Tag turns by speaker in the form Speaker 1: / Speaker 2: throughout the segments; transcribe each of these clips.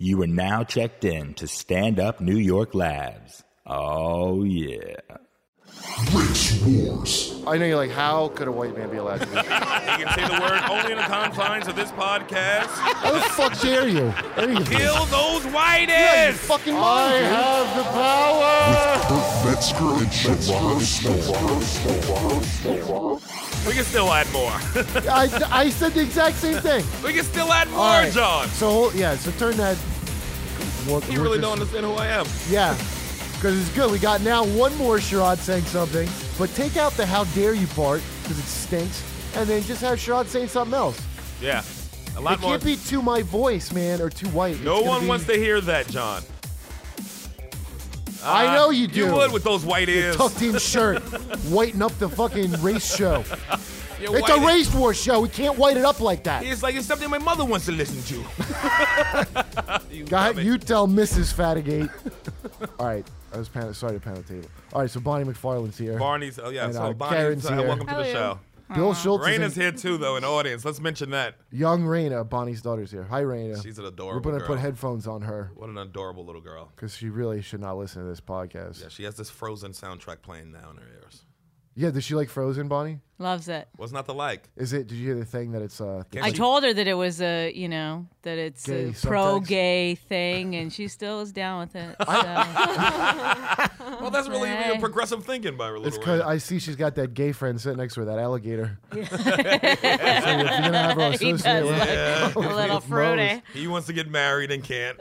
Speaker 1: You are now checked in to Stand Up New York Labs. Oh, yeah.
Speaker 2: Race Wars.
Speaker 3: I know you're like, how could a white man be allowed to do that?
Speaker 4: You can say the word only in the confines of this podcast.
Speaker 3: How the fuck dare you? There you go.
Speaker 4: Kill those
Speaker 3: Yeah, you
Speaker 4: whiteies!
Speaker 3: fucking I have the power.
Speaker 2: Kurt Metzger and Shabazz Storm.
Speaker 4: We can still add more.
Speaker 3: I, I said the exact same thing.
Speaker 4: we can still add more,
Speaker 3: All right.
Speaker 4: John.
Speaker 3: So hold- yeah, so turn that. We'll-
Speaker 4: You
Speaker 3: we'll
Speaker 4: really
Speaker 3: just-
Speaker 4: don't understand who I am.
Speaker 3: Yeah, because it's good. We got now one more Sherrod saying something, but take out the "how dare you" part because it stinks, and then just have Sherrod saying something else.
Speaker 4: Yeah. A
Speaker 3: It
Speaker 4: lot more.
Speaker 3: can't be to my voice, man, or too white.
Speaker 4: no one wants to hear that, John.
Speaker 3: I
Speaker 4: Uh,
Speaker 3: know you do.
Speaker 4: You would with those white ears.
Speaker 3: tucked in shirt, whiten up the fucking race show.
Speaker 4: Your
Speaker 3: It's
Speaker 4: white-
Speaker 3: a race war show. We can't white it up like that.
Speaker 4: It's like it's something my mother wants to listen to. you
Speaker 3: God,
Speaker 4: dummy.
Speaker 3: you tell Mrs. Fatigate. All right, I was pan- sorry to pound the table. All right, so Bonnie McFarlane's here.
Speaker 4: Barney's. Oh yeah.
Speaker 3: And,
Speaker 4: so
Speaker 3: uh,
Speaker 4: Bonnie's.
Speaker 3: Karen's
Speaker 4: uh,
Speaker 3: here.
Speaker 4: welcome to the show.
Speaker 3: Bill Schultz is
Speaker 4: Raina's
Speaker 3: in-
Speaker 4: here too, though, in the audience. Let's mention that.
Speaker 3: Young Raina, Bonnie's daughter's here. Hi, Raina.
Speaker 4: She's an
Speaker 3: We're
Speaker 4: adorable.
Speaker 3: gonna
Speaker 4: girl.
Speaker 3: put headphones on her
Speaker 4: What an adorable little girl.
Speaker 3: because she really should not listen to this podcast.
Speaker 4: Yeah, she has this Frozen soundtrack playing now in her ears.
Speaker 3: Yeah, does she like Frozen, Bonnie?
Speaker 5: Loves it.
Speaker 4: What's not the like?
Speaker 3: Is it? Did you hear the thing that it's uh?
Speaker 4: Can't
Speaker 5: I
Speaker 4: she-
Speaker 5: told her that it was a, you know, that it's
Speaker 3: Gay
Speaker 5: a
Speaker 3: subtext.
Speaker 5: pro-gay thing, and she still is down with it. So.
Speaker 4: Well, that's really
Speaker 5: Hey.
Speaker 4: your progressive thinking by her
Speaker 3: It's
Speaker 4: little
Speaker 3: because
Speaker 4: Raina.
Speaker 3: I see she's got that gay friend sitting next to her, that alligator. so if you're gonna have her
Speaker 5: He does
Speaker 3: associate with-
Speaker 4: Yeah.
Speaker 5: a little
Speaker 3: Moe's.
Speaker 5: fruity.
Speaker 4: He wants to get married and can't.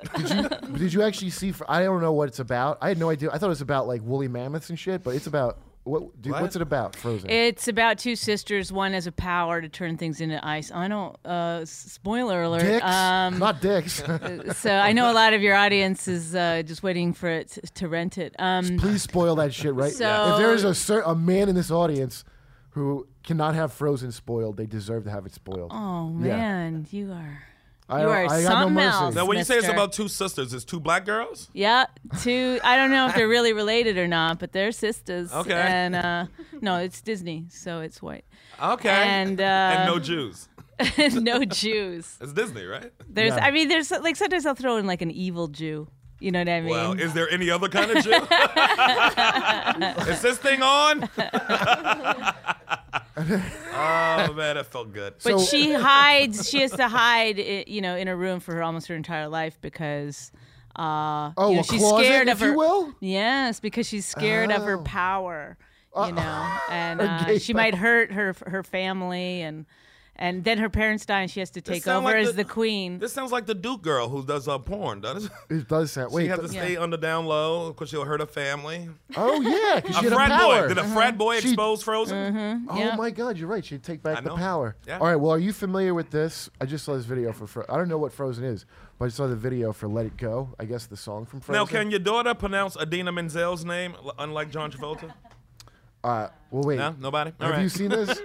Speaker 3: Did you actually see? Fr- I don't know what it's about. I had no idea. I thought it was about like woolly mammoths and shit, but it's about what? Dude,
Speaker 4: What?
Speaker 3: What's it about? Frozen.
Speaker 5: It's about two sisters. One has a power to turn things into ice. I don't. Uh, s- spoiler alert.
Speaker 3: dicks,
Speaker 5: Um,
Speaker 3: not dicks.
Speaker 5: so I know a lot of your audience is uh, just waiting for it t- to rent it. Um,
Speaker 3: Please spoil that shit, right?
Speaker 5: So-
Speaker 3: if there is a cer- a man in this audience who cannot have Frozen spoiled, they deserve to have it spoiled.
Speaker 5: oh
Speaker 3: Yeah.
Speaker 5: man, you are.
Speaker 3: I,
Speaker 5: you
Speaker 3: don't-
Speaker 5: are
Speaker 3: I got no
Speaker 5: something
Speaker 3: mercy.
Speaker 5: else.
Speaker 4: Now, when you say it's
Speaker 5: Mister.
Speaker 4: about two sisters, it's two black girls?
Speaker 5: Yeah, two. I don't know if they're really related or not, but they're sisters.
Speaker 4: Okay.
Speaker 5: And uh, no, it's Disney, so it's white.
Speaker 4: Okay.
Speaker 5: And, uh,
Speaker 4: And no Jews.
Speaker 5: no Jews.
Speaker 4: It's Disney, right?
Speaker 5: There's.
Speaker 3: Yeah.
Speaker 5: I mean, there's like sometimes I'll throw in like an evil Jew. You know what I mean?
Speaker 4: Well, is there any other kind of Jew? is this thing on? oh, man, that felt good.
Speaker 3: So-
Speaker 5: but she hides. She has to hide, i- you know, in a room for her almost her entire life because. Uh,
Speaker 3: Oh,
Speaker 5: you know,
Speaker 3: a
Speaker 5: she's
Speaker 3: closet,
Speaker 5: scared
Speaker 3: if
Speaker 5: of her.
Speaker 3: you will? Oh.
Speaker 5: Yes, because she's scared of her power, you know, and
Speaker 3: Uh, gay
Speaker 5: uh, she might hurt her her family, and and then her parents die, and she has to take
Speaker 4: sound
Speaker 5: over
Speaker 4: like
Speaker 5: as
Speaker 4: the-
Speaker 5: the queen.
Speaker 4: This sounds like the Duke girl who does uh, porn, doesn't it?
Speaker 3: It does sound. Wait.
Speaker 4: She has to
Speaker 3: th-
Speaker 4: stay on the down low because she'll hurt her family.
Speaker 3: oh yeah, 'cause she
Speaker 4: a
Speaker 3: had
Speaker 4: frat
Speaker 3: power.
Speaker 4: boy. Did a
Speaker 5: Uh-huh.
Speaker 4: frat boy
Speaker 3: She-
Speaker 4: expose Frozen?
Speaker 3: Oh
Speaker 5: Yeah.
Speaker 3: my God, you're right. She'd take back
Speaker 4: I
Speaker 3: the
Speaker 4: know.
Speaker 3: power.
Speaker 4: Yeah.
Speaker 3: All right. Well, are you familiar with this? I just saw this video for. Fro- I don't know what Frozen is, but I saw the video for "Let It Go." I guess the song from Frozen.
Speaker 4: Now, can your daughter pronounce Adina Menzel's name l- unlike John Travolta?
Speaker 3: Uh, well, wait.
Speaker 4: No, nobody. All
Speaker 3: Have
Speaker 4: right.
Speaker 3: you seen this?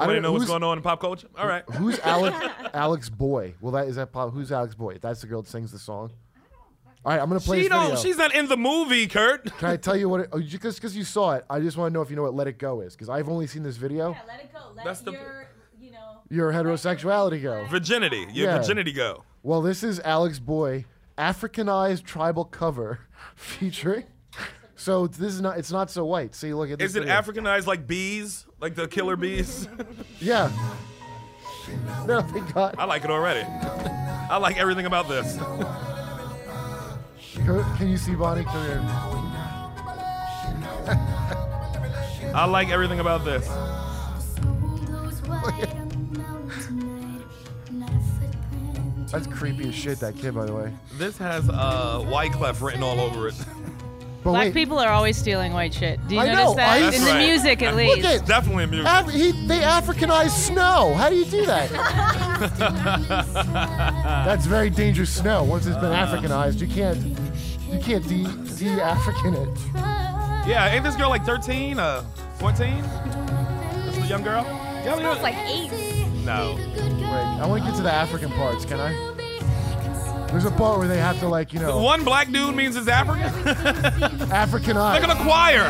Speaker 3: I
Speaker 4: Nobody know what's
Speaker 3: who's-
Speaker 4: going on in pop culture. All right.
Speaker 3: Who's Alex, Alex Boy? Well, that is that. pop- Who's Alex Boy? That's the girl that sings the song. All right, I'm gonna play
Speaker 4: She
Speaker 3: this video.
Speaker 4: don't. She's not in the movie, Kurt.
Speaker 3: Can I tell you what? It, oh, just because you saw it, I just want to know if you know what "Let It Go" is, because I've only seen this video.
Speaker 5: let it go. Let
Speaker 4: That's the- your,
Speaker 5: you know.
Speaker 3: Your heterosexuality go.
Speaker 4: Virginity. Your
Speaker 3: Yeah.
Speaker 4: virginity go.
Speaker 3: Well, this is Alex Boy, Africanized tribal cover featuring. So this is not. It's not so white. See, look at this.
Speaker 4: Is it
Speaker 3: video.
Speaker 4: Africanized like bees? Like the killer bees?
Speaker 3: Yeah. No, they got
Speaker 4: I like it already. I like everything about this.
Speaker 3: Can can you see Bonnie? Come here.
Speaker 4: I like everything about this.
Speaker 3: That's creepy as shit. That kid, by the way.
Speaker 4: This has uh, Wyclef written all over it.
Speaker 3: But
Speaker 5: Black
Speaker 3: wait,
Speaker 5: people are always stealing white shit. Do you
Speaker 3: I
Speaker 5: notice
Speaker 3: know,
Speaker 5: that
Speaker 3: I-
Speaker 5: in
Speaker 4: That's
Speaker 5: the
Speaker 4: right.
Speaker 5: music at
Speaker 3: Look
Speaker 5: least?
Speaker 3: at-
Speaker 4: Definitely a music.
Speaker 3: Af- he, they Africanized snow. How do you do that? That's very dangerous snow. Once it's been Africanized, you can't you can't de de African it.
Speaker 4: Yeah, ain't this girl like 13, uh, 14? This is a young girl? Yeah, we know-
Speaker 6: It's like eight.
Speaker 4: No.
Speaker 3: I want to get to the African parts. Can I? There's a part where they have to like you know
Speaker 4: One black dude means it's African? Look at
Speaker 3: Africanize.
Speaker 4: the choir.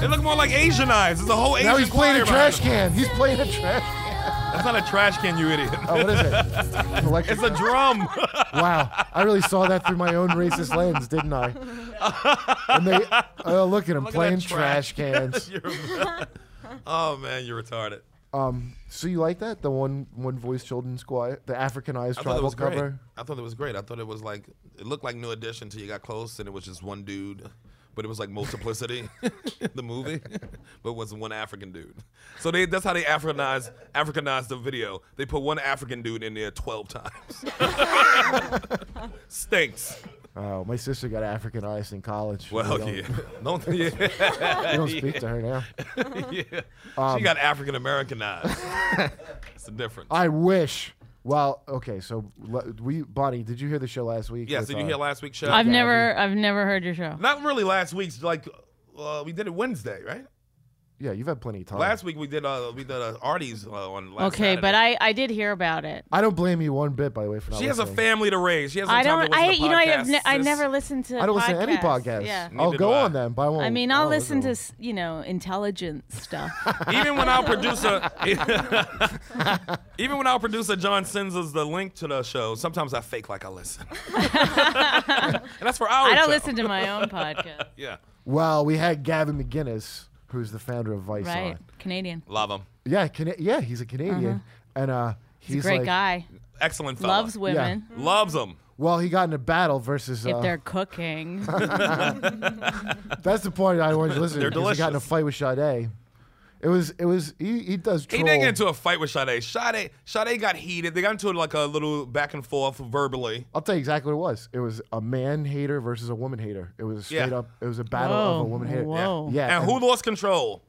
Speaker 4: They look more like Asian eyes. There's a whole Asian
Speaker 3: Now he's playing a
Speaker 4: choir behind
Speaker 3: trash
Speaker 4: them.
Speaker 3: can. He's playing a trash.
Speaker 4: That's not a trash can, you idiot.
Speaker 3: Oh, what is it? Electric.
Speaker 4: It's a drum.
Speaker 3: wow, I really saw that through my own racist lens, didn't I? And they, oh, look at him
Speaker 4: Look at that
Speaker 3: playing trash
Speaker 4: trash.
Speaker 3: cans.
Speaker 4: You're a- oh man, you're retarded.
Speaker 3: Um, so you like that? The one one voice children's choir, the Africanized
Speaker 4: I thought it
Speaker 3: tribal
Speaker 4: was great.
Speaker 3: cover.
Speaker 4: I thought it was great. I thought it was like it looked like New Edition until you got close, and it was just one dude, but it was like multiplicity, the movie, but it was one African dude. So they that's how they Africanized Africanized the video. They put one African dude in there twelve times. Stinks.
Speaker 3: Oh, my sister got Africanized in college. we
Speaker 4: Well,
Speaker 3: don't,
Speaker 4: yeah. Don't, yeah.
Speaker 3: we don't speak to her now.
Speaker 4: yeah. she got African Americanized. It's the difference.
Speaker 3: I wish. Well, okay, so le- we, Bonnie, did you hear the show last week?
Speaker 4: yes,
Speaker 3: with,
Speaker 4: did you
Speaker 3: uh,
Speaker 4: hear last week's show?
Speaker 5: I've
Speaker 3: Gabby.
Speaker 5: never, I've never heard your show.
Speaker 4: Not really last week's. Like uh, we did it Wednesday, right?
Speaker 3: Yeah, you've had plenty of time.
Speaker 4: Last week we did uh we did uh, Artie's uh, on last
Speaker 5: Okay,
Speaker 4: Saturday.
Speaker 5: but I, I did hear about it.
Speaker 3: I don't blame you one bit, by the way, for not.
Speaker 4: she has a
Speaker 3: listening.
Speaker 4: family to raise. She has.
Speaker 5: I don't. I you know. I have.
Speaker 4: Ne-
Speaker 5: Ne- I never listened to.
Speaker 3: I don't listen
Speaker 5: podcasts.
Speaker 3: to any podcasts.
Speaker 5: Yeah.
Speaker 4: Neither
Speaker 3: I'll
Speaker 4: do
Speaker 3: go
Speaker 4: I.
Speaker 3: on them, but I won't.
Speaker 5: I mean, I'll
Speaker 3: won't
Speaker 5: listen to
Speaker 3: them.
Speaker 5: s- you know intelligent stuff.
Speaker 4: Even when our producer, even when our producer John sends us the link to the show, sometimes I fake like I listen. and that's for our.
Speaker 5: I don't
Speaker 4: show.
Speaker 5: listen to my own podcast.
Speaker 4: Yeah,
Speaker 3: Well, we had Gavin McGinnis, who's the founder of Vice.
Speaker 5: Right,
Speaker 3: On.
Speaker 5: Canadian.
Speaker 4: love him.
Speaker 3: Yeah, Cana- yeah, he's a Canadian, and uh, he's,
Speaker 5: Uh-huh. Great
Speaker 3: like, uh,
Speaker 5: guy.
Speaker 4: Excellent. Fella.
Speaker 5: Loves women.
Speaker 4: Loves him.
Speaker 3: Well, he got in a battle versus.
Speaker 5: If
Speaker 3: Uh,
Speaker 5: they're cooking,
Speaker 3: that's the point I wanted to listen
Speaker 4: They're
Speaker 3: to. because He got in a
Speaker 4: delicious.
Speaker 3: fight with Sade. It was. It was. He, he does.
Speaker 4: He
Speaker 3: Troll.
Speaker 4: didn't get into a fight with Sade. Sade, Sade got heated. They got into like a little back and forth verbally.
Speaker 3: I'll tell you exactly what it was. It was a man hater versus a woman hater. It was a straight
Speaker 4: Yeah.
Speaker 3: up. It was a battle of
Speaker 5: Whoa,
Speaker 3: a woman hater.
Speaker 5: Oh, whoa.
Speaker 3: Yeah.
Speaker 4: And who lost control?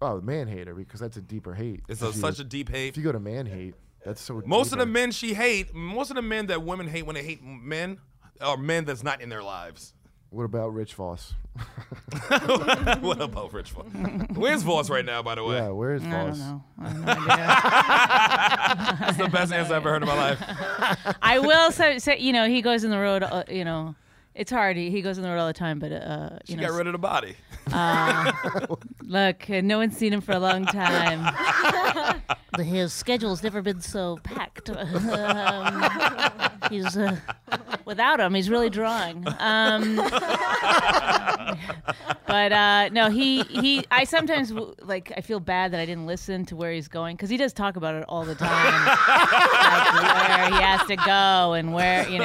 Speaker 3: Oh, man hater because that's a deeper hate.
Speaker 4: It's
Speaker 3: If
Speaker 4: a,
Speaker 3: you-
Speaker 4: such a deep hate.
Speaker 3: If you go to man hate, that's so.
Speaker 4: Most of the
Speaker 3: deeper.
Speaker 4: men she hate, most of the men that women hate when they hate men are men that's not in their lives.
Speaker 3: What about Rich Voss?
Speaker 4: what about Rich Voss? Where's Voss right now, by the way?
Speaker 3: Yeah, Uh, where is Voss?
Speaker 5: I don't know. I have no idea.
Speaker 4: That's the best answer I've ever heard in my life.
Speaker 5: I will say, say, you know, he goes in the road. Uh, you know, it's hard. He, he goes in the road all the time, but uh,
Speaker 4: She
Speaker 5: you know,
Speaker 4: got rid of the body.
Speaker 5: Look, uh, no one's seen him for a long time. but his schedule's never been so packed. Um, he's uh, without him, he's really drawing. Um, but uh, no, he he. I sometimes w- like I feel bad that I didn't listen to where he's going because he does talk about it all the time, like where he has to go and where you know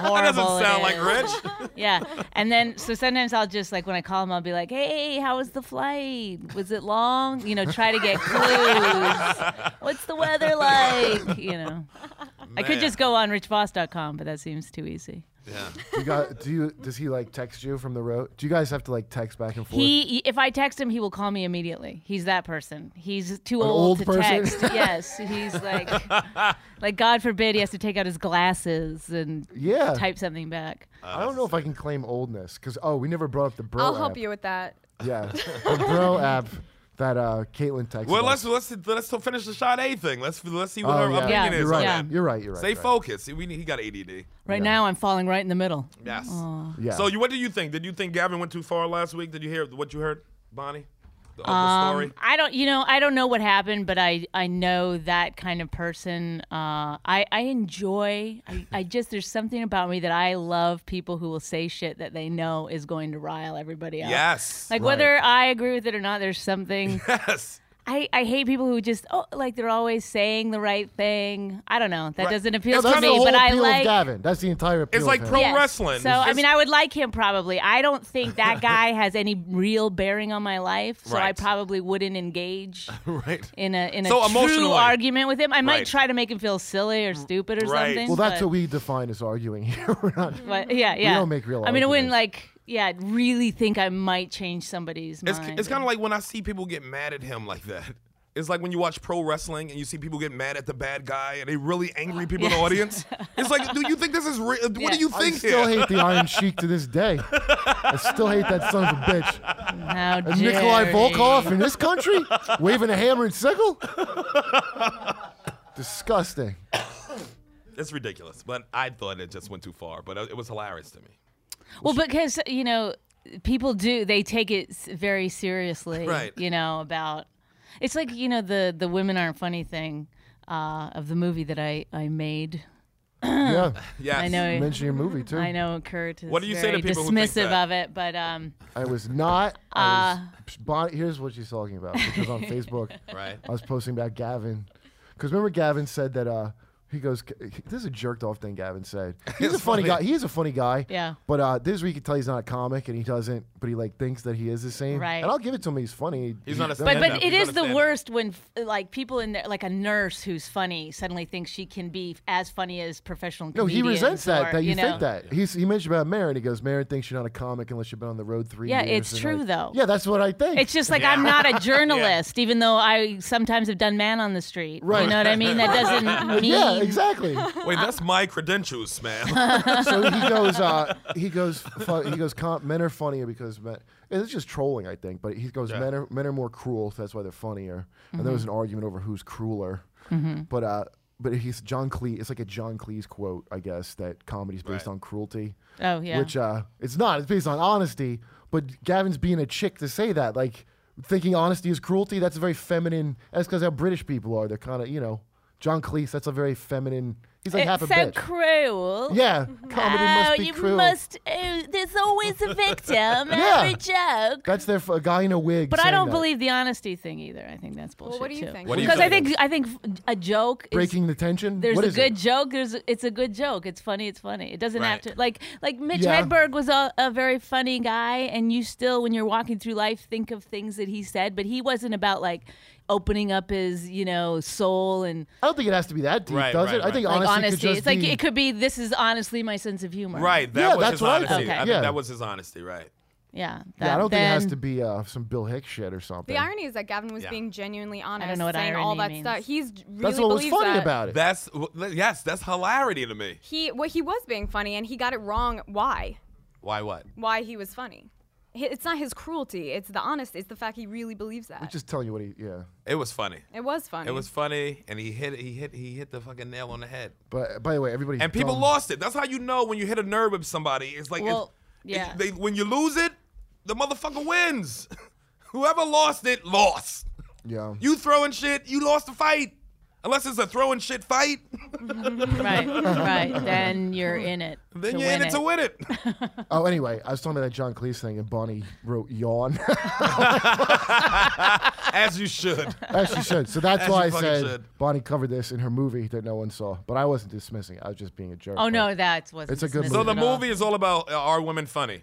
Speaker 4: That
Speaker 5: horrible.
Speaker 4: doesn't
Speaker 5: it
Speaker 4: sound like
Speaker 5: is.
Speaker 4: Rich.
Speaker 5: Yeah. And then, so sometimes I'll just like when I call him, I'll be like, hey, how was the flight? Was it long? You know, try to get clues. What's the weather like? You know, I could
Speaker 4: Man.
Speaker 5: just go on richvoss.com, but that seems too easy.
Speaker 4: Yeah.
Speaker 3: You got? Do you? Does he like text you from the road? Do you guys have to like text back and forth?
Speaker 5: He, if I text him, he will call me immediately. He's that person. He's too old,
Speaker 3: old
Speaker 5: to
Speaker 3: person?
Speaker 5: text. yes, he's like, like God forbid, he has to take out his glasses and
Speaker 3: yeah. Uh,
Speaker 5: type something back.
Speaker 4: Uh,
Speaker 3: I don't know if I can claim oldness because oh, we never brought up the bro.
Speaker 6: I'll
Speaker 3: app.
Speaker 6: help you with that.
Speaker 3: Yeah, the bro app that uh, Caitlin texted.
Speaker 4: Well, let's
Speaker 3: us.
Speaker 4: let's let's finish the shot A thing. Let's let's see what
Speaker 3: Oh,
Speaker 4: her
Speaker 3: yeah.
Speaker 4: opinion
Speaker 5: Yeah.
Speaker 4: is.
Speaker 3: You're
Speaker 4: on
Speaker 3: right.
Speaker 5: Yeah.
Speaker 4: that.
Speaker 3: You're right. You're right.
Speaker 4: Stay
Speaker 3: you're right.
Speaker 4: focused. See, we need- he got ADD.
Speaker 5: Right now, I'm falling right in the middle.
Speaker 4: Yes.
Speaker 3: Yeah.
Speaker 4: So you what do you think? Did you think Gavin went too far last week? Did you hear what you heard, Bonnie? The, of the story.
Speaker 5: Um, I don't, you know, I don't know what happened, but I, I know that kind of person. Uh, I, I enjoy. I, I just there's something about me that I love people who will say shit that they know is going to rile everybody up.
Speaker 4: Yes.
Speaker 5: Like whether I agree with it or not, there's something.
Speaker 4: yes.
Speaker 5: I, I hate people who just oh like they're always saying the right thing. I don't know. That
Speaker 4: Right.
Speaker 5: doesn't appeal
Speaker 4: That's
Speaker 5: to
Speaker 4: kinda
Speaker 5: me,
Speaker 4: the
Speaker 5: but
Speaker 3: whole
Speaker 5: I
Speaker 3: appeal of
Speaker 5: like
Speaker 3: Gavin. That's the entire appeal.
Speaker 4: like
Speaker 3: of him.
Speaker 4: pro- wrestling.
Speaker 5: So
Speaker 4: It's
Speaker 5: I
Speaker 4: just-
Speaker 5: mean, I would like him probably. I don't think that guy has any real bearing on my life, so I
Speaker 4: Right.
Speaker 5: probably wouldn't engage
Speaker 4: Right.
Speaker 5: in a in a
Speaker 4: So
Speaker 5: true
Speaker 4: emotionally.
Speaker 5: argument with him. I might
Speaker 4: Right.
Speaker 5: try to make him feel silly or stupid or
Speaker 4: Right.
Speaker 5: something.
Speaker 3: Well, that's
Speaker 5: but,
Speaker 3: what we define as arguing here. We're not.
Speaker 5: but yeah, yeah.
Speaker 3: don't make real
Speaker 5: I mean, I wouldn't
Speaker 3: arguments.
Speaker 5: like. Yeah, I'd really think I might change somebody's
Speaker 4: It's,
Speaker 5: mind.
Speaker 4: it's kind of like when I see people get mad at him like that. It's like when you watch pro wrestling and you see people get mad at the bad guy and they really angry people in the audience. It's like, do you think this is real? What do
Speaker 5: Yeah.
Speaker 4: you
Speaker 3: I
Speaker 4: think
Speaker 3: still
Speaker 4: here?
Speaker 3: hate the Iron Sheik to this day. I still hate that son of a bitch.
Speaker 5: How
Speaker 3: And Nikolai
Speaker 5: dare
Speaker 3: Volkov
Speaker 5: you.
Speaker 3: in this country waving a hammer and sickle? Disgusting.
Speaker 4: it's ridiculous. But I thought it just went too far. But uh, it was hilarious to me.
Speaker 5: Well, because you know, people do they take it s- very seriously.
Speaker 4: Right.
Speaker 5: You know about it's like you know the the women aren't funny thing. uh, of the movie that I, I made.
Speaker 3: yeah.
Speaker 4: Yes.
Speaker 5: I know.
Speaker 3: Mention your movie too.
Speaker 5: I know Kurt is
Speaker 4: What do you say to
Speaker 5: very
Speaker 4: people who think
Speaker 5: dismissive
Speaker 4: that?
Speaker 5: of it, but um,
Speaker 3: I was not. I
Speaker 5: Uh.
Speaker 3: was, Bon- here's what she's talking about. It was on Facebook.
Speaker 4: Right.
Speaker 3: I was posting about Gavin. Because remember, Gavin said that uh, he goes, This is a jerked off thing Gavin said. He's a
Speaker 4: It's
Speaker 3: funny, guy.
Speaker 4: funny.
Speaker 3: He is a funny guy.
Speaker 5: Yeah.
Speaker 3: But uh, this is where you can tell he's not a comic and he doesn't, but he like thinks that he is the same.
Speaker 5: Right.
Speaker 3: And I'll give it to him. He's funny.
Speaker 4: He's not a
Speaker 5: but
Speaker 4: stand-up.
Speaker 5: but it
Speaker 4: He's
Speaker 5: is
Speaker 4: not a
Speaker 5: the
Speaker 4: stand-up.
Speaker 5: worst when f- like people in there, like a nurse who's funny, suddenly thinks she can be as funny as professional.
Speaker 3: No, he
Speaker 5: comedians
Speaker 3: resents
Speaker 5: or,
Speaker 3: that, that you,
Speaker 5: know.
Speaker 3: think that. He's, he mentioned about Marin. He goes, Marin thinks you're not a comic unless you've been on the road three
Speaker 5: Yeah,
Speaker 3: years.
Speaker 5: it's
Speaker 3: and,
Speaker 5: true,
Speaker 3: like-
Speaker 5: though.
Speaker 3: Yeah, that's what I think.
Speaker 5: It's just like I'm not a journalist, even though I sometimes have done man on the street.
Speaker 3: Right.
Speaker 5: You know what I mean? That doesn't mean
Speaker 3: yeah, exactly.
Speaker 4: Wait,
Speaker 5: Uh,
Speaker 4: that's my credentials, man.
Speaker 3: so he goes, uh, he goes, fu- he goes. Com- men are funnier because men. and It's just trolling, I think. But he goes, men are men are more cruel, so that's why they're funnier.
Speaker 5: Mm-hmm.
Speaker 3: And there was an argument over who's crueler. But uh, but he's John Cleese. It's like a John Cleese quote, I guess, that comedy's based
Speaker 4: Right.
Speaker 3: on cruelty.
Speaker 5: Oh yeah.
Speaker 3: Which uh, it's not. It's based on honesty. But Gavin's being a chick to say that, like thinking honesty is cruelty. That's a very feminine. That's because how British people are. They're kind of you know, John Cleese. That's a very feminine. He's like half
Speaker 5: it's
Speaker 3: a
Speaker 5: so
Speaker 3: bitch.
Speaker 5: cruel.
Speaker 3: Yeah, comedy must
Speaker 5: oh,
Speaker 3: be
Speaker 5: you
Speaker 3: cruel.
Speaker 5: must. Oh, there's always a victim
Speaker 3: Yeah.
Speaker 5: every joke.
Speaker 3: That's their f- a guy in a wig.
Speaker 5: But I
Speaker 3: saying
Speaker 5: don't
Speaker 3: that.
Speaker 5: believe the honesty thing either. I think that's bullshit
Speaker 6: Well, what do you
Speaker 5: too.
Speaker 6: think?
Speaker 4: What do you
Speaker 5: Because I think I think a joke is
Speaker 3: breaking the tension.
Speaker 5: There's
Speaker 3: What
Speaker 5: a
Speaker 3: is
Speaker 5: good
Speaker 3: It?
Speaker 5: joke. There's it's a good joke. It's funny. It's funny. It doesn't have
Speaker 4: Right.
Speaker 5: to like like Mitch
Speaker 3: Yeah.
Speaker 5: Hedberg was a, a very funny guy, and you still when you're walking through life think of things that he said, but he wasn't about like opening up his you know soul and
Speaker 3: I don't think it has to be that deep,
Speaker 4: Right,
Speaker 3: does
Speaker 4: right,
Speaker 3: it? I think
Speaker 5: like
Speaker 3: honestly,
Speaker 5: honesty.
Speaker 3: could just
Speaker 5: it's like
Speaker 3: be-
Speaker 5: it could be this is honestly my sense of humor.
Speaker 4: right. That
Speaker 3: Yeah,
Speaker 4: was
Speaker 3: that's
Speaker 4: his
Speaker 3: what I think.
Speaker 4: honesty. I think
Speaker 3: Yeah.
Speaker 4: that was his honesty, right?
Speaker 5: Yeah. That,
Speaker 3: Yeah, I don't think it has
Speaker 5: then-
Speaker 3: to be uh, some Bill Hicks shit or something.
Speaker 6: The irony is that Gavin was
Speaker 4: Yeah.
Speaker 6: being genuinely honest,
Speaker 5: know what
Speaker 6: saying all that
Speaker 5: irony
Speaker 6: stuff.
Speaker 5: means.
Speaker 6: He's j- really
Speaker 3: That's what was
Speaker 6: believes
Speaker 3: funny
Speaker 6: that.
Speaker 3: about it.
Speaker 4: That's yes. That's hilarity to me.
Speaker 6: He well, he was being funny, and he got it wrong. Why?
Speaker 4: Why? What?
Speaker 6: Why he was funny? Hi- It's not his cruelty. It's the honest. It's the fact he really believes that.
Speaker 3: I'm just telling you what he. Yeah,
Speaker 4: It was funny.
Speaker 6: it was funny.
Speaker 4: It
Speaker 5: Mm.
Speaker 4: was funny, and he hit. He hit. He hit the fucking nail on the head.
Speaker 3: but by the way, everybody
Speaker 4: And people lost it. That's how you know when you hit a nerve with somebody. It's like,
Speaker 5: Well,
Speaker 4: it's,
Speaker 5: yeah.
Speaker 4: they, when you lose it, the motherfucker wins. Whoever lost it lost.
Speaker 3: Yeah,
Speaker 4: You throwing shit, you lost the fight. Unless it's a throwing shit fight,
Speaker 5: Right. Right. Then you're in it.
Speaker 4: then
Speaker 5: to
Speaker 4: you're in
Speaker 5: win
Speaker 4: it to win it.
Speaker 3: Oh, anyway, I was talking about that John Cleese thing, and Bonnie wrote yawn,
Speaker 4: As you should.
Speaker 3: as she should. So that's
Speaker 4: As
Speaker 3: why
Speaker 4: you
Speaker 3: I
Speaker 4: fucking
Speaker 3: said
Speaker 4: should.
Speaker 3: Bonnie covered this in her movie that no one saw. But I wasn't dismissing. it. I was just being a jerk.
Speaker 5: Oh
Speaker 3: but-
Speaker 5: no, that wasn't.
Speaker 3: It's a good
Speaker 5: dismissive
Speaker 4: So the
Speaker 5: at all.
Speaker 4: movie is all about uh, are women funny?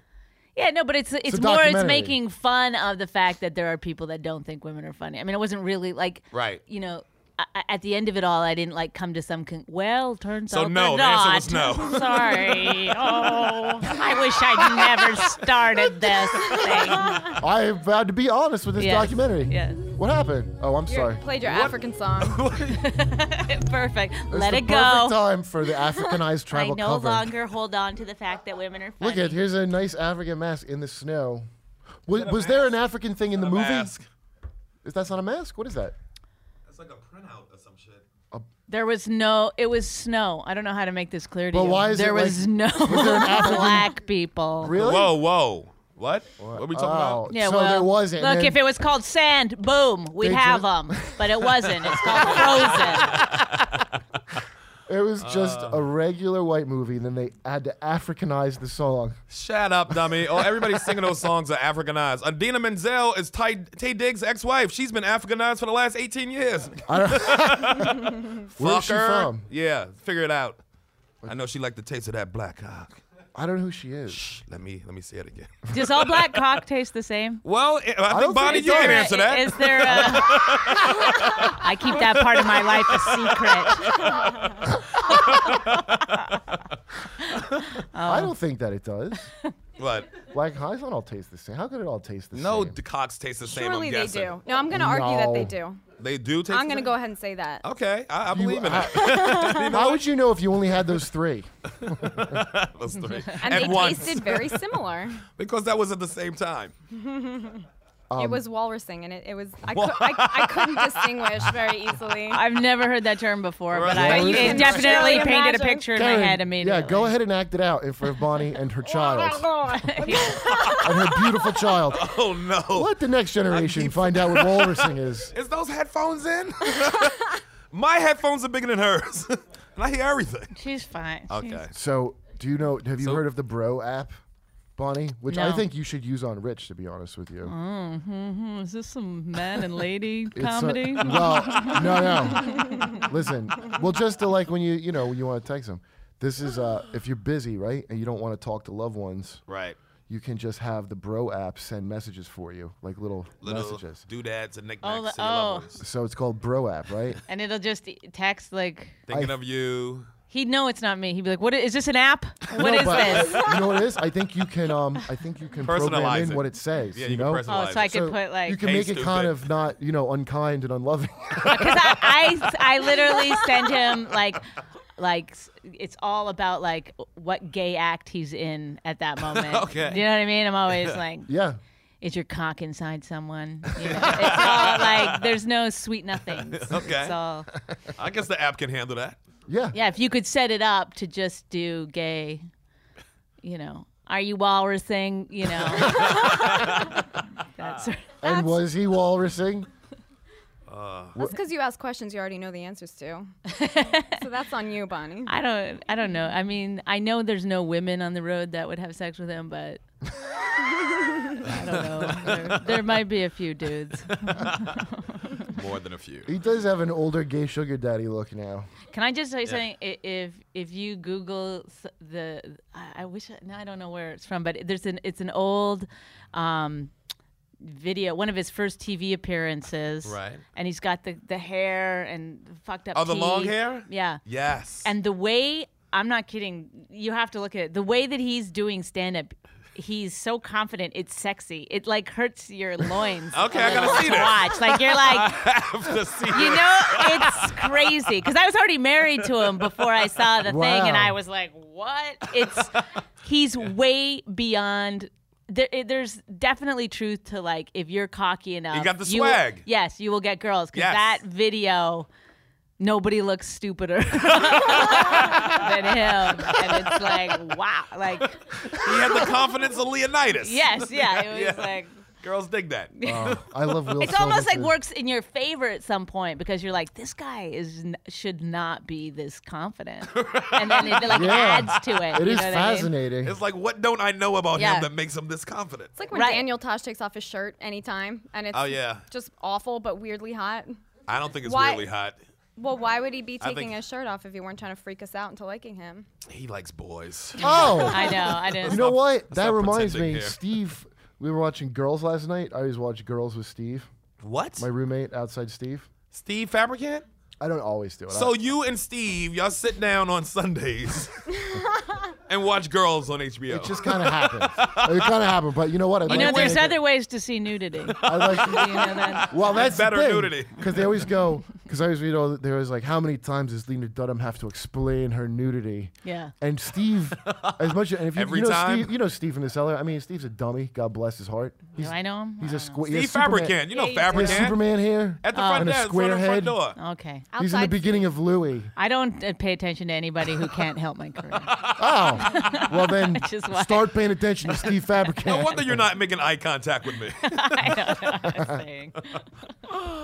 Speaker 5: Yeah, no, but it's it's
Speaker 3: a
Speaker 5: more it's
Speaker 3: documentary.
Speaker 5: making fun of the fact that there are people that don't think women are funny. I mean, it wasn't really like
Speaker 4: Right.
Speaker 5: You know, I, I- at the end of it all, I didn't like come to some con- well. Turns
Speaker 4: So
Speaker 5: out
Speaker 4: no,
Speaker 5: they're
Speaker 4: the answer
Speaker 5: not.
Speaker 4: was no.
Speaker 5: Sorry. Oh, I wish I'd never started this thing.
Speaker 3: I am proud to be honest with this
Speaker 5: Yes,
Speaker 3: documentary.
Speaker 5: yes.
Speaker 3: What happened? Oh, I'm
Speaker 6: Your-
Speaker 3: sorry.
Speaker 6: played your African song.
Speaker 5: Perfect.
Speaker 3: It's
Speaker 5: Let
Speaker 3: the
Speaker 5: it
Speaker 3: Perfect
Speaker 5: go.
Speaker 3: time for the Africanized
Speaker 5: I
Speaker 3: tribal
Speaker 5: no
Speaker 3: cover.
Speaker 5: longer hold on to the fact that women are funny.
Speaker 3: Look at here's a nice African mask in the snow. Was, was there an African thing in the movie?
Speaker 4: Mask.
Speaker 3: Is that's not a mask? What is that?
Speaker 4: That's like a printout or some shit.
Speaker 5: There was no. It was snow. I don't know how to make this clear to
Speaker 3: But
Speaker 5: you.
Speaker 3: why is it
Speaker 5: there
Speaker 3: like-
Speaker 5: was no black people.
Speaker 3: Really?
Speaker 4: Whoa, whoa. What? What, are we talking
Speaker 3: Oh,
Speaker 4: about?
Speaker 5: Yeah,
Speaker 3: so
Speaker 5: well,
Speaker 3: there wasn't.
Speaker 5: Look,
Speaker 3: and
Speaker 5: if it was called sand, boom, we'd
Speaker 3: They
Speaker 5: have
Speaker 3: ju-
Speaker 5: them. But it wasn't. It's called frozen.
Speaker 3: it was just
Speaker 4: Uh.
Speaker 3: a regular white movie, then they had to Africanize the song.
Speaker 4: Shut up, dummy. Oh, everybody's singing those songs are Africanized. Adina Menzel is Ty, Tay Diggs' ex wife. She's been Africanized for the last 18 years.
Speaker 3: Where's she
Speaker 4: Fucker.
Speaker 3: from?
Speaker 4: Yeah, figure it out. I know she liked the taste of that black cock.
Speaker 3: I don't know who she is.
Speaker 4: Let me let me say it again.
Speaker 5: Does all black cock taste the same?
Speaker 4: Well, I- I
Speaker 3: don't
Speaker 4: think Bonnie,
Speaker 3: think
Speaker 4: you can
Speaker 5: There-
Speaker 4: answer that.
Speaker 5: Is there a, I keep that part of my life a secret. Oh.
Speaker 3: I don't think that it does.
Speaker 4: What?
Speaker 3: Black highs don't all taste the same. How could it all taste the
Speaker 4: No,
Speaker 3: same?
Speaker 4: the cocks taste the same.
Speaker 6: Surely
Speaker 4: I'm
Speaker 6: they
Speaker 4: guessing.
Speaker 6: do. No, I'm gonna argue that they do.
Speaker 4: They do taste. the Oh,
Speaker 6: I'm gonna
Speaker 4: same?
Speaker 6: go ahead and say that.
Speaker 4: Okay, I, I
Speaker 3: You-
Speaker 4: believe in it.
Speaker 3: I- How would you know if you only had those three?
Speaker 4: Those three
Speaker 6: And
Speaker 4: at
Speaker 6: they
Speaker 4: once
Speaker 6: tasted very similar.
Speaker 4: because that was at the same time.
Speaker 6: it
Speaker 4: Um,
Speaker 6: was walrusing, and it, it was I, cou- I, I couldn't distinguish very easily.
Speaker 5: I've never heard that term before, but I,
Speaker 4: Right.
Speaker 5: it definitely
Speaker 6: Surely
Speaker 5: painted a
Speaker 6: imagine.
Speaker 5: picture in
Speaker 3: Karen,
Speaker 5: my head immediately. Oh,
Speaker 3: Yeah, go ahead and act it out in front of Bonnie and her child
Speaker 5: Yeah.
Speaker 3: and her beautiful child.
Speaker 4: Oh no!
Speaker 3: Let the next generation
Speaker 4: keep-
Speaker 3: find out what walrusing is.
Speaker 4: Is those headphones in? My headphones are bigger than hers, and I hear everything.
Speaker 5: She's fine. She's-
Speaker 4: Okay.
Speaker 3: So, do you know? Have you
Speaker 4: So-
Speaker 3: heard of the Bro app, Bonnie? Which I
Speaker 5: No.
Speaker 3: think you should use on Rich, to be honest with you.
Speaker 5: Hmm, is this some man and lady
Speaker 3: It's a-
Speaker 5: comedy?
Speaker 3: well, no, no. Listen, well, just to like when you you know when you want to text them. This is uh, if you're busy, right, and you don't want to talk to loved ones,
Speaker 4: Right.
Speaker 3: you can just have the Bro app send messages for you, like little,
Speaker 4: Little
Speaker 3: messages.
Speaker 4: doodads and knickknacks
Speaker 5: Oh, the-
Speaker 4: and your loved
Speaker 5: oh.
Speaker 4: ones.
Speaker 3: So it's called Bro app, right?
Speaker 5: and it'll just e- text like
Speaker 4: Thinking of you.
Speaker 5: he'd know it's not me. He'd be like, "What i- is this an app? What
Speaker 3: No,
Speaker 5: is
Speaker 3: but
Speaker 5: this?"
Speaker 3: You know what it is? I think you can. Um, I think you can program
Speaker 4: Personalize
Speaker 3: in
Speaker 4: it.
Speaker 3: what it says.
Speaker 4: Yeah,
Speaker 3: you,
Speaker 4: you can
Speaker 3: know.
Speaker 4: personalize
Speaker 5: Oh, so I
Speaker 4: it.
Speaker 5: could
Speaker 3: So
Speaker 5: put like
Speaker 3: you can
Speaker 4: Hey,
Speaker 3: make it kind
Speaker 4: stupid.
Speaker 3: of not you know unkind and unloving.
Speaker 5: because I, I I literally send him like like s- it's all about like what gay act he's in at that moment.
Speaker 4: Okay.
Speaker 5: you know what I mean? I'm always like,
Speaker 3: yeah.
Speaker 5: is your cock inside someone? You know, it's all like there's no sweet nothing.
Speaker 4: Okay.
Speaker 5: it's all
Speaker 4: I guess the app can handle that.
Speaker 3: Yeah.
Speaker 5: yeah. If you could set it up to just do gay, you know. Are you walrusing? You know, that's
Speaker 3: And was he walrusing?
Speaker 6: That's because you ask questions you already know the answers to. so that's on you, Bonnie.
Speaker 5: I don't. I don't know. I mean, I know there's no women on the road that would have sex with him, but I don't know. There, there might be a few dudes.
Speaker 4: More than a few.
Speaker 3: He does have an older gay sugar daddy look now.
Speaker 5: Can I just say something? I- If if you Google s- the, I I wish I- now I don't know where it's from, but there's an it's an old. Um, video one of his first tv appearances
Speaker 4: Right.
Speaker 5: and he's got the the hair and fucked up
Speaker 4: Oh, the long
Speaker 5: teeth.
Speaker 4: hair?
Speaker 5: yeah
Speaker 4: Yes.
Speaker 5: And the way I'm not kidding, you have to look at it. The way that he's doing stand up, he's so confident. It's sexy. It like hurts your loins.
Speaker 4: Okay,
Speaker 5: a
Speaker 4: I gotta
Speaker 5: little
Speaker 4: see
Speaker 5: to
Speaker 4: this.
Speaker 5: watch. Like you're like,
Speaker 4: have to see
Speaker 5: you
Speaker 4: it.
Speaker 5: know, it's crazy. Because I was already married to him before I saw the thing, and
Speaker 3: Wow.
Speaker 5: I was like, what? It's he's way beyond. There, it- there's definitely truth to like if you're cocky enough,
Speaker 4: got the
Speaker 5: will-
Speaker 4: swag.
Speaker 5: yes, you will get girls.
Speaker 4: Yes.
Speaker 5: Because that video, nobody looks stupider than him. And it's like, wow. Like,
Speaker 4: He had the confidence of Leonidas.
Speaker 5: yes, yeah. It was
Speaker 4: Yeah.
Speaker 5: like,
Speaker 4: Girls dig that.
Speaker 3: Oh, I love Will.
Speaker 5: it's almost like
Speaker 3: Sylvester.
Speaker 5: works in your favor at some point because you're like, this guy is n- should not be this confident. And then it like
Speaker 3: Yeah.
Speaker 5: adds to it.
Speaker 3: It
Speaker 5: you
Speaker 3: is
Speaker 5: know what
Speaker 3: fascinating.
Speaker 4: It's like, what don't I know about
Speaker 5: Yeah.
Speaker 4: him that makes him this confident?
Speaker 6: It's like when
Speaker 5: Right.
Speaker 6: Daniel Tosh takes off his shirt anytime, and it's
Speaker 4: Oh, yeah.
Speaker 6: just awful but weirdly hot.
Speaker 4: I don't think it's
Speaker 6: Why-
Speaker 4: really hot.
Speaker 6: Well, why would he be
Speaker 4: I
Speaker 6: taking
Speaker 4: think-
Speaker 6: his shirt off if you weren't trying to freak us out into liking him?
Speaker 4: He likes boys.
Speaker 3: oh,
Speaker 5: I mean? I know. I didn't.
Speaker 3: you know
Speaker 4: stop-
Speaker 3: what?
Speaker 4: stop
Speaker 3: That reminds me,
Speaker 4: pretending here.
Speaker 3: Steve. We were watching Girls last night. I always watch Girls with Steve,
Speaker 4: What?
Speaker 3: my roommate outside Steve.
Speaker 4: Steve Fabricant?
Speaker 3: I don't always do it.
Speaker 4: So you and Steve, y'all sit down on Sundays and watch girls on HBO.
Speaker 3: it just kind of happens. It kind of happened, but you know what? I
Speaker 5: You know,
Speaker 3: like to
Speaker 5: there's
Speaker 3: make it-
Speaker 5: other ways to see nudity. You know
Speaker 3: I like,
Speaker 5: that?
Speaker 3: well, that's
Speaker 4: better
Speaker 3: the thing,
Speaker 4: nudity.
Speaker 3: Because they always go. Because I always read all. There was like, how many times does Lena Dunham have to explain her nudity?
Speaker 5: Yeah.
Speaker 3: And Steve, as much and if you,
Speaker 4: Every
Speaker 3: you know
Speaker 4: time?
Speaker 3: Steve, you know Steve in the cellar. I mean, Steve's a dummy. God bless his heart.
Speaker 5: Do I know him?
Speaker 3: He's
Speaker 5: I
Speaker 3: a
Speaker 5: don't know.
Speaker 3: square.
Speaker 4: Steve Fabricant. You know
Speaker 3: He
Speaker 4: Fabricant.
Speaker 3: has Superman here.
Speaker 4: At the front
Speaker 3: and a
Speaker 4: desk, front of the
Speaker 3: square
Speaker 4: front door.
Speaker 5: Okay.
Speaker 3: He's in the
Speaker 6: Outside-
Speaker 3: beginning of Louis.
Speaker 5: I don't uh, pay attention to anybody who can't help my career.
Speaker 3: Oh, well then,
Speaker 5: is why.
Speaker 3: start paying attention to Steve
Speaker 4: No
Speaker 3: Fabricant.
Speaker 4: wonder you're not making eye contact with me.
Speaker 5: I don't know what I'm saying.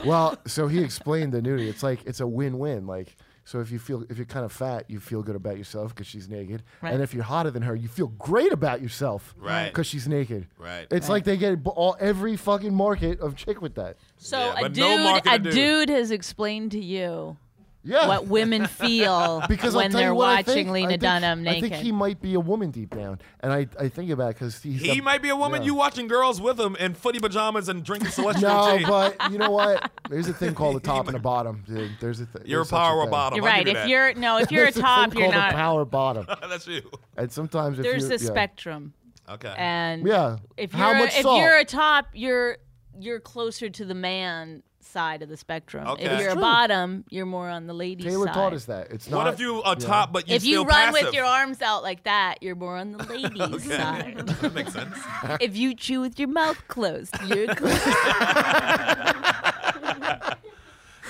Speaker 3: well, so he explained the nudity. It's like it's a win-win. Like so, if you feel if you're kind of fat, you feel good about yourself because she's naked,
Speaker 5: Right.
Speaker 3: and if you're hotter than her, you feel great about yourself,
Speaker 4: Right.
Speaker 3: Because she's naked,
Speaker 4: Right.
Speaker 3: It's like they get b- all every fucking market of chick with that.
Speaker 5: So
Speaker 4: Yeah,
Speaker 5: a
Speaker 4: but
Speaker 5: dude,
Speaker 4: no market
Speaker 5: a
Speaker 4: to do.
Speaker 5: dude has explained to you
Speaker 3: Yeah.
Speaker 5: what women feel
Speaker 3: because I'll
Speaker 5: when
Speaker 3: tell you
Speaker 5: they're
Speaker 3: what I
Speaker 5: watching
Speaker 3: think. I
Speaker 5: Lena
Speaker 3: think-
Speaker 5: Dunham naked.
Speaker 3: I think he might be a woman deep down, and I, I think about because he's
Speaker 4: he
Speaker 3: got-
Speaker 4: might be a woman.
Speaker 3: yeah.
Speaker 4: You watching girls with him in footy pajamas and drinking celestial
Speaker 3: No,
Speaker 4: tea.
Speaker 3: but you know what? There's a thing called the top and the bottom, dude. There's a thing.
Speaker 4: You're a power bottom.
Speaker 5: You're
Speaker 4: I'll
Speaker 5: right.
Speaker 4: give you
Speaker 5: If
Speaker 4: that.
Speaker 5: you're no, if you're a
Speaker 3: There's
Speaker 5: top,
Speaker 3: thing
Speaker 5: you're
Speaker 3: called a
Speaker 5: not.
Speaker 3: power bottom.
Speaker 4: that's you.
Speaker 3: And sometimes if
Speaker 5: There's
Speaker 3: you,
Speaker 5: a
Speaker 3: yeah.
Speaker 5: spectrum,
Speaker 4: Okay.
Speaker 5: and
Speaker 3: Yeah.
Speaker 5: if you're
Speaker 3: How much
Speaker 5: if
Speaker 3: salt?
Speaker 5: you're a top, you're you're closer to the man side of the spectrum.
Speaker 4: Okay.
Speaker 5: If
Speaker 4: It's
Speaker 5: you're a
Speaker 4: true.
Speaker 5: bottom, you're more on the lady
Speaker 3: Taylor
Speaker 5: side.
Speaker 3: taught us that. It's not.
Speaker 4: what if you a top but you
Speaker 5: Uh, if you
Speaker 4: still
Speaker 5: run
Speaker 4: passive?
Speaker 5: with your arms out like that, you're more on the lady side.
Speaker 4: that makes sense.
Speaker 5: if you chew with your mouth closed, you're close.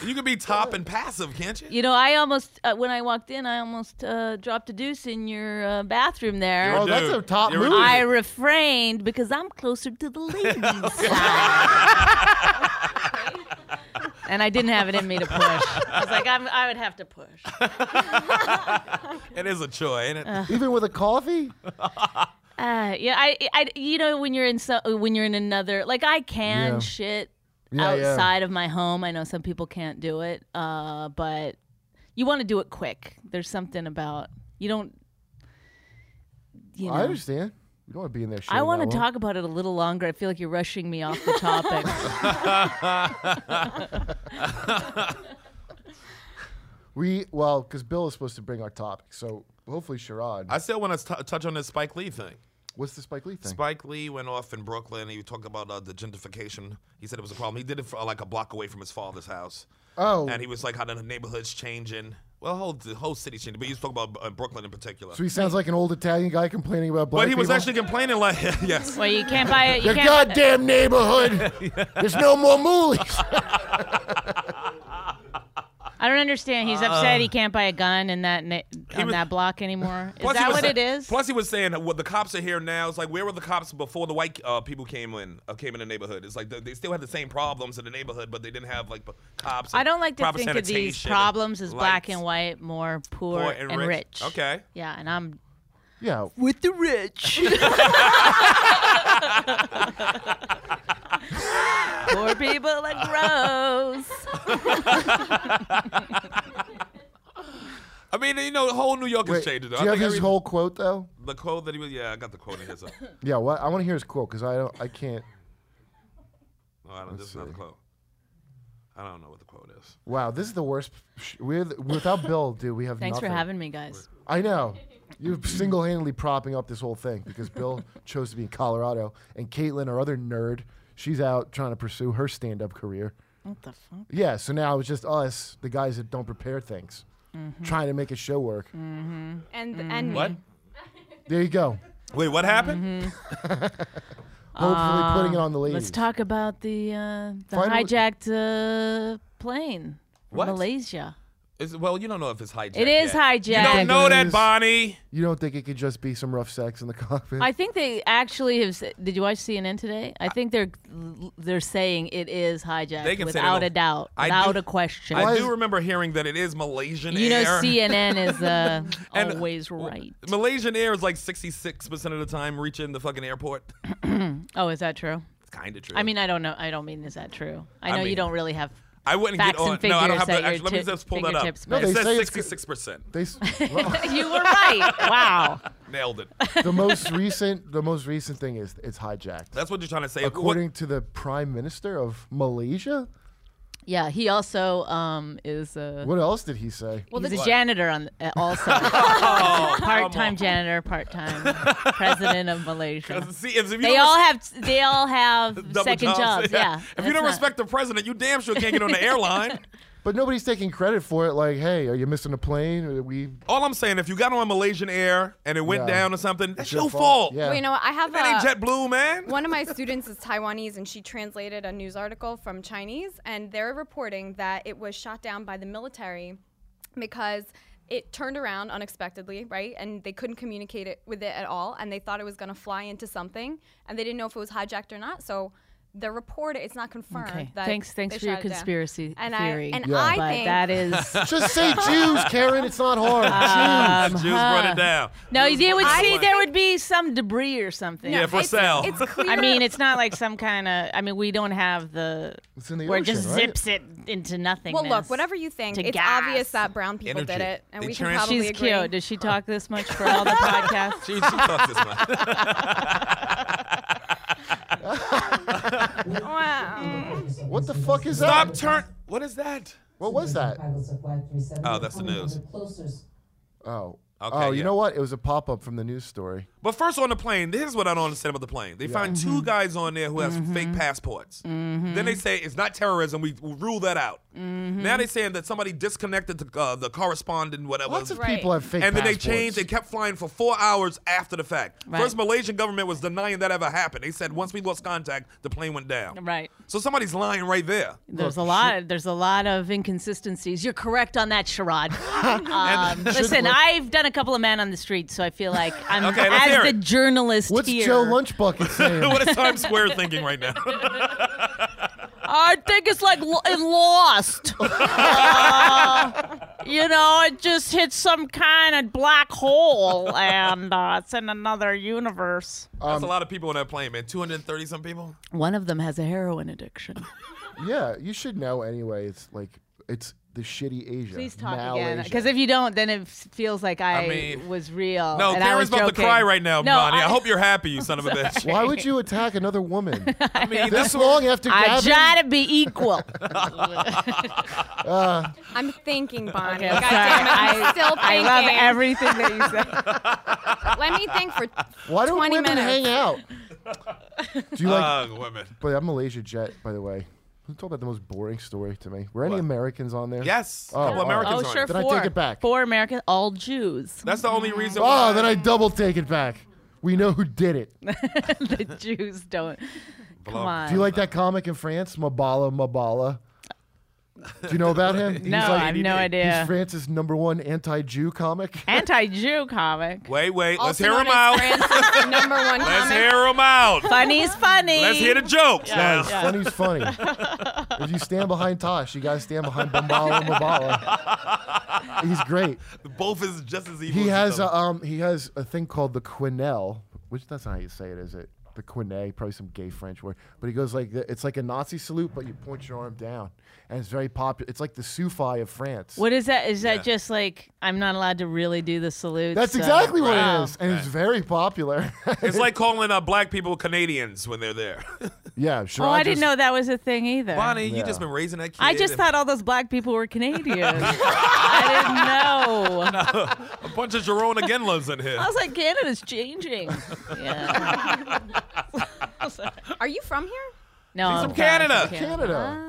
Speaker 4: You can be top and passive, can't you?
Speaker 5: You know, I almost uh, when I walked in, I almost uh, dropped a deuce in your uh, bathroom there.
Speaker 3: Oh, that's
Speaker 4: Dude,
Speaker 3: a top
Speaker 4: you're a
Speaker 3: move.
Speaker 4: dude.
Speaker 5: I refrained because I'm closer to the ladies' side. and I didn't have it in me to push. I was like, I'm, I would have to push.
Speaker 4: It is a chore, ain't it?
Speaker 3: Even with a coffee?
Speaker 5: Uh, yeah, I, I, you know, when you're in so, when you're in another, like I can
Speaker 3: Yeah.
Speaker 5: shit
Speaker 3: Yeah, yeah.
Speaker 5: outside of my home. I know some people can't do it, uh, but you want to do it quick. There's something about you don't. You know,
Speaker 3: I understand. You don't want to be in there.
Speaker 5: I want to
Speaker 3: talk.
Speaker 5: talk about it a little longer. I feel like you're rushing me off the topic.
Speaker 3: We well, because Bill is supposed to bring our topic, so hopefully Sherrod.
Speaker 4: I still want to t- touch on this Spike Lee thing.
Speaker 3: What's the Spike Lee thing?
Speaker 4: Spike Lee went off in Brooklyn. He talked about uh, the gentrification. He said it was a problem. He did it for, uh, like a block away from his father's house.
Speaker 3: Oh.
Speaker 4: And he was like, how the neighborhood's changing. Well, the whole, the whole city's changing. But he was talking about uh, Brooklyn in particular.
Speaker 3: so he sounds like an old Italian guy complaining about black
Speaker 4: but he was
Speaker 3: people.
Speaker 4: actually complaining, like, yes.
Speaker 5: well, you can't buy it. You
Speaker 3: your
Speaker 5: can't.
Speaker 3: goddamn neighborhood. There's no more moolies.
Speaker 5: I don't understand. He's upset he can't buy a gun in that na- on
Speaker 4: Uh. was-
Speaker 5: that block anymore. Is
Speaker 4: Plus he
Speaker 5: that
Speaker 4: was
Speaker 5: what
Speaker 4: sa-
Speaker 5: it is?
Speaker 4: Plus, he was saying, "Well, the cops are here now." It's like, where were the cops before the white uh, people came in? Uh, came in the neighborhood. It's like they, they still had the same problems in the neighborhood, but they didn't have like b- cops.
Speaker 5: I
Speaker 4: and
Speaker 5: don't like to
Speaker 4: proper
Speaker 5: think of these
Speaker 4: sanitation and
Speaker 5: problems as black
Speaker 4: lights.
Speaker 5: and white, more poor,
Speaker 4: Poor
Speaker 5: and, rich.
Speaker 4: Okay.
Speaker 5: Yeah, and I'm
Speaker 3: yeah.
Speaker 5: with the rich. poor people are gross.
Speaker 4: I mean, you know, the whole New York
Speaker 3: Wait,
Speaker 4: is changing.
Speaker 3: do
Speaker 4: Though.
Speaker 3: you
Speaker 4: I
Speaker 3: have
Speaker 4: think
Speaker 3: his
Speaker 4: every-
Speaker 3: whole quote though?
Speaker 4: the quote that he was. Yeah, I got the quote in his. Uh,
Speaker 3: Yeah. What I want to hear his quote because I don't. I can't.
Speaker 4: no, I don't, this is not the
Speaker 3: see.
Speaker 4: quote. I don't know what the quote is.
Speaker 3: Wow, this is the worst. sh- We're the, without Bill, dude. We have
Speaker 5: Thanks
Speaker 3: nothing.
Speaker 5: for having me, guys.
Speaker 3: I know. You're single-handedly propping up this whole thing because Bill chose to be in Colorado, and Caitlin, our other nerd, she's out trying to pursue her stand-up career.
Speaker 5: What the fuck?
Speaker 3: Yeah, so now it's just us, the guys that don't prepare things,
Speaker 5: Mm-hmm.
Speaker 3: trying to make a show work.
Speaker 6: And and
Speaker 4: Mm-hmm. What?
Speaker 3: There you go.
Speaker 4: Wait, what happened?
Speaker 5: Mm-hmm.
Speaker 3: Hopefully, putting it on the ladies.
Speaker 5: Uh, Let's talk about the uh, the
Speaker 3: Finally-
Speaker 5: hijacked uh, plane from
Speaker 4: What?
Speaker 5: Malaysia.
Speaker 4: It's, well, you don't know if it's hijacked.
Speaker 5: It is
Speaker 4: yet. You
Speaker 5: hijacked.
Speaker 4: don't know
Speaker 3: It
Speaker 4: that,
Speaker 3: is.
Speaker 4: Bonnie.
Speaker 3: You don't think it could just be some rough sex in the cockpit?
Speaker 5: I think they actually have. s- Did you watch CNN today? I think they're they're saying it is hijacked
Speaker 4: They can say they
Speaker 5: without a
Speaker 4: don't-
Speaker 5: doubt,
Speaker 4: I do-
Speaker 5: without a question.
Speaker 4: I
Speaker 3: is-
Speaker 4: do remember hearing that it is Malaysian
Speaker 5: you know,
Speaker 4: air.
Speaker 5: CNN is uh,
Speaker 4: And-
Speaker 5: always right.
Speaker 4: Malaysian Air is like 66% of the time reaching the fucking airport.
Speaker 5: Oh, is that true?
Speaker 4: It's kind of true.
Speaker 5: I mean, I don't know. I don't mean is that true. I
Speaker 4: I
Speaker 5: know you
Speaker 4: mean-
Speaker 5: don't really have.
Speaker 4: I wouldn't
Speaker 5: facts
Speaker 4: get on.
Speaker 5: and
Speaker 4: No, I don't
Speaker 5: figures
Speaker 4: have the
Speaker 5: at your
Speaker 4: actual. Let me
Speaker 5: tip-
Speaker 4: just pull that up.
Speaker 5: fingertips, No,
Speaker 3: but-
Speaker 4: it
Speaker 3: they say it's-
Speaker 4: says 66%.
Speaker 3: They s- well,
Speaker 5: you were right. Wow.
Speaker 4: Nailed it.
Speaker 3: the most recent, the most recent thing is it's hijacked.
Speaker 4: That's what you're trying to say. What-
Speaker 3: According to the Prime Minister of Malaysia,
Speaker 5: Yeah, he also um, is a
Speaker 3: what else did he say?
Speaker 5: he's a janitor on uh, also
Speaker 4: Oh,
Speaker 5: part time janitor, part time president of Malaysia.
Speaker 4: see, if, if you
Speaker 5: They
Speaker 4: don't
Speaker 5: all
Speaker 4: res-
Speaker 5: have they all have
Speaker 4: double
Speaker 5: second jobs. Yeah.
Speaker 4: If you
Speaker 5: that's
Speaker 4: don't
Speaker 5: not-
Speaker 4: respect the president, you damn sure can't get on the airline.
Speaker 3: But nobody's taking credit for it. Like, hey, are you missing a plane? Are we
Speaker 4: All I'm saying, if you got on Malaysian Air and it went
Speaker 3: Yeah.
Speaker 4: down or something, that's
Speaker 3: your
Speaker 4: your
Speaker 3: fault.
Speaker 4: fault.
Speaker 3: Yeah.
Speaker 6: well, you know, what? I have
Speaker 4: That ain't
Speaker 6: a-
Speaker 4: JetBlue, man.
Speaker 6: one of my students is Taiwanese, and she translated a news article from Chinese, and they're reporting that it was shot down by the military because it turned around unexpectedly, right? And they couldn't communicate it with it at all, and they thought it was going to fly into something, and they didn't know if it was hijacked or not. So the report it's not confirmed.
Speaker 5: Okay.
Speaker 6: That
Speaker 5: Thanks- thanks
Speaker 6: they
Speaker 5: for your
Speaker 6: shot it down.
Speaker 5: conspiracy
Speaker 6: and
Speaker 5: theory.
Speaker 6: I, and
Speaker 3: Yeah.
Speaker 6: I
Speaker 5: but
Speaker 6: think
Speaker 5: that is
Speaker 3: just say Jews, Karen? It's not hard.
Speaker 5: Uh,
Speaker 3: Jews.
Speaker 4: The Jews brought it down.
Speaker 5: No,
Speaker 4: Jews
Speaker 5: there
Speaker 4: brought
Speaker 5: would
Speaker 4: it
Speaker 5: see
Speaker 4: down.
Speaker 5: there would be some debris or something.
Speaker 4: Yeah, for
Speaker 6: it's,
Speaker 4: sale.
Speaker 6: It's clear.
Speaker 5: I mean, it's not like some kind of. I mean, we don't have the.
Speaker 3: It's in the
Speaker 5: where it
Speaker 3: ocean,
Speaker 5: just
Speaker 3: right?
Speaker 5: zips it into nothingness.
Speaker 6: well, look, whatever you think,
Speaker 5: to
Speaker 6: it's
Speaker 5: gas.
Speaker 6: obvious that brown people did
Speaker 4: Energy.
Speaker 6: it, and
Speaker 4: They
Speaker 6: we can
Speaker 4: trans-
Speaker 6: probably
Speaker 5: She's
Speaker 6: agree.
Speaker 5: cute. Does she talk this much for all the podcasts?
Speaker 4: She, she talks this much.
Speaker 6: Wow.
Speaker 3: What the fuck is
Speaker 4: Stop
Speaker 3: that?
Speaker 4: turn. What is that?
Speaker 3: What was that?
Speaker 4: Oh, that's the news.
Speaker 3: Oh.
Speaker 4: Okay,
Speaker 3: oh, you
Speaker 4: yeah.
Speaker 3: know what? It was a pop up from the news story.
Speaker 4: But first on the plane, this is what I don't understand about the plane. They find
Speaker 5: Mm-hmm.
Speaker 4: two guys on there who have fake passports. Then they say it's not terrorism. We we rule that out.
Speaker 5: Mm-hmm.
Speaker 4: Now they're saying that somebody disconnected the uh, the correspondent, whatever.
Speaker 3: Lots of
Speaker 6: Right.
Speaker 3: people have fake
Speaker 4: and then they
Speaker 3: passports.
Speaker 4: changed. They kept flying for four hours after the fact.
Speaker 5: Right.
Speaker 4: First, Malaysian government was denying that ever happened. They said once we lost contact, the plane went down.
Speaker 5: Right.
Speaker 4: So somebody's lying right there.
Speaker 5: There's a lot. There's a lot of inconsistencies. You're correct on that, Sherrod. Um, listen, I've done a couple of men on the street, so I feel like I'm
Speaker 4: Okay, let's hear
Speaker 5: as the
Speaker 4: it.
Speaker 5: journalist
Speaker 3: What's
Speaker 5: here.
Speaker 3: Joe Lunchbucket saying?
Speaker 4: what is Times Square thinking right now?
Speaker 5: I think it's like lo- in Lost. Uh, you know, it just hits some kind of black hole and uh, it's in another universe.
Speaker 3: Um,
Speaker 4: That's a lot of people on that plane, man. 230 some people.
Speaker 5: One of them has a heroin addiction.
Speaker 3: Yeah, you should know anyway. It's like it's the shitty Asia.
Speaker 5: Please talk
Speaker 3: Mal
Speaker 5: again,
Speaker 3: Asia.
Speaker 5: because if you don't, then it f- feels like I,
Speaker 4: mean-
Speaker 5: was real.
Speaker 4: No,
Speaker 5: Oh, and I
Speaker 4: Karen's
Speaker 5: was
Speaker 4: about to
Speaker 5: joking.
Speaker 4: cry right now,
Speaker 5: No,
Speaker 4: Bonnie. I,
Speaker 5: I-
Speaker 4: hope you're happy, you son of a bitch.
Speaker 3: Why would you attack another woman?
Speaker 4: I mean,
Speaker 3: this
Speaker 4: this
Speaker 3: long after
Speaker 5: I
Speaker 3: Gavin?
Speaker 5: try to be equal.
Speaker 6: I'm thinking, Bonnie.
Speaker 5: I'm
Speaker 6: God damn it, I'm
Speaker 5: sorry. I-
Speaker 6: still
Speaker 5: I
Speaker 6: thinking.
Speaker 5: love everything that you said.
Speaker 6: Let me think for
Speaker 3: Why don't
Speaker 6: 20
Speaker 3: women
Speaker 6: minutes.
Speaker 3: hang out? Do you like?
Speaker 4: uh, women.
Speaker 3: but I'm Malaysia Jet, by the way. Talk about the most boring story to me. Were any
Speaker 4: What?
Speaker 3: Americans on there?
Speaker 4: Yes.
Speaker 3: Oh,
Speaker 4: a couple
Speaker 3: oh.
Speaker 4: Americans
Speaker 5: oh,
Speaker 4: on
Speaker 5: sure.
Speaker 4: it.
Speaker 3: Then I take
Speaker 5: four.
Speaker 3: it back.
Speaker 5: Four Americans, all Jews.
Speaker 4: That's the only reason why.
Speaker 3: Oh, then I double take it back. We know who did it.
Speaker 5: the Jews don't. Come on.
Speaker 3: Do you like that comic in France, Mabala Mabala? Do you know about him? He's
Speaker 5: no, I
Speaker 3: like,
Speaker 5: have no
Speaker 3: he's
Speaker 5: idea.
Speaker 3: France's number one anti-Jew comic.
Speaker 5: Anti-Jew comic.
Speaker 4: Wait, wait. Let's
Speaker 6: also
Speaker 4: hear
Speaker 6: known
Speaker 4: him
Speaker 6: as
Speaker 4: out.
Speaker 6: France's number one
Speaker 4: Let's
Speaker 6: comic.
Speaker 4: hear him out.
Speaker 5: Funny's funny.
Speaker 4: Let's hear the jokes. now.
Speaker 3: Guys, funny's funny. if you stand behind Tosh, you gotta stand behind Bambala Mabala. He's great.
Speaker 4: Both is just as evil.
Speaker 3: He
Speaker 4: as
Speaker 3: has
Speaker 4: each other.
Speaker 3: a, um he has a thing called the quenelle, which that's not how you say it, is it? The quenelle, probably some gay French word. But he goes like th- it's like a Nazi salute, but you point your arm down, and it's very popular. It's like the Sufi of France.
Speaker 5: What is that? Is that
Speaker 4: Yeah.
Speaker 5: just like I'm not allowed to really do the salute?
Speaker 3: That's
Speaker 5: so-
Speaker 3: exactly what
Speaker 5: Wow.
Speaker 3: it is, and it's very popular.
Speaker 4: It's like calling uh, black people Canadians when they're there.
Speaker 3: yeah, sure.
Speaker 5: Oh, I, didn't
Speaker 3: just-
Speaker 5: know that was a thing either.
Speaker 4: Bonnie,
Speaker 3: Yeah.
Speaker 4: you just been raising that kid.
Speaker 5: I just
Speaker 4: and
Speaker 5: thought all those black people were Canadians. I didn't know.
Speaker 4: a bunch of Jerome Aginlas in here.
Speaker 5: I was like, Canada's changing. Yeah.
Speaker 6: Are you from here?
Speaker 5: No,
Speaker 4: She's
Speaker 5: I'm
Speaker 4: from Canada.
Speaker 3: Canada.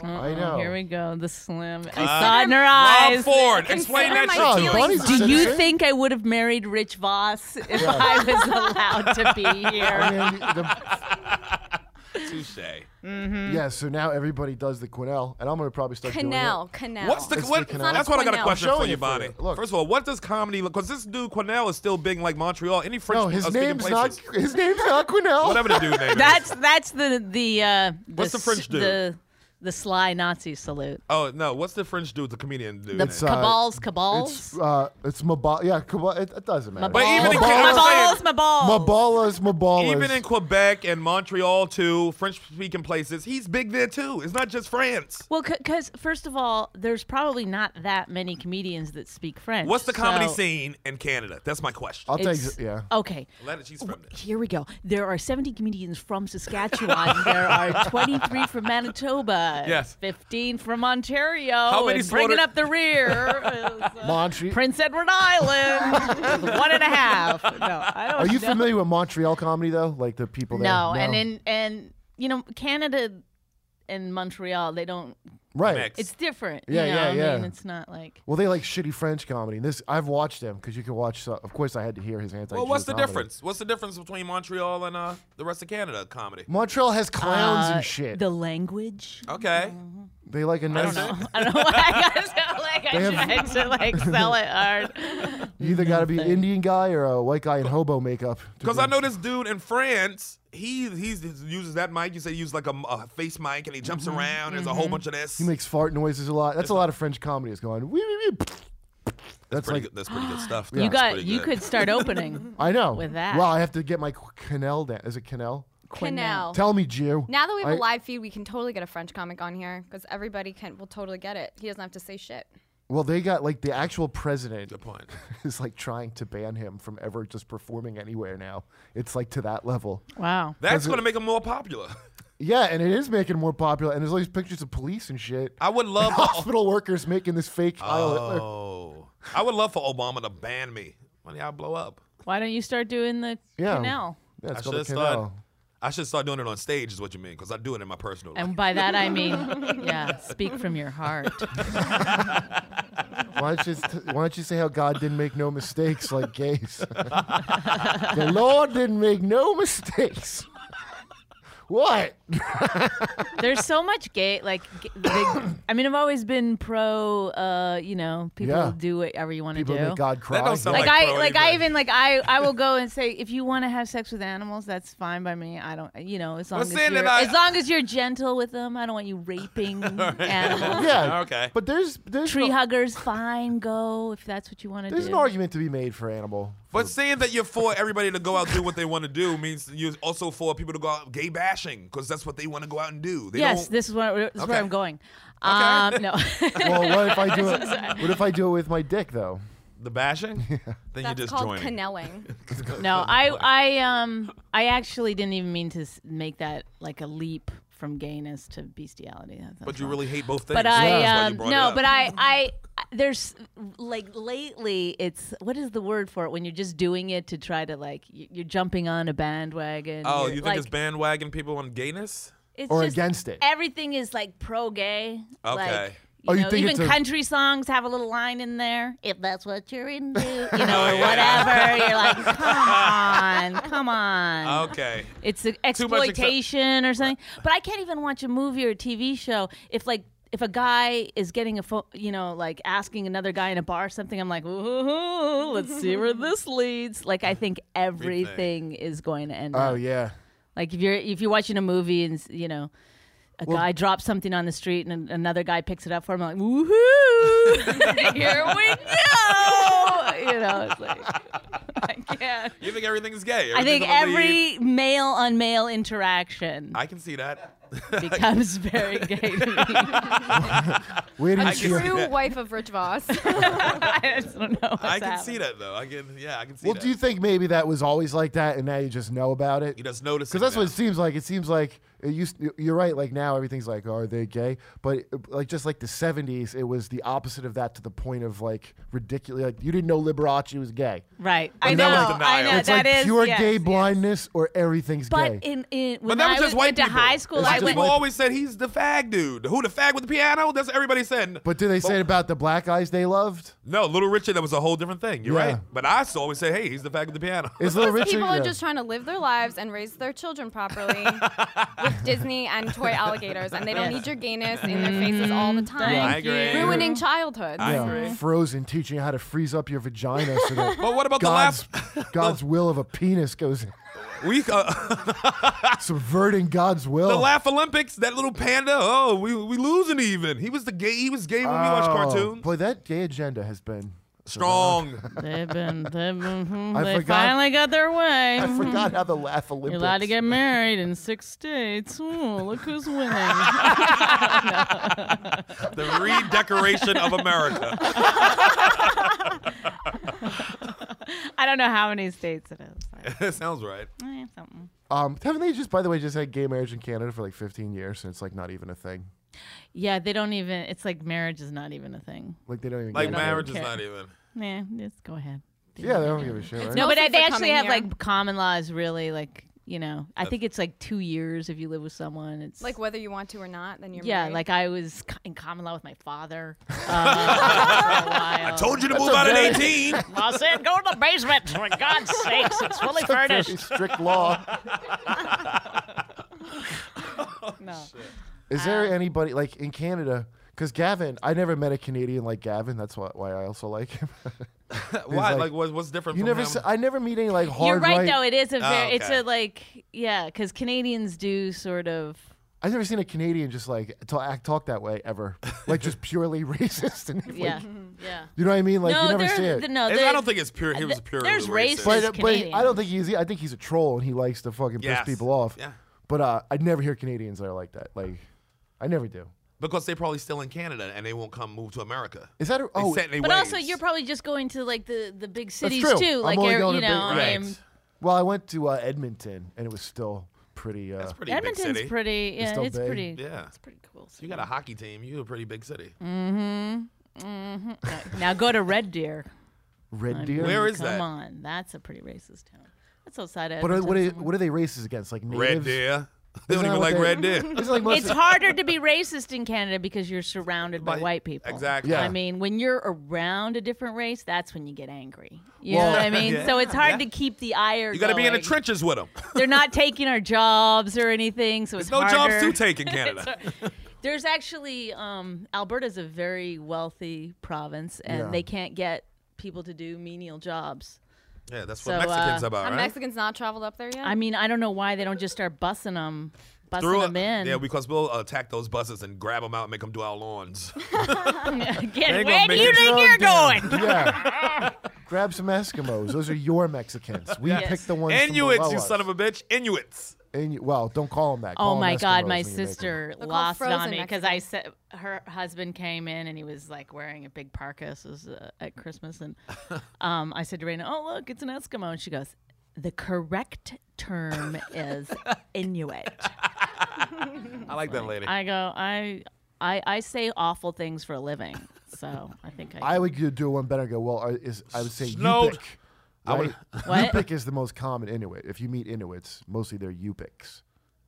Speaker 6: Oh.
Speaker 3: I know.
Speaker 5: Here we go. The slim. I saw it in her eyes.
Speaker 4: Rob Ford, explain that
Speaker 6: Consider my
Speaker 4: shit to
Speaker 3: feelings-
Speaker 4: us.
Speaker 3: Bonnie's a
Speaker 5: Do you
Speaker 3: citizen.
Speaker 5: think I would have married Rich Voss if I was allowed to be
Speaker 3: I
Speaker 5: here?
Speaker 3: mean, the-
Speaker 4: Touche.
Speaker 3: yeah, so now everybody does the quenelle, and I'm gonna probably start doing it.
Speaker 6: Canal, canal.
Speaker 4: What's the
Speaker 3: It's
Speaker 4: what?
Speaker 3: the Quenelle.
Speaker 4: that's what I got a
Speaker 6: Quenelle.
Speaker 4: question
Speaker 3: I'm
Speaker 4: for
Speaker 3: showing
Speaker 4: you,
Speaker 3: it for
Speaker 4: Bonnie.
Speaker 3: you. Look.
Speaker 4: First of all, what does comedy look? Because this dude Cornell is still big in like Montreal. Any French?
Speaker 3: No, his
Speaker 4: uh, speaking
Speaker 3: name's not.
Speaker 4: places.
Speaker 3: His name's not Quenelle.
Speaker 4: Whatever the dude name
Speaker 5: That's
Speaker 4: is.
Speaker 5: that's the the uh, the,
Speaker 4: What's the French
Speaker 5: s-
Speaker 4: do?
Speaker 5: The, the sly Nazi salute.
Speaker 4: Oh no, what's the French dude? The comedian dude.
Speaker 5: The
Speaker 3: It's, uh,
Speaker 5: cabals, cabals.
Speaker 3: It's uh, it's Mabala. Yeah, Kabal- it, it doesn't matter.
Speaker 4: But even in-
Speaker 5: my
Speaker 4: I'm
Speaker 5: balls,
Speaker 4: saying-
Speaker 5: my
Speaker 3: Mabalas,
Speaker 5: balls.
Speaker 3: Mabalas.
Speaker 4: Even in Quebec and Montreal too, French-speaking places, he's big there too. It's not just France.
Speaker 5: Well, because first of all, there's probably not that many comedians that speak French.
Speaker 4: What's the comedy
Speaker 5: so
Speaker 4: scene in Canada? That's my question.
Speaker 3: I'll take
Speaker 5: it's-
Speaker 3: z- yeah.
Speaker 5: Okay.
Speaker 4: Let it. She's from there.
Speaker 5: Here we go. There are 70 comedians from Saskatchewan. there are 23 from Manitoba.
Speaker 4: Yes.
Speaker 5: 15 from Ontario.
Speaker 4: How many
Speaker 5: and bringing
Speaker 4: slaughter-
Speaker 5: up the rear is, uh,
Speaker 3: Montreal.
Speaker 5: Prince Edward Island. one and a half. No, I don't
Speaker 3: Are you
Speaker 5: know.
Speaker 3: familiar with Montreal comedy though? Like the people there.
Speaker 5: No, and in and you know Canada and Montreal, they don't.
Speaker 3: right.
Speaker 4: Mix.
Speaker 5: It's different.
Speaker 3: Yeah,
Speaker 5: you know?
Speaker 3: yeah,
Speaker 5: I
Speaker 3: yeah.
Speaker 5: mean, it's not like
Speaker 3: Well, they like shitty French comedy. And this I've watched them because you can watch. so- of course, I had to hear his anti.
Speaker 4: Well, what's the difference? What's the difference between Montreal and uh, the rest of Canada comedy?
Speaker 3: Montreal has clowns
Speaker 5: uh,
Speaker 3: and shit.
Speaker 5: The language.
Speaker 4: Okay.
Speaker 3: they like a nice.
Speaker 5: I don't know why I got so like I
Speaker 3: They have-
Speaker 5: tried to like sell it hard.
Speaker 3: You either got to be an Indian guy or a white guy in hobo makeup. to
Speaker 4: Because
Speaker 3: do-
Speaker 4: I know this dude in France, he he's, he uses that mic. You say he uses like a, m- a face mic and he jumps around. There's a whole bunch of this.
Speaker 3: Mm-hmm. he makes fart noises a lot. That's a lot of French comedy is going. Wee, wee, wee. That's
Speaker 4: pretty
Speaker 3: like
Speaker 4: good. That's pretty good stuff.
Speaker 5: You
Speaker 4: That's
Speaker 5: got.
Speaker 4: pretty
Speaker 5: You
Speaker 4: good.
Speaker 5: could start opening.
Speaker 3: I know.
Speaker 5: with that.
Speaker 3: Well, I have to get my qu- canal down. Is it canal?
Speaker 6: canal?
Speaker 3: Tell me, Jew.
Speaker 6: Oh. Now that we have a
Speaker 3: I-
Speaker 6: live feed, we can totally get a French comic on here because everybody can will totally get it. He doesn't have to say shit.
Speaker 3: Well, they got like the actual president
Speaker 4: Good point.
Speaker 3: is like trying to ban him from ever just performing anywhere now. It's like to that level.
Speaker 5: Wow.
Speaker 4: That's going to make him more popular.
Speaker 3: Yeah, and it is making it more popular. And there's all these pictures of police and shit.
Speaker 4: I would love.
Speaker 3: Hospital workers making this fake uh, Kyle Hitler.
Speaker 4: oh, I would love for Obama to ban me. Money, I blow up.
Speaker 5: Why don't you start doing the
Speaker 3: Yeah.
Speaker 5: canal?
Speaker 3: Yeah, it's
Speaker 4: I
Speaker 3: called a
Speaker 4: should
Speaker 3: canal.
Speaker 4: start. I should start doing it on stage, is what you mean, because I do it in my personal. life.
Speaker 5: And by that I mean, yeah, speak from your heart.
Speaker 3: Why don't, you, why don't you say how God didn't make no mistakes like gays? the Lord didn't make no mistakes. What?
Speaker 5: There's so much gay, like, g- the- I mean, I've always been pro, uh, you know, people
Speaker 3: Yeah.
Speaker 5: do whatever you want to do.
Speaker 3: People make God cry.
Speaker 4: don't sound
Speaker 5: like,
Speaker 4: Like
Speaker 5: I
Speaker 4: pro
Speaker 5: like I
Speaker 4: anything.
Speaker 5: even like I I will go and say if you want to have sex with animals that's fine by me I don't you know as long as
Speaker 4: saying
Speaker 5: you're,
Speaker 4: that I-
Speaker 5: as long as you're gentle with them I don't want you raping animals
Speaker 3: yeah.
Speaker 4: Oh, Okay.
Speaker 3: But there's there's
Speaker 5: tree
Speaker 3: no-
Speaker 5: huggers fine go if that's what you want to do
Speaker 3: there's an argument to be made for animal.
Speaker 4: But saying that you're for everybody to go out and do what they want to do means you're also for people to go out gay bashing because that's what they want to go out and do. They
Speaker 5: yes
Speaker 4: don't-
Speaker 5: this is where this is where
Speaker 4: Okay.
Speaker 5: I'm going um no
Speaker 3: Well, what if I do it? What if I do it with my dick though?
Speaker 4: the bashing. Then you're
Speaker 6: That's
Speaker 4: just
Speaker 6: called
Speaker 4: joining.
Speaker 6: canelling.
Speaker 5: no I I um I actually didn't even mean to s- make that like a leap from gayness to bestiality That's
Speaker 4: but you
Speaker 5: wrong.
Speaker 4: really hate both things.
Speaker 5: But I
Speaker 4: That's why you
Speaker 5: um,
Speaker 4: brought it
Speaker 5: no,
Speaker 4: up.
Speaker 5: but I I there's like lately it's what is the word for it when you're just doing it to try to like y- you're jumping on a bandwagon.
Speaker 4: Oh,
Speaker 5: you're,
Speaker 4: you think
Speaker 5: like,
Speaker 4: it's bandwagon people on gayness?
Speaker 5: it's
Speaker 3: or
Speaker 5: just
Speaker 3: against it?
Speaker 5: Everything is like pro gay.
Speaker 4: Okay.
Speaker 5: Like, you
Speaker 3: Oh, you
Speaker 5: know,
Speaker 3: think
Speaker 5: even
Speaker 3: it's a-
Speaker 5: country songs have a little line in there. If that's what you're into, you know, or whatever. You're like, come on, come on
Speaker 4: Okay.
Speaker 5: it's a
Speaker 4: Um, much exce-
Speaker 5: exploitation or something. But I can't even watch a movie or a TV show if like if a guy is getting a phone, you know, like asking another guy in a bar or something. I'm like, ooh, let's see where this leads. Like I think everything is going to end.
Speaker 3: Oh
Speaker 5: up.
Speaker 3: yeah.
Speaker 5: Like if you're if you're watching a movie and you know. A guy drops something on the street and another guy picks it up for him. I'm like, woohoo! Here we go! You know, it's like, I can't.
Speaker 4: You think everything's gay?
Speaker 5: I think
Speaker 4: Everything's a lead.
Speaker 5: every male on male interaction
Speaker 4: I can see that.
Speaker 5: becomes very gay to me.
Speaker 3: Wait
Speaker 6: A
Speaker 3: did you?
Speaker 6: true wife of Rich Voss.
Speaker 5: I just don't know. What's
Speaker 4: I can see that though. I can. Yeah, I can see
Speaker 3: Well,
Speaker 4: that.
Speaker 3: do you think maybe that was always like that, and now you just know about it?
Speaker 4: he does notice
Speaker 3: Because that's what it seems like. It seems like it used. You're right. Like now, everything's like, oh, are they gay? But uh, like just like the '70s, it was the opposite of that to the point of like ridiculous. Like you didn't know Liberace was gay.
Speaker 5: Right. I
Speaker 3: And that
Speaker 5: know.
Speaker 3: was
Speaker 4: denial.
Speaker 5: I know.
Speaker 4: It's
Speaker 3: It's like
Speaker 5: that is-
Speaker 3: pure
Speaker 5: yes,
Speaker 3: gay
Speaker 5: yes.
Speaker 3: blindness or everything's
Speaker 5: But
Speaker 3: gay.
Speaker 5: in, in
Speaker 4: But
Speaker 5: when
Speaker 4: that
Speaker 5: I
Speaker 4: was just white
Speaker 5: went to
Speaker 4: people.
Speaker 5: high school,
Speaker 3: It's
Speaker 5: I
Speaker 3: just
Speaker 5: went.
Speaker 4: people always said he's the fag dude. Who the fag with the piano? That's what everybody said.
Speaker 3: but do they say it about the black guys they loved?
Speaker 4: no, Little Richard, that was a whole different thing. You're
Speaker 3: Yeah.
Speaker 4: right. But I still always say, hey, he's the fag with the piano.
Speaker 3: Is Little Richard?
Speaker 6: People are
Speaker 3: yeah.
Speaker 6: just trying to live their lives and raise their children properly with Disney and toy alligators, and they don't
Speaker 5: Yes.
Speaker 6: need your gayness in their faces all the time,
Speaker 5: Thank
Speaker 4: Mm-hmm. I agree.
Speaker 5: you.
Speaker 6: ruining childhood.
Speaker 4: I
Speaker 3: Yeah,
Speaker 4: agree.
Speaker 3: Frozen teaching you how to freeze up your vagina so that
Speaker 4: But what about
Speaker 3: God's
Speaker 4: the last
Speaker 3: God's will of a penis goes
Speaker 4: week? Uh,
Speaker 3: subverting God's will.
Speaker 4: the Laugh Olympics, that little panda. Oh, we we losing even. He was the gay. He was gay when we watched
Speaker 3: Oh,
Speaker 4: cartoons.
Speaker 3: Boy, that gay agenda has been.
Speaker 4: Strong.
Speaker 5: They've been. They've been hmm,
Speaker 3: I
Speaker 5: they
Speaker 3: forgot-
Speaker 5: finally got their way.
Speaker 3: I forgot how the Laugh Olympics.
Speaker 5: You're allowed to get married in six states. Ooh, look who's winning.
Speaker 4: the redecoration of America.
Speaker 5: I don't know how many states it is. but,
Speaker 4: that sounds right.
Speaker 5: eh, something.
Speaker 3: Um, haven't they just, by the way, just had gay marriage in Canada for like 15 years, and it's like not even a thing.
Speaker 5: Yeah, they don't even. It's like marriage is not even a thing.
Speaker 3: Like they don't even.
Speaker 4: Like
Speaker 3: get married.
Speaker 4: marriage is
Speaker 5: care.
Speaker 4: not even.
Speaker 5: Yeah, just go ahead.
Speaker 3: Yeah, they don't give a shit. Right?
Speaker 5: No, but
Speaker 6: Mostly
Speaker 5: I- they
Speaker 6: for
Speaker 5: actually
Speaker 6: coming
Speaker 5: have
Speaker 6: here.
Speaker 5: like common laws. Really, like you know, I think it's like two years if you live with someone. It's
Speaker 6: Like whether you want to or not, then you're
Speaker 5: yeah,
Speaker 6: married.
Speaker 5: like I was co- in common law with my father. Uh, for a while.
Speaker 4: Told you to move out at 18.
Speaker 5: I said, go to the basement for God's sakes. It's fully
Speaker 3: Very
Speaker 5: furnished.
Speaker 3: strict law.
Speaker 5: No.
Speaker 3: Is there anybody like in Canada? Because Gavin, I never met a Canadian like Gavin. That's why, why I also like him.
Speaker 4: Why?
Speaker 3: like-
Speaker 4: Like, what what's different?
Speaker 3: you
Speaker 4: from
Speaker 3: never,
Speaker 4: him?
Speaker 3: s I I never meet any like hard.
Speaker 5: You're right,
Speaker 3: right
Speaker 5: though. It is a very, it's
Speaker 4: Ah, okay.
Speaker 5: a like yeah, because Canadians do sort of.
Speaker 3: I've never seen a Canadian just like ta- act talk that way ever. Like just purely racist and like,
Speaker 5: Yeah, Mm-hmm, yeah.
Speaker 3: you know what I mean? Like you
Speaker 5: no,
Speaker 3: never see
Speaker 5: there.
Speaker 3: it.
Speaker 5: the- No,
Speaker 4: It's-
Speaker 5: there-
Speaker 4: I don't think it's pure. He was
Speaker 5: th-
Speaker 4: pure.
Speaker 5: there's
Speaker 4: racist.
Speaker 5: race-
Speaker 3: but,
Speaker 5: He's
Speaker 3: but
Speaker 5: Canadian.
Speaker 3: I don't think he's. I think he's a troll and he likes to fucking
Speaker 4: Yes.
Speaker 3: piss people off.
Speaker 4: Yeah.
Speaker 3: But uh, I never hear Canadians that are like that. Like, I never do.
Speaker 4: because they're probably still in Canada and they won't come move to America.
Speaker 3: Is that a,
Speaker 4: They
Speaker 3: oh?
Speaker 4: set in their
Speaker 5: But
Speaker 4: ways.
Speaker 5: also, you're probably just going to like the the big cities
Speaker 3: true.
Speaker 5: too.
Speaker 3: I'm
Speaker 5: Like
Speaker 3: only
Speaker 5: you're-
Speaker 3: going
Speaker 5: you
Speaker 3: to
Speaker 5: know, um,
Speaker 3: big-
Speaker 5: I
Speaker 4: right.
Speaker 5: am.
Speaker 3: well, I went to uh, Edmonton and it was still pretty. Uh,
Speaker 4: That's pretty big
Speaker 5: Edmonton's
Speaker 4: city.
Speaker 5: pretty. Yeah,
Speaker 3: still
Speaker 5: it's
Speaker 3: big.
Speaker 5: pretty.
Speaker 4: yeah.
Speaker 5: It's pretty cool.
Speaker 4: You got a hockey team. You're a pretty big city.
Speaker 5: now go to Red Deer.
Speaker 3: Red Deer.
Speaker 4: Where is
Speaker 5: Come
Speaker 4: that?
Speaker 5: on, that's a pretty racist town. That's outside of.
Speaker 3: But are, what,
Speaker 5: Edmonton
Speaker 3: are,
Speaker 5: somewhere.
Speaker 3: what are they racist against? Like natives?
Speaker 4: Red Deer. They don't
Speaker 3: Isn't that
Speaker 4: even
Speaker 3: what
Speaker 4: like
Speaker 3: they-
Speaker 4: Red Dead.
Speaker 3: It's like most
Speaker 5: It's harder to be racist in Canada because you're surrounded by
Speaker 4: By-
Speaker 5: white people.
Speaker 4: exactly.
Speaker 3: Yeah.
Speaker 5: I mean, when you're around a different race, that's when you get angry. You
Speaker 3: Well-
Speaker 5: know what I mean? So it's hard to keep the ire.
Speaker 4: You got to be in the
Speaker 5: going.
Speaker 4: trenches with them.
Speaker 5: They're not taking our jobs or anything, so it's
Speaker 4: no
Speaker 5: harder.
Speaker 4: jobs to take in Canada.
Speaker 5: There's actually um, Alberta's a very wealthy province, and
Speaker 3: Yeah.
Speaker 5: they can't get people to do menial jobs.
Speaker 4: yeah, that's
Speaker 5: So,
Speaker 4: what Mexicans
Speaker 5: uh,
Speaker 4: about,
Speaker 6: Are
Speaker 4: right?
Speaker 6: Mexicans not traveled up there yet?
Speaker 5: I mean, I don't know why they don't just start bussing them, bussing
Speaker 4: Through
Speaker 5: them
Speaker 4: a-
Speaker 5: in.
Speaker 4: Yeah, because we'll attack those buses and grab them out and make them do our lawns.
Speaker 5: Again,
Speaker 4: gonna
Speaker 5: where do
Speaker 4: make
Speaker 5: you
Speaker 4: it
Speaker 5: think
Speaker 3: Oh,
Speaker 5: you're
Speaker 3: damn.
Speaker 5: going?
Speaker 3: Yeah. Grab some Eskimos. Those are your Mexicans. We
Speaker 5: Yes.
Speaker 3: picked the ones. from
Speaker 4: Inuits,
Speaker 3: below
Speaker 4: you
Speaker 3: us.
Speaker 4: son of a bitch. Inuits.
Speaker 3: Inu- well, don't call them that.
Speaker 5: Oh
Speaker 3: Call 'em
Speaker 5: my God,
Speaker 3: Eskimos
Speaker 5: my
Speaker 3: when you make 'em.
Speaker 5: sister
Speaker 6: called
Speaker 5: lost it on
Speaker 6: frozen
Speaker 5: me because I said her husband came in and he was like wearing a big parka. This was uh, at Christmas, and um, I said to Raina, "Oh look, it's an Eskimo," and she goes, "The correct term is Inuit."
Speaker 4: I like that lady.
Speaker 5: I go, I, I, I say awful things for a living, so I think I.
Speaker 3: I would go do one better. and Go well. I- Is I would say
Speaker 4: Snow-
Speaker 3: Yupik.
Speaker 4: I would-
Speaker 3: right?
Speaker 5: What?
Speaker 3: Yupik is the most common Inuit. If you meet Inuits, mostly they're Yupiks.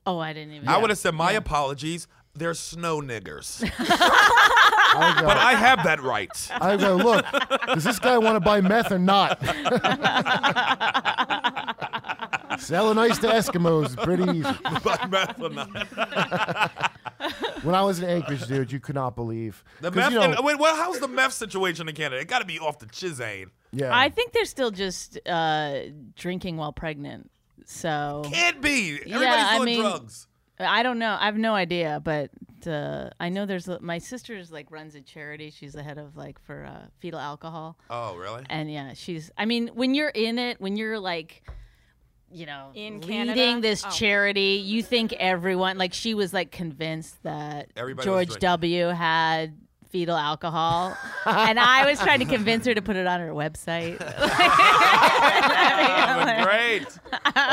Speaker 5: oh, I didn't even.
Speaker 4: I would have said, my apologies. They're snow niggers.
Speaker 3: I would go,
Speaker 4: but I have that right.
Speaker 3: I would go. Look, does this guy want to buy meth or not? Selling ice to Eskimos is pretty easy.
Speaker 4: But meth or not.
Speaker 3: When I was in Anchorage, dude, you could not believe.
Speaker 4: The
Speaker 3: 'cause,
Speaker 4: meth.
Speaker 3: you know-
Speaker 4: and- wait, well, how's the meth situation in Canada? It got to be off the chisane.
Speaker 3: yeah.
Speaker 5: I think they're still just uh, drinking while pregnant, so
Speaker 4: Can't be. Everybody's
Speaker 5: I
Speaker 4: doing
Speaker 5: mean-
Speaker 4: drugs.
Speaker 5: I don't know. I have no idea, but uh, I know there's a, my sister's like runs a charity. She's the head of like for uh, fetal alcohol,
Speaker 4: Oh, really?
Speaker 5: and yeah, she's. I mean, when you're in it, when you're like. You know,
Speaker 6: In
Speaker 5: leading
Speaker 6: Canada?
Speaker 5: this
Speaker 6: Oh.
Speaker 5: charity, you think everyone like she was like convinced that
Speaker 4: Everybody was
Speaker 5: George
Speaker 4: drinking.
Speaker 5: W. had fetal alcohol, and I was trying to convince her to put it on her website.
Speaker 4: But great.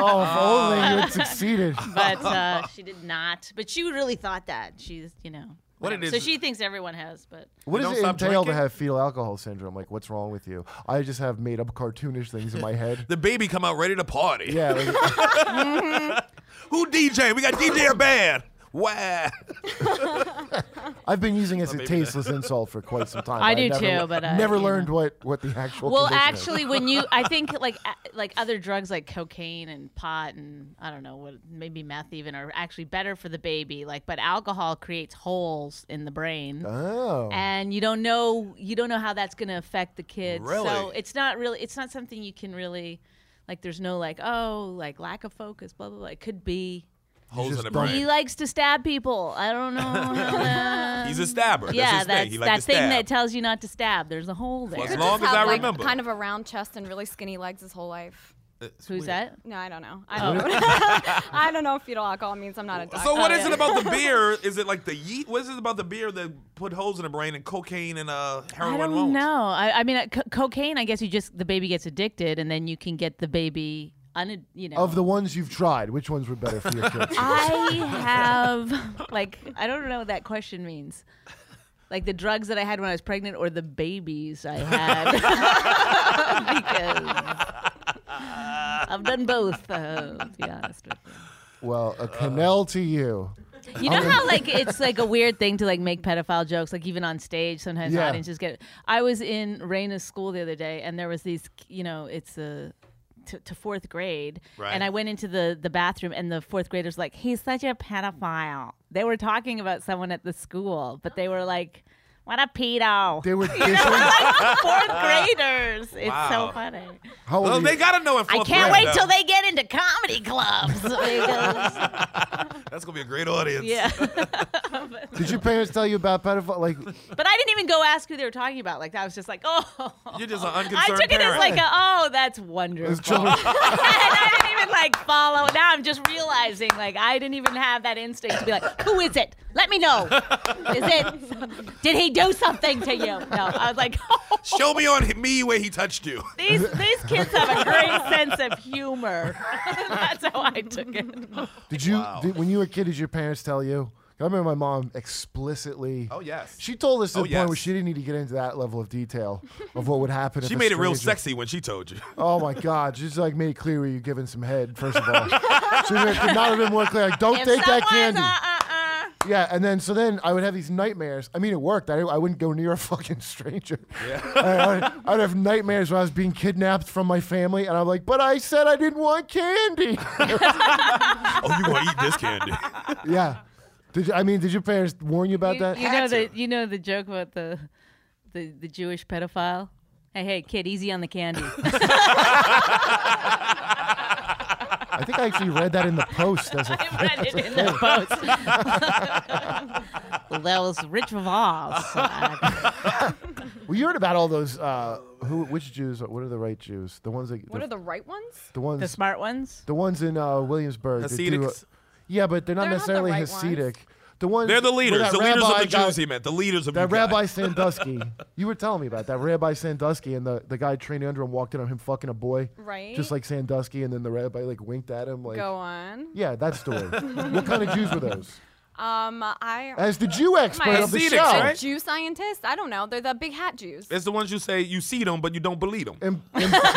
Speaker 3: oh, if only you had succeeded.
Speaker 5: but uh, she did not. But she really thought that she's, you know,
Speaker 4: What it
Speaker 5: whatever.
Speaker 4: is
Speaker 5: So
Speaker 4: is-
Speaker 5: she thinks everyone has, but
Speaker 3: What
Speaker 4: You
Speaker 3: does
Speaker 4: don't
Speaker 3: it
Speaker 4: stop
Speaker 3: entail
Speaker 4: drinking?
Speaker 3: to have fetal alcohol syndrome? Like, what's wrong with you? I just have made up cartoonish things in my head.
Speaker 4: The baby come out ready to party.
Speaker 3: yeah, like,
Speaker 4: Who DJ? We got DJ a band. Wow.
Speaker 3: I've been using it as a tasteless insult for quite some time.
Speaker 5: I
Speaker 3: but
Speaker 5: do
Speaker 3: never,
Speaker 5: too, but I-
Speaker 3: never
Speaker 5: you
Speaker 3: learned
Speaker 5: know.
Speaker 3: what what the actual.
Speaker 5: well,
Speaker 3: condition is.
Speaker 5: actually, when you, I think like a- like other drugs like cocaine and pot and I don't know what maybe meth even are actually better for the baby. Like, but alcohol creates holes in the brain.
Speaker 3: Oh,
Speaker 5: and you don't know you don't know how that's going to affect the kids. So
Speaker 4: Really?
Speaker 5: it's not really it's not something you can really like. There's no like oh like lack of focus blah blah blah. It could be
Speaker 4: Holes in
Speaker 3: just
Speaker 4: the
Speaker 3: don't-
Speaker 5: He
Speaker 4: brain.
Speaker 5: likes to stab people. I don't know. how that-
Speaker 4: He's a stabber.
Speaker 5: yeah,
Speaker 4: that's his
Speaker 5: that's
Speaker 4: thing. He like
Speaker 5: that
Speaker 4: to
Speaker 5: thing
Speaker 4: stab.
Speaker 5: that tells you not to stab. There's a hole there.
Speaker 4: as long as
Speaker 6: Have,
Speaker 4: I
Speaker 6: like,
Speaker 4: remember.
Speaker 6: Kind of a round chest and really skinny legs his whole life.
Speaker 5: Who's that?
Speaker 6: No, I don't know. I don't know. I don't know if fetal alcohol means I'm not a doctor.
Speaker 4: Oh. So
Speaker 5: Oh,
Speaker 4: what is it about the beer? Is it like the yeet? What is it about the beer that put holes in the brain and cocaine and uh, heroin
Speaker 5: I don't
Speaker 4: won't?
Speaker 5: know. I, I mean, uh, co- cocaine. I guess you just the baby gets addicted, and then you can get the baby. Un, you know.
Speaker 3: of the ones you've tried, which ones were better for your kids?
Speaker 5: I have like I don't know what that question means. Like the drugs that I had when I was pregnant, or the babies I had, because I've done both. Uh, to be honest with you.
Speaker 3: well, a canal to you.
Speaker 5: You know how like it's like a weird thing to like make pedophile jokes, like even on stage. Sometimes
Speaker 3: Yeah.
Speaker 5: audiences get. I was in Raina's school the other day, and there was these. You know, it's a. To, to fourth grade,
Speaker 4: Right.
Speaker 5: and I went into the the bathroom, and the fourth graders like, he's such a pedophile. They were talking about someone at the school, but they were like, what a pedo.
Speaker 3: They were. They
Speaker 5: fourth graders. It's
Speaker 4: Wow.
Speaker 5: so funny.
Speaker 3: how old
Speaker 4: Well,
Speaker 3: are
Speaker 4: they
Speaker 3: you?
Speaker 4: gotta know in
Speaker 5: I
Speaker 4: fourth
Speaker 5: can't
Speaker 4: grade,
Speaker 5: wait
Speaker 4: though.
Speaker 5: till they get into comedy clubs. Because-
Speaker 4: That's gonna be a great audience.
Speaker 5: yeah.
Speaker 3: Did your parents tell you about pedophile? Like,
Speaker 5: But I didn't even go ask who they were talking about. Like I was just like, oh.
Speaker 4: You're just an unconcerned
Speaker 5: I took it as
Speaker 4: parent.
Speaker 5: like, a, oh, that's wonderful. and I didn't even like follow. Now I'm just realizing, like, I didn't even have that instinct to be like, who is it? Let me know. Is it? Did he do something to you? No, I was like, oh,
Speaker 4: Show me on me where he touched you.
Speaker 5: these these kids have a great sense of humor. that's how I took it.
Speaker 3: did you? Did, when you were a kid, did your parents tell you? I remember my mom explicitly.
Speaker 4: Oh, yes.
Speaker 3: She told us to
Speaker 4: Oh,
Speaker 3: the point where
Speaker 4: yes.
Speaker 3: she didn't need to get into that level of detail of what would happen. if
Speaker 4: She
Speaker 3: a
Speaker 4: made it real
Speaker 3: stranger-
Speaker 4: sexy when she told you.
Speaker 3: Oh my God! She's like made it clear where you're giving some head. First of all, she made it could not have been more clear. Like, don't take that
Speaker 5: uh,
Speaker 3: candy. Yeah, and then so then I would have these nightmares. I mean, it worked. I, I wouldn't go near a fucking stranger. Yeah. I, would, I would have nightmares where I was being kidnapped from my family, and I'm like, but I said I didn't want candy.
Speaker 4: oh, you gonna eat this candy?
Speaker 3: yeah. Did you, I mean? Did your parents warn you about
Speaker 5: You,
Speaker 3: that?
Speaker 5: you know the you know the joke about the the, the Jewish pedophile. Hey, hey, kid, easy on the candy.
Speaker 3: I think I actually read that in the post as a
Speaker 5: I read it in the post. well, that was Rich Voss.
Speaker 3: Well, you heard about all those. Uh, who? Which Jews? What are the right Jews? The ones that.
Speaker 6: What
Speaker 3: the,
Speaker 6: are the right ones?
Speaker 3: the ones?
Speaker 5: the smart ones.
Speaker 3: the ones in uh, Williamsburg. that do,
Speaker 4: Hasidics.
Speaker 3: uh, yeah, but they're not
Speaker 6: They're not the
Speaker 3: necessarily
Speaker 6: right ones.
Speaker 3: Hasidic. The ones.
Speaker 4: They're the
Speaker 3: where
Speaker 4: leaders.
Speaker 3: that
Speaker 4: The leaders of
Speaker 3: rabbi
Speaker 4: the
Speaker 3: got-
Speaker 4: Jews. He meant the leaders of you
Speaker 3: That
Speaker 4: guys.
Speaker 3: Rabbi Sandusky. you were telling me about that Rabbi Sandusky and the, the guy training under him walked in on him fucking a boy.
Speaker 6: Right.
Speaker 3: Just like Sandusky, and then the rabbi like winked at him like.
Speaker 6: Go on.
Speaker 3: Yeah, that story. what kind of Jews were those?
Speaker 6: Um, I.
Speaker 3: As the Jew expert of the
Speaker 4: Hasidics,
Speaker 3: show.
Speaker 6: a
Speaker 4: right?
Speaker 6: Jew scientist? I don't know. They're the big hat Jews.
Speaker 4: It's the ones you say you see them, but you don't believe them.
Speaker 3: In, in,
Speaker 6: Th- They're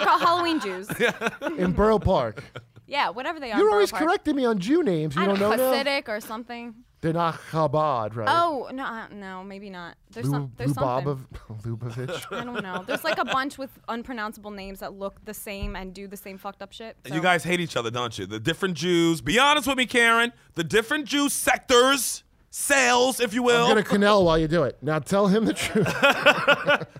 Speaker 6: called Halloween Jews.
Speaker 3: in Borough Park.
Speaker 6: Yeah, whatever they are.
Speaker 3: You're
Speaker 6: Borough
Speaker 3: always
Speaker 6: Park.
Speaker 3: correcting me on Jew names. You
Speaker 6: I
Speaker 3: don't know now?
Speaker 6: Hasidic or something.
Speaker 3: They're not Chabad, right?
Speaker 6: Oh no, I- no, maybe not. There's, some, there's something.
Speaker 3: Lubabov, Lubavitch.
Speaker 6: I don't know. There's like a bunch with unpronounceable names that look the same and do the same fucked up shit.
Speaker 4: You
Speaker 6: so-
Speaker 4: guys hate each other, don't you? The different Jews. Be honest with me, Karen. The different Jew sectors, sales, if you will.
Speaker 3: I'm gonna canal while you do it. Now tell him the truth.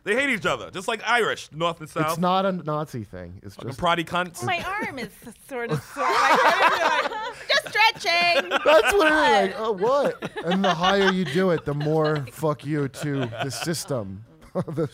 Speaker 4: They hate each other, just like Irish, North and South.
Speaker 3: it's not a Nazi thing. It's
Speaker 4: The
Speaker 3: just
Speaker 4: Prodi cunts.
Speaker 5: My arm is sort of sore. My arm is like, just stretching.
Speaker 3: that's what it is. Like, oh, what? And the higher you do it, the more fuck you to the system. The-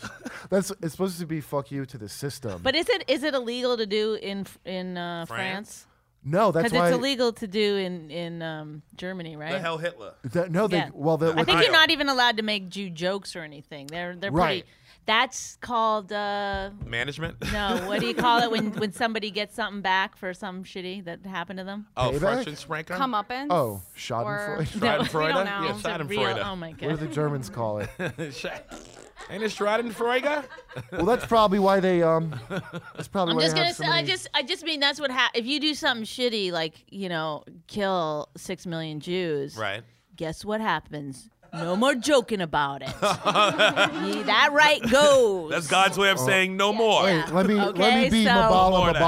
Speaker 3: that's it's supposed to be fuck you to the system.
Speaker 5: But is it is it illegal to do in in uh,
Speaker 4: France?
Speaker 5: France?
Speaker 3: no, that's
Speaker 5: Because
Speaker 3: why
Speaker 5: it's illegal to do in in um, Germany, right?
Speaker 4: The hell Hitler.
Speaker 3: that- no, they
Speaker 5: Yeah.
Speaker 3: well, the,
Speaker 5: I think
Speaker 4: I
Speaker 5: you're
Speaker 4: know.
Speaker 5: not even allowed to make Jew jokes or anything. They're they're
Speaker 3: Right.
Speaker 5: pretty. That's called uh,
Speaker 4: Management.
Speaker 5: no. What do you call it when when somebody gets something back for something shitty that happened to them?
Speaker 4: Oh,
Speaker 3: Payback?
Speaker 4: French and Spranker.
Speaker 6: come up in.
Speaker 3: oh, Schadenfreude.
Speaker 6: Or-
Speaker 5: No, we
Speaker 4: Schadenfreude?
Speaker 5: don't
Speaker 4: Yeah,
Speaker 5: know. It's a real-
Speaker 4: Schadenfreude.
Speaker 5: Oh my god.
Speaker 3: What do the Germans call it?
Speaker 4: Ain't it Schadenfreude?
Speaker 3: Well, that's probably why they um. That's probably
Speaker 5: I'm
Speaker 3: why
Speaker 5: just
Speaker 3: they have
Speaker 5: gonna
Speaker 3: so
Speaker 5: say, I
Speaker 3: many-
Speaker 5: just, I just mean that's what hap If you do something shitty, like you know, kill six million Jews,
Speaker 4: Right.
Speaker 5: Guess what happens? No more joking about it. Yeah, that right goes.
Speaker 4: That's God's way of
Speaker 3: Uh,
Speaker 4: saying no more.
Speaker 5: Yeah.
Speaker 3: Let me let me
Speaker 5: Okay,
Speaker 3: be
Speaker 5: so-
Speaker 3: Mabala
Speaker 4: Florida.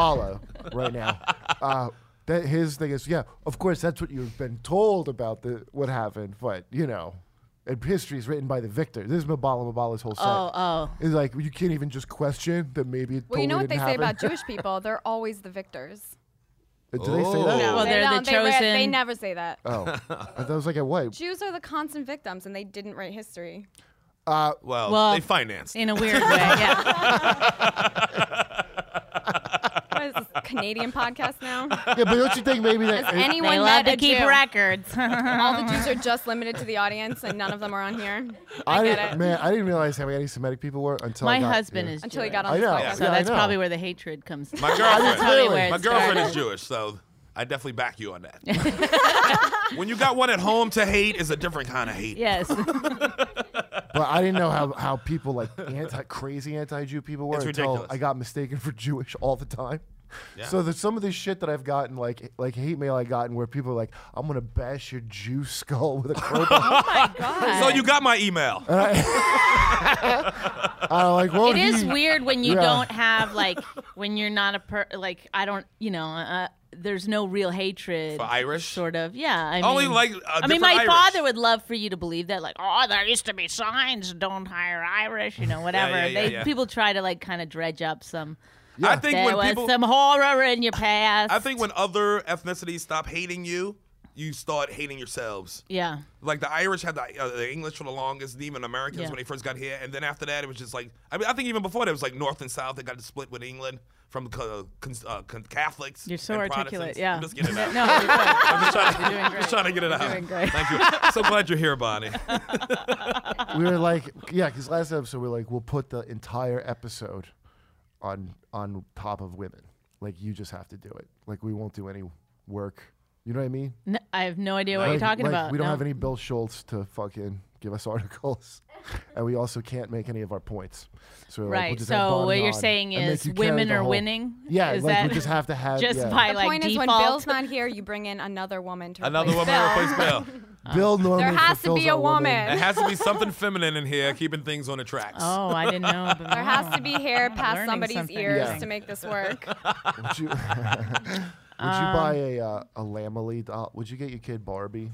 Speaker 3: Mabala right now. Uh, that his thing is yeah. Of course, that's what you've been told about the what happened, but you know, and history is written by the victor. This is Mabala Mabala's whole set.
Speaker 5: Oh, oh.
Speaker 3: It's like you can't even just question that maybe it
Speaker 6: Well, you know
Speaker 3: totally
Speaker 6: what they
Speaker 3: didn't
Speaker 6: say about
Speaker 3: happen.
Speaker 6: Jewish people? They're always the victors.
Speaker 3: Do they say that?
Speaker 5: No. Well, they're the
Speaker 6: don't. They, ra- they
Speaker 5: chosen-
Speaker 6: never say that.
Speaker 3: Oh, I thought it was like a what?
Speaker 6: Jews are the constant victims, and they didn't write history.
Speaker 4: Well,
Speaker 5: Well,
Speaker 4: they financed.
Speaker 5: In a weird way, yeah.
Speaker 6: What is this, Canadian podcast now?
Speaker 3: Yeah, but don't you think maybe that? it-
Speaker 6: Anyone
Speaker 5: They love
Speaker 6: met
Speaker 5: to
Speaker 6: a
Speaker 5: keep
Speaker 6: Jew?
Speaker 5: records.
Speaker 6: All the Jews are just limited to the audience, and none of them are on here. I,
Speaker 3: I
Speaker 6: get
Speaker 3: didn't-
Speaker 6: it.
Speaker 3: man, I didn't realize how many Semitic people were until I
Speaker 5: My
Speaker 3: got
Speaker 5: husband
Speaker 3: here.
Speaker 5: is
Speaker 6: Until he
Speaker 5: Jewish,
Speaker 6: got on
Speaker 3: I
Speaker 6: this
Speaker 3: know.
Speaker 6: podcast.
Speaker 5: so
Speaker 3: Yeah, I
Speaker 5: that's
Speaker 3: know.
Speaker 5: probably where the hatred comes. from.
Speaker 4: My girlfriend.
Speaker 5: probably
Speaker 3: Really?
Speaker 5: where
Speaker 4: My
Speaker 5: it
Speaker 4: girlfriend
Speaker 5: started.
Speaker 4: is Jewish, so I definitely back you on that. when you got one at home to hate is a different kind of hate.
Speaker 5: Yes.
Speaker 3: But I didn't know how, how people like anti crazy anti Jew people were
Speaker 4: It's
Speaker 3: until
Speaker 4: ridiculous.
Speaker 3: I got mistaken for Jewish all the time.
Speaker 4: Yeah.
Speaker 3: So there's some of this shit that I've gotten like like hate mail I gotten where people are like I'm gonna bash your Jew skull with a crowbar.
Speaker 4: So you got my email.
Speaker 3: I'm like, well,
Speaker 5: It is
Speaker 3: he-
Speaker 5: weird when you
Speaker 3: Yeah.
Speaker 5: don't have like when you're not a per like I don't you know uh, there's no real hatred
Speaker 4: For Irish?
Speaker 5: sort of yeah I
Speaker 4: Only,
Speaker 5: mean,
Speaker 4: like, uh,
Speaker 5: I mean
Speaker 4: different
Speaker 5: my
Speaker 4: Irish.
Speaker 5: father would love for you to believe that like oh there used to be signs don't hire Irish you know whatever
Speaker 4: yeah, yeah,
Speaker 5: they
Speaker 4: yeah.
Speaker 5: people try to like kind of dredge up some
Speaker 4: I think
Speaker 5: there
Speaker 4: when
Speaker 5: was
Speaker 4: people
Speaker 5: some horror in your past
Speaker 4: I think when other ethnicities stop hating you, you start hating yourselves.
Speaker 5: yeah
Speaker 4: Like the Irish had the, uh, the English for the longest, and even Americans
Speaker 5: Yeah.
Speaker 4: when they first got here, and then after that, it was just like I mean, I think even before that, it was like North and South that got split with England from uh, cons- uh, con- Catholics.
Speaker 5: you're so
Speaker 4: and
Speaker 5: articulate
Speaker 4: Protestants.
Speaker 5: yeah
Speaker 4: I'm just getting it
Speaker 5: no
Speaker 4: out.
Speaker 5: you're good.
Speaker 4: I'm just trying,
Speaker 5: You're doing
Speaker 4: I'm just
Speaker 5: great.
Speaker 4: trying to get it out.
Speaker 5: doing great.
Speaker 4: Thank you. So glad you're here, Bonnie.
Speaker 3: we were like, yeah, because last episode we were like, we'll put the entire episode on on top of women. Like you just have to do it. Like we won't do any work. You know what I mean?
Speaker 5: N I I have no idea what you're
Speaker 3: Like-
Speaker 5: talking
Speaker 3: like,
Speaker 5: about.
Speaker 3: We don't
Speaker 5: no.
Speaker 3: have any Bill Schultz to fucking give us articles, and we also can't make any of our points. So we're like, we'll
Speaker 5: Right.
Speaker 3: just have
Speaker 5: so
Speaker 3: Bon
Speaker 5: what you're
Speaker 3: Don
Speaker 5: saying
Speaker 3: and make
Speaker 5: is
Speaker 3: you carry
Speaker 5: women
Speaker 3: the
Speaker 5: are
Speaker 3: whole-
Speaker 5: winning.
Speaker 3: Yeah,
Speaker 5: Is
Speaker 3: like
Speaker 5: that
Speaker 3: we just have to have
Speaker 5: just
Speaker 3: yeah.
Speaker 5: by
Speaker 6: The
Speaker 5: like
Speaker 6: point
Speaker 5: default.
Speaker 6: is, when Bill's not here, you bring in another woman to
Speaker 4: Another
Speaker 6: replace
Speaker 4: woman
Speaker 6: Bill.
Speaker 4: replaced Bill.
Speaker 3: Bill normally
Speaker 6: There has to
Speaker 3: fulfills
Speaker 6: be a
Speaker 3: our woman.
Speaker 4: It
Speaker 6: woman.
Speaker 4: has to be something feminine in here, keeping things on the tracks.
Speaker 5: oh, I didn't know. But
Speaker 6: There has to be hair past
Speaker 5: learning
Speaker 6: somebody's
Speaker 5: something.
Speaker 6: ears
Speaker 3: Yeah.
Speaker 6: to make this work.
Speaker 3: Would you, would you buy a uh, a Lamely doll? Would you get your kid Barbie?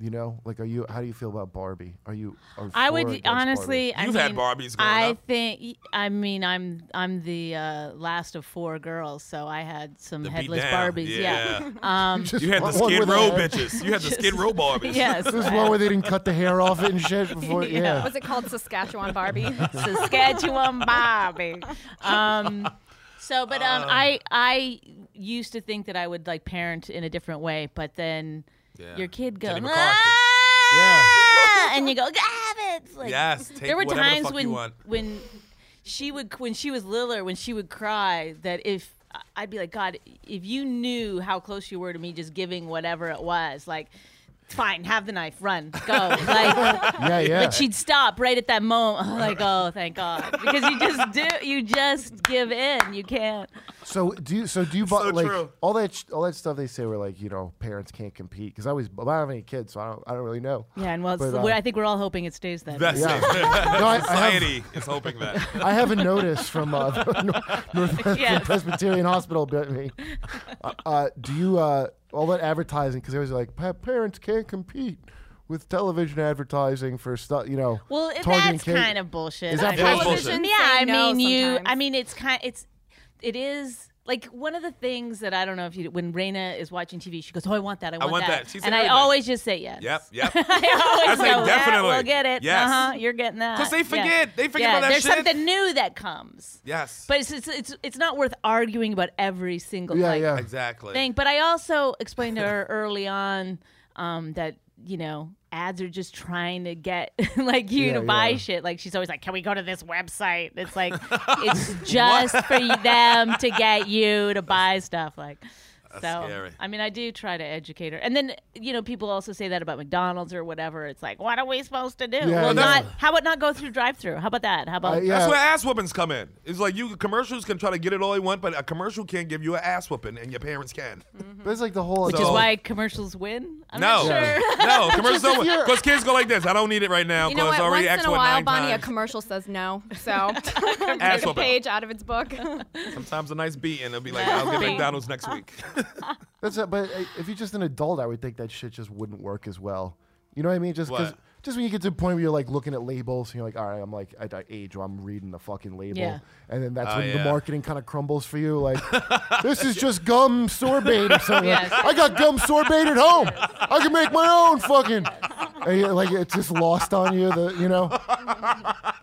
Speaker 3: You know, like, are you? How do you feel about Barbie? Are you? Are for
Speaker 5: I
Speaker 3: or
Speaker 5: would
Speaker 3: against
Speaker 5: honestly. I
Speaker 4: You've
Speaker 5: mean,
Speaker 4: had Barbies growing
Speaker 5: I
Speaker 4: up.
Speaker 5: think. I mean, I'm I'm the uh, last of four girls, so I had some
Speaker 4: The beat
Speaker 5: headless
Speaker 4: down.
Speaker 5: Barbies. Yeah.
Speaker 3: Barbie? Just
Speaker 4: You had the
Speaker 3: one- one
Speaker 4: Skid
Speaker 3: with a
Speaker 4: Row
Speaker 3: head.
Speaker 4: bitches. You had the Skid Row Barbies.
Speaker 5: yes.
Speaker 3: There's one where they didn't cut the hair off it and shit before. Yeah.
Speaker 6: Was it called Saskatchewan Barbie?
Speaker 5: Saskatchewan Bobby. Um, so, but um, I I used to think that I would like parent in a different way, but then
Speaker 4: Yeah.
Speaker 5: your kid goes,
Speaker 4: Teddy McCarthy.
Speaker 5: ah! and you go, grab it. Like,
Speaker 4: Yes, take
Speaker 5: there were
Speaker 4: whatever the
Speaker 5: times
Speaker 4: fuck you
Speaker 5: when
Speaker 4: want.
Speaker 5: when she would when she was littler when she would cry that if I'd be like, God, if you knew how close you were to me, just giving whatever it was, like. Fine, have the knife, run, go. Like,
Speaker 3: yeah, yeah.
Speaker 5: but she'd stop right at that moment. like, oh, thank God, because you just do, you just give in. You can't.
Speaker 3: So do you, so do you buy
Speaker 4: So
Speaker 3: like
Speaker 4: true.
Speaker 3: all that sh- all that stuff they say where like you know parents can't compete because I always I don't have any kids so I don't I don't really know.
Speaker 5: Yeah, and well,
Speaker 3: But,
Speaker 5: it's-
Speaker 3: uh,
Speaker 5: we're- I think we're all hoping it stays that.
Speaker 4: That's
Speaker 5: way.
Speaker 3: Yeah.
Speaker 4: it.
Speaker 3: No, I, I have,
Speaker 4: Society is hoping that.
Speaker 3: I have a notice from uh, the North, North
Speaker 5: Yes.
Speaker 3: Presbyterian Hospital. bit me. Uh, uh, do you uh, all that advertising because they always like "Pa- parents can't compete with television advertising for stuff you know.
Speaker 5: Well, it-
Speaker 3: targeting
Speaker 5: that's
Speaker 3: kid-
Speaker 5: kind of bullshit.
Speaker 3: Is that
Speaker 5: I mean-
Speaker 4: It is bullshit.
Speaker 5: Yeah, I
Speaker 6: say no
Speaker 5: mean you. I
Speaker 6: sometimes.
Speaker 5: mean it's kind. It's it is like one of the things that I don't know if you. When Raina is watching TV, she goes, "Oh, I want that. I want,
Speaker 4: want that. She said
Speaker 5: and I
Speaker 4: everything.
Speaker 5: always just say yes.
Speaker 4: Yep, yep.
Speaker 5: I always
Speaker 4: I say
Speaker 5: go,
Speaker 4: definitely.
Speaker 5: Yeah, we'll get it.
Speaker 4: Yes.
Speaker 5: Uh-huh, you're getting that.
Speaker 4: 'Cause they forget.
Speaker 5: Yeah.
Speaker 4: They forget
Speaker 5: yeah,
Speaker 4: about that
Speaker 5: There's
Speaker 4: shit.
Speaker 5: something new that comes.
Speaker 4: Yes.
Speaker 5: But it's it's it's, it's not worth arguing about every single
Speaker 3: Yeah,
Speaker 5: like,
Speaker 3: yeah.
Speaker 4: exactly.
Speaker 5: thing. But I also explained to her early on um, that you know ads are just trying to get like you
Speaker 3: Yeah,
Speaker 5: to buy
Speaker 3: yeah.
Speaker 5: shit. Like she's always like, "Can we go to this website?" It's like it's just for them to get you to buy stuff. Like. so,
Speaker 4: scary.
Speaker 5: I mean, I do try to educate her, and then you know, people also say that about McDonald's or whatever. It's like, what are we supposed to do? well,
Speaker 3: yeah.
Speaker 5: not how about not go through drive-through? How about that? How about
Speaker 3: Uh, yeah.
Speaker 4: That's where ass whoopings come in. It's like you commercials can try to get it all they want, but a commercial can't give you an ass whooping, and your parents can.
Speaker 3: But it's like the whole
Speaker 5: which
Speaker 4: So-
Speaker 5: is why commercials win? I'm
Speaker 4: no,
Speaker 5: not sure.
Speaker 4: no, commercials don't.
Speaker 3: you're-
Speaker 4: Because kids go like this. I don't need it right now.
Speaker 6: You know
Speaker 4: Because
Speaker 6: what?
Speaker 4: I already
Speaker 6: Once
Speaker 4: asked
Speaker 6: in a
Speaker 4: for it
Speaker 6: while,
Speaker 4: nine
Speaker 6: Bonnie,
Speaker 4: times.
Speaker 6: a commercial says no. So
Speaker 4: Ass
Speaker 6: take a
Speaker 4: whooping.
Speaker 6: page out of its book.
Speaker 4: Sometimes a nice beat, and it'll be like, I'll get McDonald's next week.
Speaker 3: That's a, but uh, if you're just an adult, I would think that shit just wouldn't work as well. You know what I mean? Just 'cause-
Speaker 4: What?
Speaker 3: just when you get to the point where you're like looking at labels and you're like, all right, I'm like at that age where I'm reading the fucking label,
Speaker 5: Yeah.
Speaker 3: and then that's
Speaker 4: Oh,
Speaker 3: when
Speaker 4: yeah.
Speaker 3: the marketing kind of crumbles for you. Like, this is just gum sorbate or something. Like,
Speaker 5: Yes.
Speaker 3: I got gum sorbate at home. I can make my own fucking. And you're, like it's just lost on you. The you know.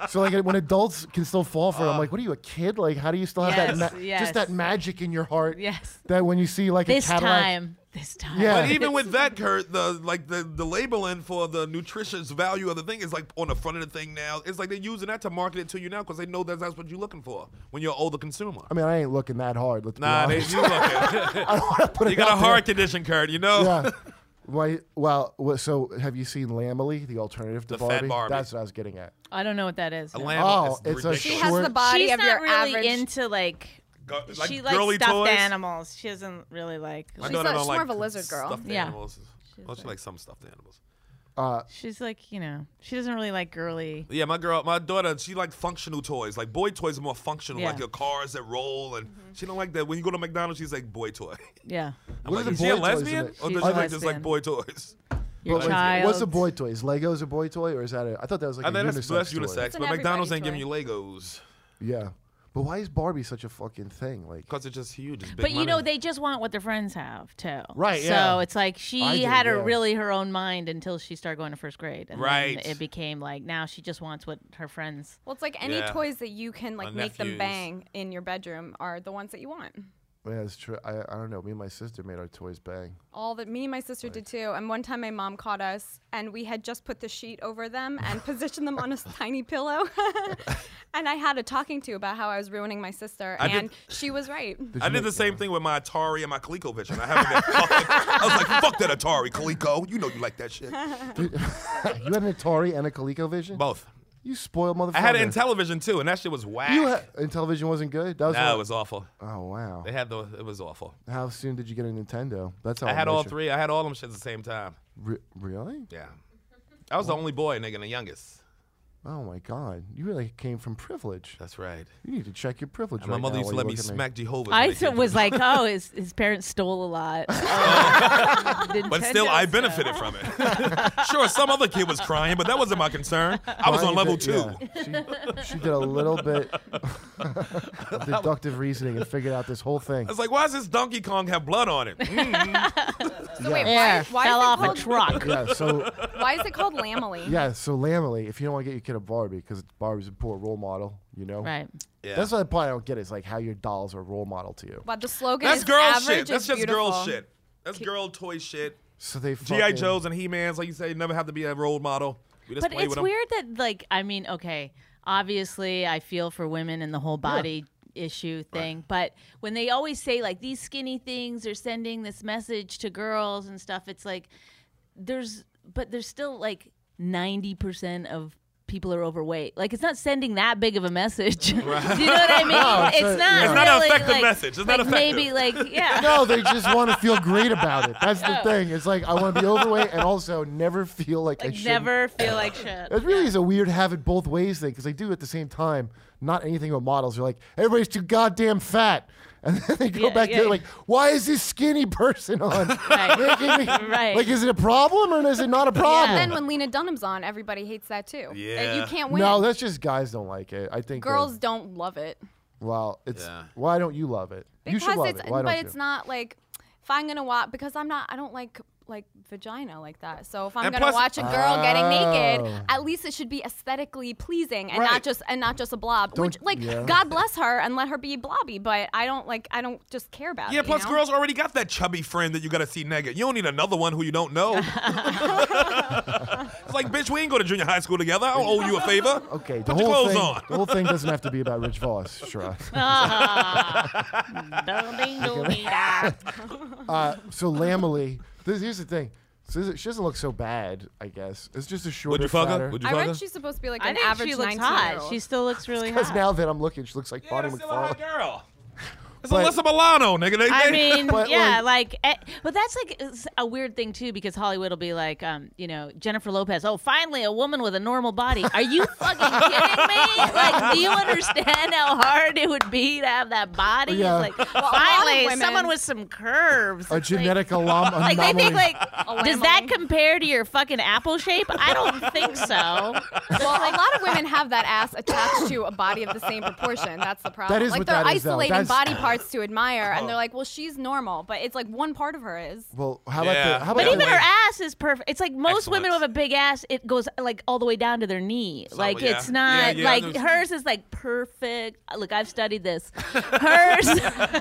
Speaker 3: So like when adults can still fall
Speaker 4: Uh.
Speaker 3: for it, I'm like, what are you a kid? Like how do you still have
Speaker 5: Yes,
Speaker 3: that ma-
Speaker 5: yes.
Speaker 3: just that magic in your heart?
Speaker 5: Yes.
Speaker 3: That when you see like
Speaker 5: this
Speaker 3: a Cadillac,
Speaker 5: time, this time.
Speaker 3: Yeah.
Speaker 4: But even with that, Kurt, the like the, the labeling for the nutritious value of the thing is like on the front of the thing now. It's like they're using that to market it to you now because they know that that's what you're looking for when you're an older consumer.
Speaker 3: I mean, I ain't looking that hard. Let's
Speaker 4: Nah,
Speaker 3: be
Speaker 4: they,
Speaker 3: honest.
Speaker 4: you looking. you got a heart condition, Kurt. You know.
Speaker 3: yeah. Why? Well, wha- so have you seen Lamely, the alternative to
Speaker 4: The fat Barbie.
Speaker 3: That's what I was getting at.
Speaker 5: I don't know what that is.
Speaker 4: A
Speaker 5: no.
Speaker 4: lamb
Speaker 3: Oh,
Speaker 4: is
Speaker 3: it's a
Speaker 4: ridiculous.
Speaker 6: she
Speaker 3: She
Speaker 6: has
Speaker 3: Sure.
Speaker 6: the body
Speaker 5: She's
Speaker 6: of
Speaker 5: not
Speaker 6: your
Speaker 5: really
Speaker 6: average.
Speaker 5: into like,
Speaker 4: Go- like
Speaker 5: she
Speaker 4: girly
Speaker 5: likes stuffed
Speaker 4: toys.
Speaker 5: animals. She doesn't really like.
Speaker 4: My
Speaker 6: She's
Speaker 4: daughter
Speaker 6: not-
Speaker 4: don't
Speaker 6: she's
Speaker 4: like
Speaker 6: more of a lizard girl.
Speaker 4: Stuffed
Speaker 5: Yeah.
Speaker 4: animals. Well, she likes some stuffed animals.
Speaker 5: She's like you know. She doesn't really like girly.
Speaker 4: Yeah, my girl, my daughter, she likes functional toys. Like boy toys are more functional, like
Speaker 5: Yeah.
Speaker 4: your cars that roll, and
Speaker 6: Mm-hmm.
Speaker 4: she don't like that. When you go to McDonald's, she's like boy toy.
Speaker 5: Yeah,
Speaker 3: What
Speaker 4: I'm like,
Speaker 3: are the
Speaker 4: is she a
Speaker 3: boy toys in
Speaker 4: lesbian,
Speaker 3: it?
Speaker 4: or
Speaker 5: She's
Speaker 4: does
Speaker 5: a
Speaker 4: she like just like
Speaker 5: lesbian.
Speaker 4: boy toys?
Speaker 5: your
Speaker 3: But like,
Speaker 5: child.
Speaker 3: what's a boy toy? Is Legos a boy toy, or is that a? I thought that was like
Speaker 4: I
Speaker 3: a
Speaker 4: think
Speaker 3: unisex.
Speaker 4: that's, that's
Speaker 3: toy.
Speaker 4: unisex,
Speaker 6: It's an
Speaker 4: but McDonald's ain't
Speaker 6: everybody
Speaker 4: giving you Legos
Speaker 3: Yeah, but why is Barbie such a fucking thing? Like,
Speaker 4: because it's just huge. It's big
Speaker 5: But you know,
Speaker 4: money.
Speaker 5: they just want what their friends have too.
Speaker 3: Right,
Speaker 5: So
Speaker 3: yeah.
Speaker 5: it's like she
Speaker 3: I do,
Speaker 5: had her
Speaker 3: yeah.
Speaker 5: really her own mind until she started going to first grade. And then
Speaker 4: Right.
Speaker 5: It became like now she just wants what her friends.
Speaker 6: Well, it's like any
Speaker 4: Yeah.
Speaker 6: toys that you can like
Speaker 4: My
Speaker 6: make them
Speaker 4: nephews.
Speaker 6: bang in your bedroom are the ones that you want.
Speaker 3: Yeah, it's true. I, I don't know. Me and my sister made our toys bang.
Speaker 6: all that me and my sister did too. And one time my mom caught us and we had just put the sheet over them and positioned them on a tiny pillow. and I had a talking to about how I was ruining my sister
Speaker 4: I did-
Speaker 6: and she was right.
Speaker 4: I did the same thing with my Atari and my ColecoVision. I haven't been fucking, I was like, fuck that Atari, Coleco. You know you like that shit.
Speaker 3: you had an Atari and a ColecoVision.
Speaker 4: Both.
Speaker 3: You spoiled motherfucker.
Speaker 4: I had it in television too, and that shit was whack.
Speaker 3: You ha- Intellivision wasn't good. That was.
Speaker 4: no,
Speaker 3: one-
Speaker 4: it was awful.
Speaker 3: Oh wow.
Speaker 4: They had the. It was awful.
Speaker 3: How soon did you get a Nintendo? That's how
Speaker 4: I had all
Speaker 3: met you.
Speaker 4: three. I had all them shits at the same time.
Speaker 3: Re- really?
Speaker 4: Yeah. I was the only boy, nigga, and the youngest.
Speaker 3: Oh my God! You really came from privilege.
Speaker 4: That's right.
Speaker 3: You need to check your privilege.
Speaker 4: And my
Speaker 3: right
Speaker 4: mother
Speaker 3: now
Speaker 4: used to
Speaker 3: while
Speaker 4: let
Speaker 3: you
Speaker 4: me
Speaker 3: look at
Speaker 4: smack Jehovah.
Speaker 5: I so- was like, oh, his, his parents stole a lot.
Speaker 4: But still, I benefited from it. sure, some other kid was crying, but that wasn't my concern. I was
Speaker 3: Mine
Speaker 4: on level
Speaker 3: did-
Speaker 4: two.
Speaker 3: yeah. she, she did a little bit of deductive reasoning and figured out this whole thing.
Speaker 4: I was like, why does this Donkey Kong have blood on it? Mm.
Speaker 6: So wait,
Speaker 5: Air
Speaker 6: why,
Speaker 5: fell off
Speaker 6: why,
Speaker 5: a
Speaker 6: is it called,
Speaker 5: truck.
Speaker 3: Yeah. So
Speaker 6: why is it called lamellae?
Speaker 3: yeah. So Lamely, if you don't want to get your kid a Barbie because Barbie's a poor role model, you know.
Speaker 5: Right.
Speaker 4: yeah.
Speaker 3: That's what I probably don't get is like how your dolls are a role model to you.
Speaker 6: But the slogan
Speaker 4: That's
Speaker 6: is
Speaker 4: girl
Speaker 6: average
Speaker 4: shit.
Speaker 6: is
Speaker 4: That's just
Speaker 6: beautiful.
Speaker 4: girl shit. That's girl toy shit.
Speaker 3: So they
Speaker 4: G.I.
Speaker 3: fucking-
Speaker 4: Joes and He-Mans, like you say, never have to be a role model. We just
Speaker 5: But
Speaker 4: play
Speaker 5: it's
Speaker 4: with them.
Speaker 5: weird that, like, I mean, okay, obviously, I feel for women and the whole body issue thing, but when they always say like these skinny things are sending this message to girls and stuff, it's like there's, but there's still like ninety percent of people are overweight. Like, it's not sending that big of a message. Do you know what I mean? it's,
Speaker 3: a-
Speaker 5: not.
Speaker 3: It's
Speaker 4: not an
Speaker 5: really,
Speaker 4: effective
Speaker 5: like-
Speaker 4: message. It's not
Speaker 5: like,
Speaker 4: effective.
Speaker 5: Maybe like yeah.
Speaker 3: No, they just want to feel great about it. That's the thing. It's like I want to be overweight and also never feel like, I
Speaker 5: Like
Speaker 3: should.
Speaker 5: never feel like shit.
Speaker 3: It really is a weird have it both ways thing because they do at the same time not anything with models. You're like everybody's too goddamn fat, and then they go
Speaker 5: Yeah,
Speaker 3: back
Speaker 5: yeah,
Speaker 3: to
Speaker 5: yeah.
Speaker 3: like why is this skinny person on?
Speaker 5: Right.
Speaker 3: Making me-
Speaker 5: Right.
Speaker 3: Like is it a problem or is it not a
Speaker 6: But
Speaker 3: problem?
Speaker 6: then when Lena Dunham's on, everybody hates that too.
Speaker 4: Yeah.
Speaker 6: You can't win.
Speaker 3: no, that's just guys don't like it. I think that-
Speaker 6: Girls don't love it.
Speaker 3: Well, it's
Speaker 4: Yeah.
Speaker 3: why don't you love it? you
Speaker 6: Because
Speaker 3: should love
Speaker 6: it's
Speaker 3: it. Why
Speaker 6: but
Speaker 3: don't
Speaker 6: it's
Speaker 3: you?
Speaker 6: not like if I'm gonna watch because I'm not I don't like like vagina like that. So if I'm
Speaker 4: And
Speaker 6: gonna
Speaker 4: plus-
Speaker 6: watch a girl getting naked,
Speaker 3: Oh.
Speaker 6: at least it should be aesthetically pleasing and
Speaker 4: Right.
Speaker 6: not just and not just a blob. which
Speaker 3: Don't-
Speaker 6: like
Speaker 3: yeah.
Speaker 6: God bless her and let her be blobby, but I don't like I don't just care about
Speaker 4: Yeah,
Speaker 6: it. you
Speaker 4: plus
Speaker 6: know?
Speaker 4: girls already got that chubby friend that you gotta see naked. You don't need another one who you don't know. it's like, bitch, we ain't go to junior high school together. I don't owe you a favor.
Speaker 3: Okay, the
Speaker 4: Put
Speaker 3: whole
Speaker 4: your clothes
Speaker 3: thing.
Speaker 4: on.
Speaker 3: The whole thing doesn't have to be about Rich Voss, sure. Uh, so Lamely, this, here's the thing. So this, she doesn't look so bad, I guess. It's just a shorter.
Speaker 4: Would you fuck
Speaker 3: fatter-
Speaker 4: her? Would you
Speaker 6: I
Speaker 4: fuck
Speaker 6: read
Speaker 4: her?
Speaker 6: she's supposed to be like
Speaker 5: I
Speaker 6: an
Speaker 5: think
Speaker 6: average
Speaker 5: she looks
Speaker 6: 19 year
Speaker 5: hot.
Speaker 6: old.
Speaker 5: She still looks really
Speaker 3: Because
Speaker 5: hot.
Speaker 3: now that I'm looking, she looks like
Speaker 4: Yeah,
Speaker 3: Bonnie
Speaker 4: that's still a hot
Speaker 3: McFarlane.
Speaker 4: girl. It's
Speaker 3: But-
Speaker 4: Alyssa Milano, nigga. They,
Speaker 5: I
Speaker 4: they-
Speaker 5: mean,
Speaker 3: But,
Speaker 5: yeah, like, eh, but that's like it's a weird thing too, because Hollywood will be like, um, you know, Jennifer Lopez. Oh, finally, a woman with a normal body. Are you fucking kidding me? Like, do you understand how hard it would be to have that body?
Speaker 3: Yeah.
Speaker 5: It's like,
Speaker 6: lot of
Speaker 5: finally,
Speaker 6: women-
Speaker 5: someone with some curves.
Speaker 3: A
Speaker 5: It's
Speaker 3: genetic alum
Speaker 5: Like, like they
Speaker 3: anomaly.
Speaker 5: think, like,
Speaker 6: anomaly.
Speaker 5: does that compare to your fucking apple shape? I don't think so.
Speaker 6: well, a lot of women have that ass attached to a body of the same proportion. That's the problem.
Speaker 3: That is
Speaker 6: like
Speaker 3: what
Speaker 6: they're
Speaker 3: that is, though.
Speaker 6: isolating
Speaker 3: That's- Oh.
Speaker 6: body parts to admire, and they're like, "Well, she's normal," but it's like one part of her is.
Speaker 3: well, how
Speaker 4: Yeah.
Speaker 3: about the, how
Speaker 5: But
Speaker 3: about
Speaker 5: even
Speaker 3: the,
Speaker 5: her ass is perfect. It's like most women who
Speaker 4: Excellent.
Speaker 5: have a big ass, it goes like all the way down to their knee. like
Speaker 4: yeah.
Speaker 5: it's not
Speaker 4: Yeah, yeah,
Speaker 5: like
Speaker 4: there's-
Speaker 5: hers is like perfect. Look, I've studied this. Hers.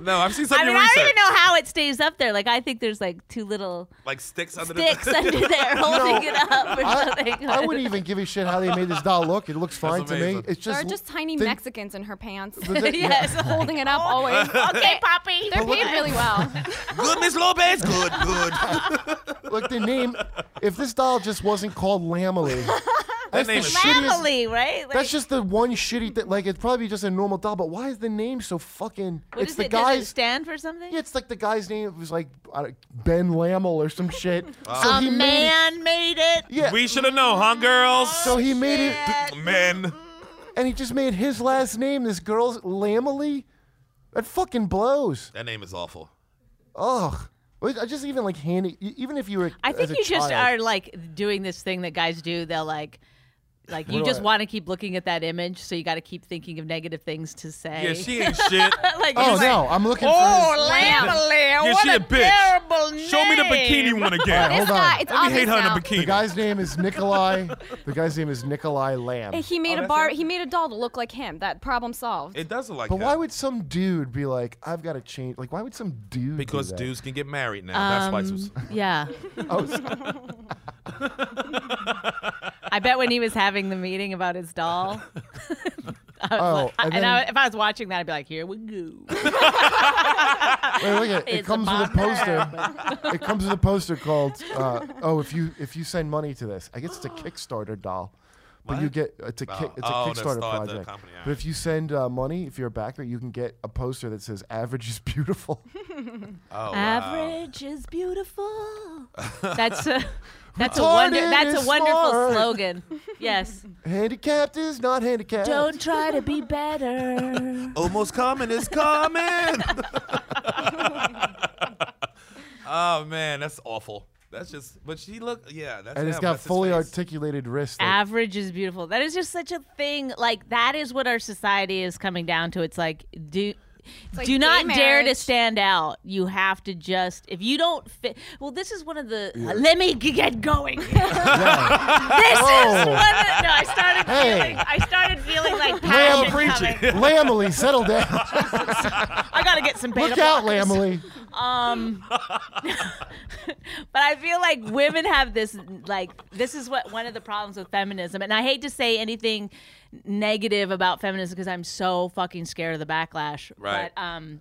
Speaker 4: no, I've seen some
Speaker 5: I
Speaker 4: of
Speaker 5: mean,
Speaker 4: your
Speaker 5: I
Speaker 4: research.
Speaker 5: don't even know how it stays up there. Like I think there's like two little
Speaker 4: Like sticks under
Speaker 5: sticks
Speaker 4: the
Speaker 5: under there holding it up or
Speaker 3: I,
Speaker 5: something.
Speaker 3: I wouldn't even give a shit how they made this doll look. It looks fine to me.
Speaker 4: amazing.
Speaker 3: It's
Speaker 6: There
Speaker 3: just
Speaker 6: are just tiny
Speaker 3: they-
Speaker 6: Mexicans in her pants.
Speaker 5: yes.
Speaker 6: holding it up always.
Speaker 5: okay, Poppy.
Speaker 6: They're paid really well.
Speaker 4: Good, Miss Lopez. Good, good.
Speaker 3: Look, the name. If this doll just wasn't called Lamely,
Speaker 4: that name is
Speaker 3: shit. shittiest-
Speaker 5: Family, right? Like,
Speaker 3: that's just the one shitty thing. Like it'd probably be just a normal doll. But why is the name so fucking?
Speaker 5: what
Speaker 3: it's
Speaker 5: is
Speaker 3: the
Speaker 5: it? Does it
Speaker 3: guy's.
Speaker 5: stand for something?
Speaker 3: Yeah, it's like the guy's name. It was like I don't- Ben Lamel or some shit. So
Speaker 5: a
Speaker 3: he made.
Speaker 5: man made it.
Speaker 3: Yeah.
Speaker 4: We should have known, huh, girls?
Speaker 3: so he made it,
Speaker 4: Men.
Speaker 3: and he just made his last name this girl's Lamely. That fucking blows.
Speaker 4: That name is awful.
Speaker 3: Ugh. Wait, I just even like handing. e- Even if you were.
Speaker 5: I
Speaker 3: as
Speaker 5: think
Speaker 3: a
Speaker 5: you just
Speaker 3: child-
Speaker 5: are like doing this thing that guys do. They'll like, like you
Speaker 3: do
Speaker 5: just
Speaker 3: I-
Speaker 5: want to keep looking at that image, so you got to keep thinking of negative things to say.
Speaker 4: Yeah, she ain't shit.
Speaker 5: like,
Speaker 3: Oh
Speaker 5: you're like,
Speaker 3: no! I'm looking for.
Speaker 5: Oh,
Speaker 3: his-
Speaker 5: Lamely,
Speaker 4: Yeah,
Speaker 5: what
Speaker 4: she a
Speaker 5: a,
Speaker 4: bitch.
Speaker 5: terrible terrible name.
Speaker 7: Show me the bikini one again.
Speaker 6: This
Speaker 3: Hold on.
Speaker 6: guy, it's
Speaker 7: Let me
Speaker 6: obvious
Speaker 7: hate her in a
Speaker 6: now.
Speaker 7: bikini.
Speaker 3: The guy's name is Nikolai. the guy's name is Nikolai Lamb.
Speaker 6: He made a
Speaker 4: that's
Speaker 6: bar.
Speaker 4: him?
Speaker 6: He made a doll to look like him. That problem solved.
Speaker 4: It does look like
Speaker 3: But
Speaker 4: that.
Speaker 3: why would some dude be like, I've got to change? Like, why would some dude?
Speaker 4: because
Speaker 3: do that? Um.
Speaker 4: dudes can get married now. That's why. It's,
Speaker 5: Yeah.
Speaker 3: Oh, s-
Speaker 5: I bet when he was having the meeting about his doll. I was
Speaker 3: Oh,
Speaker 5: Uh, like- I-
Speaker 3: and
Speaker 5: and I,
Speaker 3: then-
Speaker 5: if I was watching that, I'd be like, "Here we go."
Speaker 3: wait, look at it. It
Speaker 5: It's a
Speaker 3: comes with a
Speaker 5: bomb.
Speaker 3: poster. it comes with a poster called, uh, "Oh, if you if you send money to this, I guess it's a Kickstarter doll." But you
Speaker 4: What?
Speaker 3: get it's a ki-
Speaker 4: Oh.
Speaker 3: it's a
Speaker 4: Oh, that's
Speaker 3: Kickstarter
Speaker 4: the- the
Speaker 3: project.
Speaker 4: company,
Speaker 3: But if you send uh, money, if you're a backer, you can get a poster that says "Average is beautiful."
Speaker 4: oh, wow.
Speaker 5: Average is beautiful. That's a that's a wonder.
Speaker 3: Retarded
Speaker 5: That's
Speaker 3: is
Speaker 5: a wonderful
Speaker 3: smart.
Speaker 5: slogan. Yes.
Speaker 3: handicapped is not handicapped.
Speaker 5: try to be better.
Speaker 4: Almost coming is coming. oh man, that's awful. That's just. But she look. Yeah, that's.
Speaker 3: and it's
Speaker 4: him.
Speaker 3: got
Speaker 4: That's his
Speaker 3: fully
Speaker 4: face.
Speaker 3: articulated wrists. like-
Speaker 5: Average is beautiful. That is just such a thing. Like that is what our society is coming down to. It's like do.
Speaker 6: like
Speaker 5: do
Speaker 6: gay
Speaker 5: not dare to
Speaker 6: marriage.
Speaker 5: stand out. You have to just if you don't fit. Well, this is one of the. let me g- get going. this
Speaker 3: Whoa.
Speaker 5: is one. Of, no, I started
Speaker 3: Oh. Hey.
Speaker 5: feeling. I started feeling like
Speaker 3: Ma'am,
Speaker 5: passion
Speaker 4: preaching.
Speaker 5: coming.
Speaker 3: Lamely, settle down.
Speaker 5: I gotta get some beta
Speaker 3: Look out,
Speaker 5: blockers.
Speaker 3: Lamely.
Speaker 5: Um, but I feel like women have this like this is what one of the problems with feminism, and I hate to say anything negative about feminism because I'm so fucking scared of the backlash.
Speaker 4: Right.
Speaker 5: But um,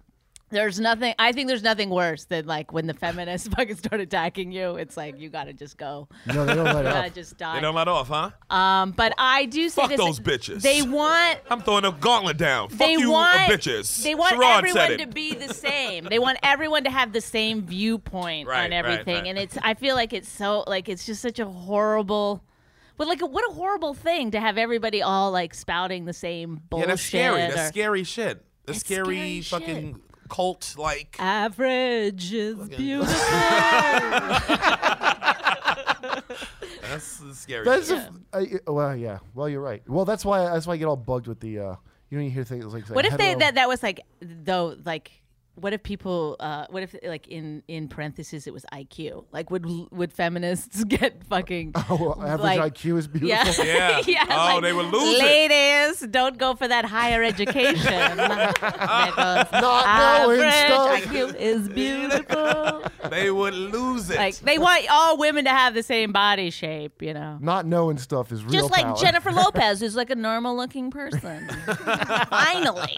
Speaker 5: there's nothing. I think there's nothing worse than like when the feminists fucking start attacking you. It's like you gotta just go. You
Speaker 3: No, they don't let
Speaker 5: gotta
Speaker 3: up.
Speaker 5: just
Speaker 4: They
Speaker 5: die.
Speaker 4: don't let off, huh?
Speaker 5: Um, but I do see
Speaker 4: Fuck
Speaker 5: this,
Speaker 4: those bitches.
Speaker 5: They want
Speaker 4: I'm throwing a gauntlet down. Fuck
Speaker 5: they
Speaker 4: you, uh,
Speaker 5: want
Speaker 4: bitches.
Speaker 5: They want
Speaker 4: Sherrod said
Speaker 5: everyone
Speaker 4: it.
Speaker 5: to be the same. They want everyone to have the same viewpoint
Speaker 4: Right, right,
Speaker 5: on everything,
Speaker 4: right.
Speaker 5: and it's. I feel like it's so like it's just such a horrible. But like, what a horrible thing to have everybody all like spouting the same
Speaker 4: yeah,
Speaker 5: bullshit.
Speaker 4: that's scary.
Speaker 5: or-
Speaker 4: That's scary shit. That's
Speaker 5: It's
Speaker 4: scary,
Speaker 5: scary shit. Uh,
Speaker 4: fucking cult like.
Speaker 5: Average is beautiful.
Speaker 4: That's the scary.
Speaker 3: That's
Speaker 4: shit.
Speaker 3: a, I- well, yeah. Well, you're right. Well, that's why that's why I get all bugged with the. Uh, you know, you hear things like.
Speaker 5: what if they
Speaker 3: hetero-
Speaker 5: that that was like though like. What if people? Uh, what if like in in parentheses it was IQ? Like would would feminists get fucking
Speaker 3: Oh, average
Speaker 5: like-
Speaker 3: IQ is beautiful.
Speaker 5: Yeah.
Speaker 4: Yeah. Oh, they would lose it.
Speaker 5: Ladies, don't go for that higher education. Because
Speaker 3: Not knowing
Speaker 5: average
Speaker 3: stuff.
Speaker 5: IQ is beautiful.
Speaker 4: they would lose it.
Speaker 5: like they want all women to have the same body shape, you know.
Speaker 3: Not knowing stuff is real.
Speaker 5: Just like
Speaker 3: power.
Speaker 5: Jennifer Lopez, who's like a normal looking person. finally.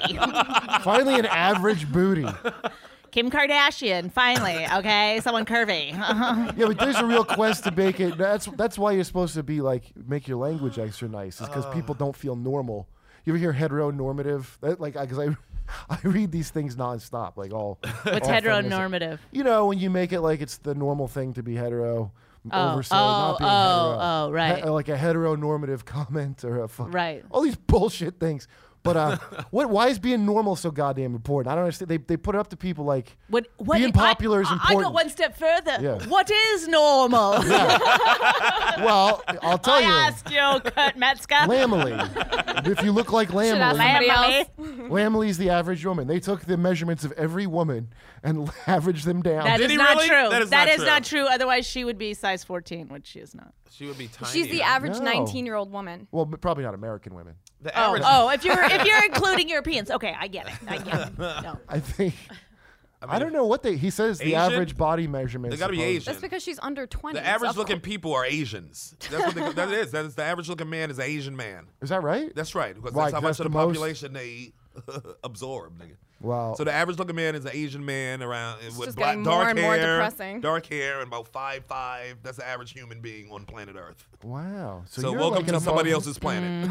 Speaker 3: Finally, an average booty. Yeah,
Speaker 5: Kim Kardashian, finally. Okay. Someone curvy.
Speaker 3: but there's a real quest to make it. That's that's why you're supposed to be like make your language extra nice. Is because people don't feel normal. You ever hear heteronormative? That, like, because I, I read these things nonstop. Like all.
Speaker 5: What's
Speaker 3: all feminism.
Speaker 5: heteronormative?
Speaker 3: You know, when you make it like it's the normal thing to be hetero,
Speaker 5: Oh,
Speaker 3: oversay, not
Speaker 5: oh,
Speaker 3: being
Speaker 5: oh,
Speaker 3: hetero.
Speaker 5: oh, right.
Speaker 3: He- uh, like a heteronormative comment or a fuck,
Speaker 5: Right.
Speaker 3: All these bullshit things. But uh, what? Why is being normal so goddamn important? I don't understand. They, they put it up to people like
Speaker 5: What, what
Speaker 3: being popular is
Speaker 5: I- I, I
Speaker 3: important.
Speaker 5: go one step further.
Speaker 3: Yeah.
Speaker 5: What is normal?
Speaker 3: well, I'll tell
Speaker 5: I
Speaker 3: you,
Speaker 5: ask you, Kurt Metzger.
Speaker 3: Lamely. if you look like
Speaker 6: Should ask
Speaker 3: Lamely,
Speaker 6: somebody
Speaker 5: Lamely.
Speaker 6: else.
Speaker 3: Lamely's the average woman. They took the measurements of every woman and averaged them down.
Speaker 5: That
Speaker 4: Did
Speaker 5: is
Speaker 4: he
Speaker 5: not
Speaker 4: really?
Speaker 5: true.
Speaker 4: That is
Speaker 5: That
Speaker 4: not
Speaker 5: is
Speaker 4: true.
Speaker 5: not true. Otherwise, she would be size 14, which she is not.
Speaker 4: she would be tiny.
Speaker 6: She's the average
Speaker 3: No.
Speaker 6: 19 year old woman.
Speaker 3: well, but probably not American women.
Speaker 4: The
Speaker 5: Oh,
Speaker 4: average.
Speaker 5: oh, if you're if you're including Europeans, okay, I get it. I get it. No.
Speaker 3: I think. I,
Speaker 4: mean,
Speaker 3: don't know what they. He says the
Speaker 4: Asian?
Speaker 3: average body measurement.
Speaker 4: They
Speaker 3: is
Speaker 4: gotta be
Speaker 3: supposed-
Speaker 4: Asian.
Speaker 6: That's because she's under 20.
Speaker 4: The average
Speaker 6: Of
Speaker 4: looking
Speaker 6: cour-
Speaker 4: people are Asians. That's what they, that is. That is the average looking man is an Asian man.
Speaker 3: Is that right?
Speaker 4: That's right. Because
Speaker 3: Why?
Speaker 4: that's how
Speaker 3: 'Cause
Speaker 4: much
Speaker 3: that's
Speaker 4: of the,
Speaker 3: the most-
Speaker 4: population they absorb, nigga.
Speaker 3: Wow.
Speaker 4: So the average looking man is an Asian man around with
Speaker 6: just
Speaker 4: black,
Speaker 6: getting more
Speaker 4: dark
Speaker 6: and more
Speaker 4: hair,
Speaker 6: depressing.
Speaker 4: dark hair, and about five five. That's the average human being on planet Earth.
Speaker 3: wow. So,
Speaker 4: So
Speaker 3: you're
Speaker 4: welcome
Speaker 3: like an
Speaker 4: to somebody
Speaker 3: above-
Speaker 4: else's planet.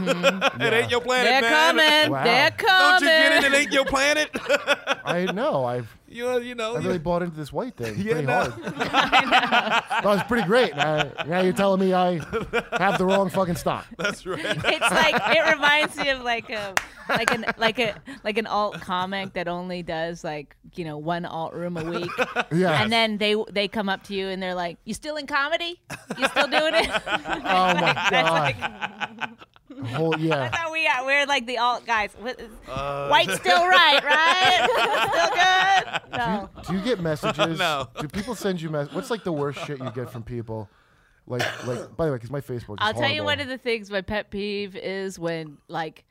Speaker 6: Mm-hmm.
Speaker 4: it ain't your planet,
Speaker 5: They're
Speaker 4: man.
Speaker 5: coming.
Speaker 3: Wow.
Speaker 5: They're
Speaker 3: Don't
Speaker 4: Don't
Speaker 5: coming.
Speaker 4: you get it? It ain't your planet.
Speaker 3: I know. I've
Speaker 4: you, you know.
Speaker 3: I
Speaker 4: you-
Speaker 3: really bought into this white thing.
Speaker 4: Yeah,
Speaker 3: pretty
Speaker 4: no.
Speaker 3: hard. that was pretty great. Now, now you're telling me I have the wrong fucking stock.
Speaker 4: that's right.
Speaker 5: It's like it reminds me of like a like an like a like an alt comic that only does like you know one alt room a week,
Speaker 3: Yeah.
Speaker 5: and then they they come up to you and they're like, "You still in comedy? You still doing it?"
Speaker 3: oh my god. Whole- yeah.
Speaker 5: thought we got we're like
Speaker 4: Uh,
Speaker 5: the alt guys. What- White's still right, right? still good. No.
Speaker 3: Do Do you get messages?
Speaker 4: No.
Speaker 3: Do people send you messages? What's like the worst shit you get from people? Like, like. By the way, because my Facebook. Is
Speaker 5: I'll tell you
Speaker 3: horrible.
Speaker 5: one of the things my pet peeve is when like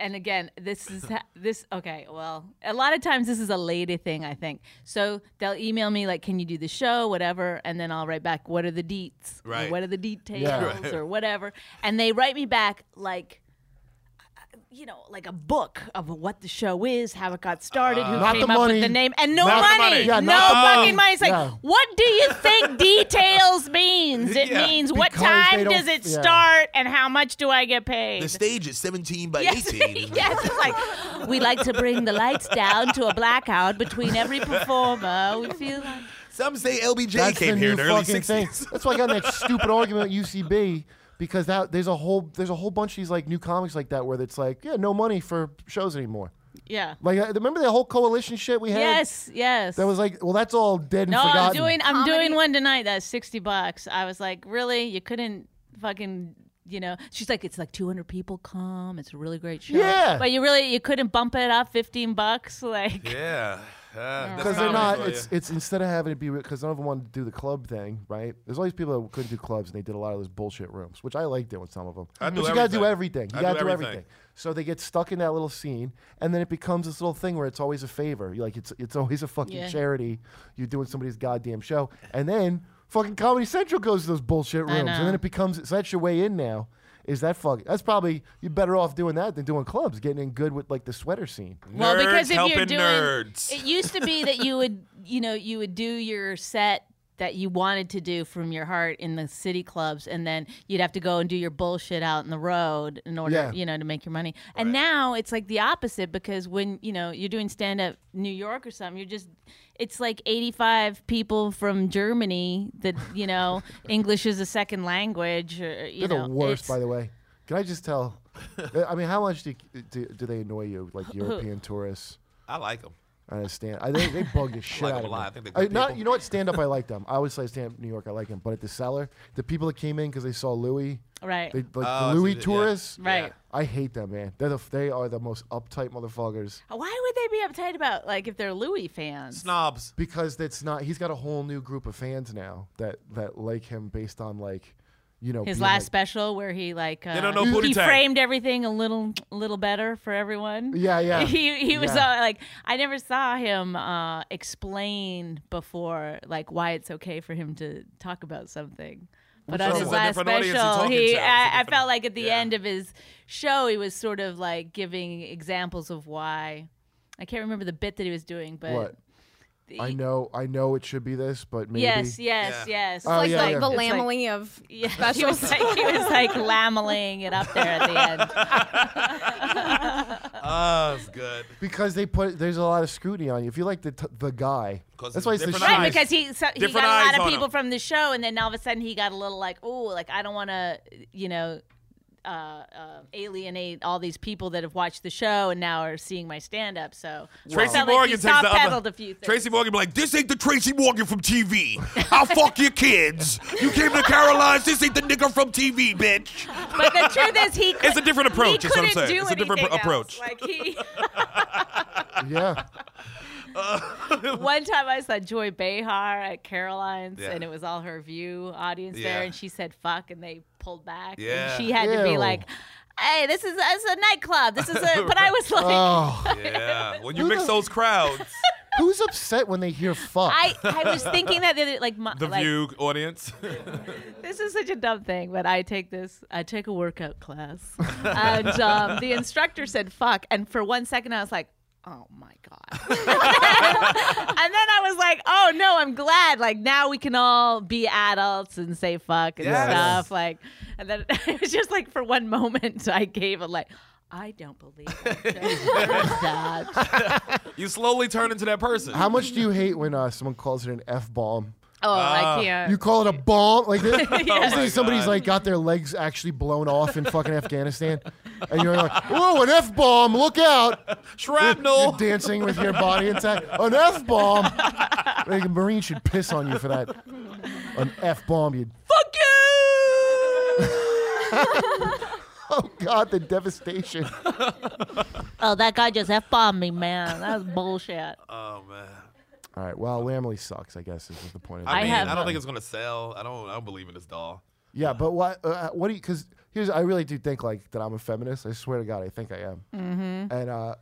Speaker 5: and again this is ha- this okay well a lot of times this is a lady thing I think so they'll email me like can you do the show whatever and then I'll write back what are the deets or
Speaker 4: Right.
Speaker 5: what are the details
Speaker 3: Right.
Speaker 5: or whatever and they write me back like uh, you know, like a book of what the show is, how it got started, who
Speaker 3: Uh, Not
Speaker 5: came
Speaker 3: the
Speaker 5: up
Speaker 3: money.
Speaker 5: with the name, and no
Speaker 4: Not the
Speaker 5: money,
Speaker 4: money. Yeah,
Speaker 5: no
Speaker 3: not the money.
Speaker 5: fucking money. It's like,
Speaker 3: Yeah.
Speaker 5: what do you think details means? It
Speaker 4: Yeah.
Speaker 5: means what
Speaker 3: Because they
Speaker 5: time
Speaker 3: don't-
Speaker 5: does it
Speaker 3: yeah.
Speaker 5: start and how much do I get paid?
Speaker 7: The stage is 17 by
Speaker 5: Yes,
Speaker 7: 18.
Speaker 5: yes. It's like we like to bring the lights down to a blackout between every performer. We feel like
Speaker 7: Some say LBJ
Speaker 3: That's
Speaker 7: came
Speaker 3: the
Speaker 7: here
Speaker 3: new
Speaker 7: in the early
Speaker 3: fucking
Speaker 7: 60s.
Speaker 3: thing. That's why I got in that stupid argument at UCB because that there's a whole there's a whole bunch of these like new comics like that where it's like yeah no money for shows anymore.
Speaker 5: yeah.
Speaker 3: Like I- remember that whole coalition shit we had?
Speaker 5: Yes, yes.
Speaker 3: That was like well that's all dead and
Speaker 5: no,
Speaker 3: forgotten.
Speaker 5: I'm doing I'm
Speaker 6: Comedy-
Speaker 5: doing one tonight that's 60 bucks. I was like, "Really? You couldn't fucking you know, she's like, it's like 200 people come. It's a really great show.
Speaker 3: Yeah.
Speaker 5: But you really, you couldn't bump it up 15 bucks. Like,
Speaker 4: Yeah.
Speaker 3: because they're not. It's it's instead of having it be because none of them wanted to do the club thing, right? There's all these people that couldn't do clubs, and they did a lot of those bullshit rooms, which I like doing some of them.
Speaker 4: I do
Speaker 3: but you gotta do everything.
Speaker 4: everything.
Speaker 3: You
Speaker 4: I
Speaker 3: gotta
Speaker 4: do
Speaker 3: do
Speaker 4: everything.
Speaker 3: everything. So they get stuck in that little scene, and then it becomes this little thing where it's always a favor. You're Like it's it's always a fucking
Speaker 5: Yeah.
Speaker 3: charity. You're doing somebody's goddamn show, and then fucking Comedy Central goes to those bullshit rooms,
Speaker 5: know.
Speaker 3: and then it becomes so that's your way in now. Is that fuck? That's probably you're better off doing that than doing clubs, getting in good with like the sweater scene.
Speaker 5: well, because
Speaker 4: Nerds
Speaker 5: if you're
Speaker 4: helping
Speaker 5: doing,
Speaker 4: nerds.
Speaker 5: it used to be that you would, you know, you would do your set that you wanted to do from your heart in the city clubs, and then you'd have to go and do your bullshit out in the road in order,
Speaker 3: Yeah.
Speaker 5: you know, to make your money. And now it's like the opposite because when you know you're doing stand up New York or something, you're just it's like 85 people from Germany that you know English is a second language. Or, you
Speaker 3: They're
Speaker 5: know,
Speaker 3: the worst,
Speaker 5: it's-
Speaker 3: by the way. Can I just tell? I mean, how much do, do, do they annoy you, like European tourists?
Speaker 4: I like them.
Speaker 3: I understand. I, they, they bug the shit
Speaker 4: like
Speaker 3: out of
Speaker 4: them a
Speaker 3: me.
Speaker 4: lot. I think they're good
Speaker 3: not,
Speaker 4: people.
Speaker 3: you know what? Stand up, I like them. I always say stand up New York, I like them. But at the cellar, the people that came in because they saw Louis,
Speaker 5: right?
Speaker 3: they, like
Speaker 4: Oh, I
Speaker 3: the
Speaker 4: see
Speaker 3: Louis
Speaker 4: that, yeah.
Speaker 3: tourists,
Speaker 5: Right.
Speaker 3: I hate them, man. They're the, they are the most uptight motherfuckers
Speaker 5: Why would they be uptight about like if they're Louis fans?
Speaker 4: Snobs.
Speaker 3: because that's not. He's got a whole new group of fans now that that like him based on like, you know,
Speaker 5: His
Speaker 3: being,
Speaker 5: last
Speaker 3: like,
Speaker 5: special where he like uh,
Speaker 4: don't know
Speaker 5: he
Speaker 4: Booty Tang.
Speaker 5: framed everything a little a little better for everyone.
Speaker 3: Yeah, yeah.
Speaker 5: He he was
Speaker 3: Yeah.
Speaker 5: uh, like I never saw him uh, explain before like why it's okay for him to talk about something. But on
Speaker 4: is
Speaker 5: his
Speaker 4: a
Speaker 5: last
Speaker 4: different audience he's
Speaker 5: special,
Speaker 4: talking
Speaker 5: he
Speaker 4: to. It's a
Speaker 5: I, I
Speaker 4: different-
Speaker 5: felt like at the
Speaker 4: yeah.
Speaker 5: end of his show he was sort of like giving examples of why. I can't remember the bit that he was doing, but
Speaker 3: What? I know, I know it should be this, but maybe.
Speaker 5: yes, yes, yes.
Speaker 3: Oh,
Speaker 6: like
Speaker 3: yeah,
Speaker 6: the,
Speaker 3: yeah.
Speaker 6: the
Speaker 5: It's like-
Speaker 6: lamely of
Speaker 5: Yeah, he was like, he was like lameling it up there at the end.
Speaker 4: Oh, it's good.
Speaker 3: Because they put there's a lot of scrutiny on you. If you like the t- the guy,
Speaker 4: 'Cause
Speaker 3: that's why
Speaker 4: it's
Speaker 3: it's the
Speaker 4: different
Speaker 5: Right,
Speaker 4: eyes.
Speaker 5: because he so, he
Speaker 4: Different
Speaker 5: got a
Speaker 4: eyes
Speaker 5: lot of
Speaker 4: on
Speaker 5: people
Speaker 4: him.
Speaker 5: from the show, and then all of a sudden he got a little like, oh, like I don't want to, you know, uh, uh, alienate all these people that have watched the show and now are seeing my stand up. So I
Speaker 4: Tracy
Speaker 5: felt
Speaker 4: Morgan
Speaker 5: like he
Speaker 4: takes the
Speaker 5: soft-pedaled
Speaker 4: other.
Speaker 5: a few things.
Speaker 7: Tracy Morgan be like, this ain't the Tracy Morgan from TV. I'll fuck your kids. You came to Caroline's. This ain't the nigga from TV, bitch.
Speaker 5: but the truth is, he could,
Speaker 4: It's a different approach,
Speaker 5: He
Speaker 4: is what I'm
Speaker 5: couldn't
Speaker 4: saying.
Speaker 5: do
Speaker 4: It's a different
Speaker 5: anything
Speaker 4: pro-
Speaker 5: else.
Speaker 4: approach.
Speaker 5: Like he.
Speaker 3: yeah.
Speaker 5: One time I saw Joy Behar at Caroline's,
Speaker 4: Yeah.
Speaker 5: and it was all her view audience there,
Speaker 4: Yeah.
Speaker 5: and she said "fuck," and they pulled back.
Speaker 4: Yeah.
Speaker 5: And she had to be
Speaker 3: Ew.
Speaker 5: like, "Hey, this is it's a nightclub. This is a." But I was like,
Speaker 3: Oh,
Speaker 4: Yeah. When you
Speaker 3: Who
Speaker 4: mix
Speaker 3: the-
Speaker 4: those crowds,
Speaker 3: who's upset when they hear fuck?
Speaker 5: I, I was thinking that the other, like my,
Speaker 4: the
Speaker 5: like,
Speaker 4: view audience.
Speaker 5: This is such a dumb thing, but I take this. I take a workout class, and um, the instructor said "fuck," and for one second I was like. Oh my god! and then I was like, "Oh no, I'm glad. Like now we can all be adults and say fuck and
Speaker 4: Yes.
Speaker 5: stuff." Like, and then it was just like for one moment I gave a like, "I don't believe I just heard that."
Speaker 4: you slowly turn into that person.
Speaker 3: How much do you hate when uh, someone calls it an f bomb?
Speaker 5: Oh, I
Speaker 4: Ah.
Speaker 5: can't.
Speaker 3: You call it a bomb? Like this?
Speaker 4: my
Speaker 3: somebody's
Speaker 4: God.
Speaker 3: like got their legs actually blown off in fucking Afghanistan, and you're like, "Whoa, an f bomb! Look out!" You're
Speaker 4: Shrapnel.
Speaker 3: dancing with your body intact. An f bomb. Like a marine should piss on you for that. An f bomb, you
Speaker 5: Fuck you!
Speaker 3: Oh God, the devastation.
Speaker 5: oh, that guy just f bombed me, man. That's bullshit.
Speaker 4: Oh man.
Speaker 3: All right. Well, Lamley sucks. I guess is the point. Of
Speaker 4: I,
Speaker 5: I
Speaker 4: mean,
Speaker 5: have
Speaker 4: I
Speaker 5: a-
Speaker 4: don't think it's gonna sell. I don't. I don't believe in this doll.
Speaker 3: Yeah, but what? Uh, what do you? Because here's, I really do think like that. I'm a feminist. I swear to God, I think I am. Mm-hmm. And uh,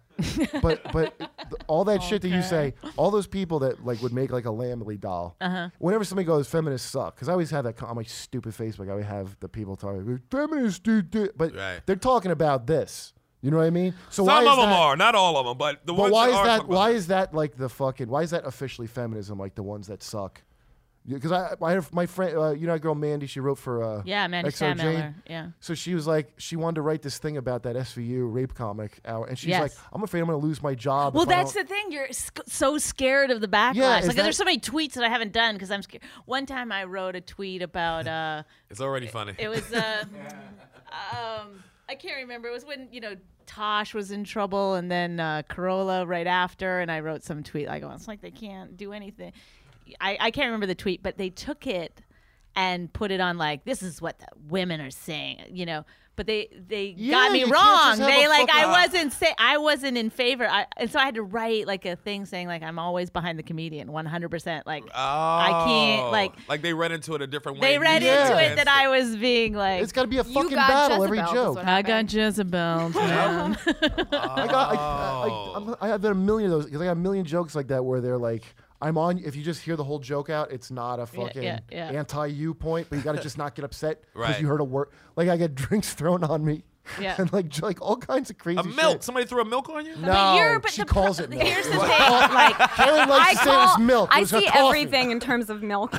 Speaker 3: but but th- all that shit that you say, all those people that like would make like a Lamley doll. Uh-huh. Whenever somebody goes, feminists suck, because I always have that com- on my stupid Facebook. I would have the people talking, feminists do, do but
Speaker 4: Right.
Speaker 3: they're talking about this. You know what I mean? So why
Speaker 4: Some
Speaker 3: is
Speaker 4: of them
Speaker 3: that-
Speaker 4: are, not all of them, but the
Speaker 3: But
Speaker 4: ones
Speaker 3: why
Speaker 4: that
Speaker 3: is
Speaker 4: are
Speaker 3: that?
Speaker 4: talking about
Speaker 3: Why
Speaker 4: it.
Speaker 3: is that like the fucking? Why is that officially feminism? Like the ones that suck? Because I, I have my friend, uh, you know, that girl Mandy. She wrote for uh,
Speaker 5: Yeah, Mandy
Speaker 3: XO Jane.
Speaker 5: Stammiller, yeah.
Speaker 3: So she was like, she wanted to write this thing about that SVU rape comic hour, and she's
Speaker 5: Yes.
Speaker 3: like, I'm afraid I'm going to lose my job.
Speaker 5: Well,
Speaker 3: if I
Speaker 5: that's
Speaker 3: don't-"
Speaker 5: the thing. You're sc- so scared of the backlash.
Speaker 3: Yeah,
Speaker 5: like
Speaker 3: is that-
Speaker 5: there's so many tweets that I haven't done because I'm scared. One time I wrote a tweet about uh,
Speaker 4: It's already funny.
Speaker 5: it was uh, um, I can't remember. It was when you know Tosh was in trouble, and then uh, Corolla right after, and I wrote some tweet like, "Oh, it's like they can't do anything." I, I can't remember the tweet, but they took it and put it on like, "This is what the women are saying," you know. But they they
Speaker 3: Yeah,
Speaker 5: got me
Speaker 3: you can't
Speaker 5: wrong.
Speaker 3: just have
Speaker 5: They
Speaker 3: a
Speaker 5: like I
Speaker 3: fucking-
Speaker 5: wasn't say I wasn't in favor, I, and so I had to write like a thing saying like I'm always behind the comedian, 100. percent Like I
Speaker 4: Oh,
Speaker 5: can't like.
Speaker 4: like they read into it a different way.
Speaker 5: They read
Speaker 3: Yeah.
Speaker 5: into it that I was being like,
Speaker 3: It's got to be a
Speaker 6: You
Speaker 3: fucking
Speaker 6: got
Speaker 3: battle every
Speaker 6: Jezebel, is
Speaker 3: joke.
Speaker 6: what
Speaker 5: I got
Speaker 6: happened.
Speaker 5: Jezebel. man.
Speaker 3: I got, I,
Speaker 4: Oh.
Speaker 3: I, I, I'm, I have a million of those because I got a million jokes like that where they're like. I'm on. If you just hear the whole joke out, it's not a fucking
Speaker 5: yeah, yeah.
Speaker 3: anti-you point, but you got to just not get upset because
Speaker 4: Right.
Speaker 3: you heard a word. Like I get drinks thrown on me,
Speaker 5: Yeah.
Speaker 3: and like j- like all kinds of crazy.
Speaker 4: a milk.
Speaker 3: shit.
Speaker 4: Somebody threw a milk on you.
Speaker 3: No, she
Speaker 5: the pro-
Speaker 3: calls it milk.
Speaker 5: Here's the thing, like,
Speaker 3: Karen likes
Speaker 6: I
Speaker 3: to say it was
Speaker 6: call.
Speaker 3: milk. It
Speaker 6: I
Speaker 3: was her
Speaker 6: see
Speaker 3: coffee.
Speaker 6: everything in terms of milk.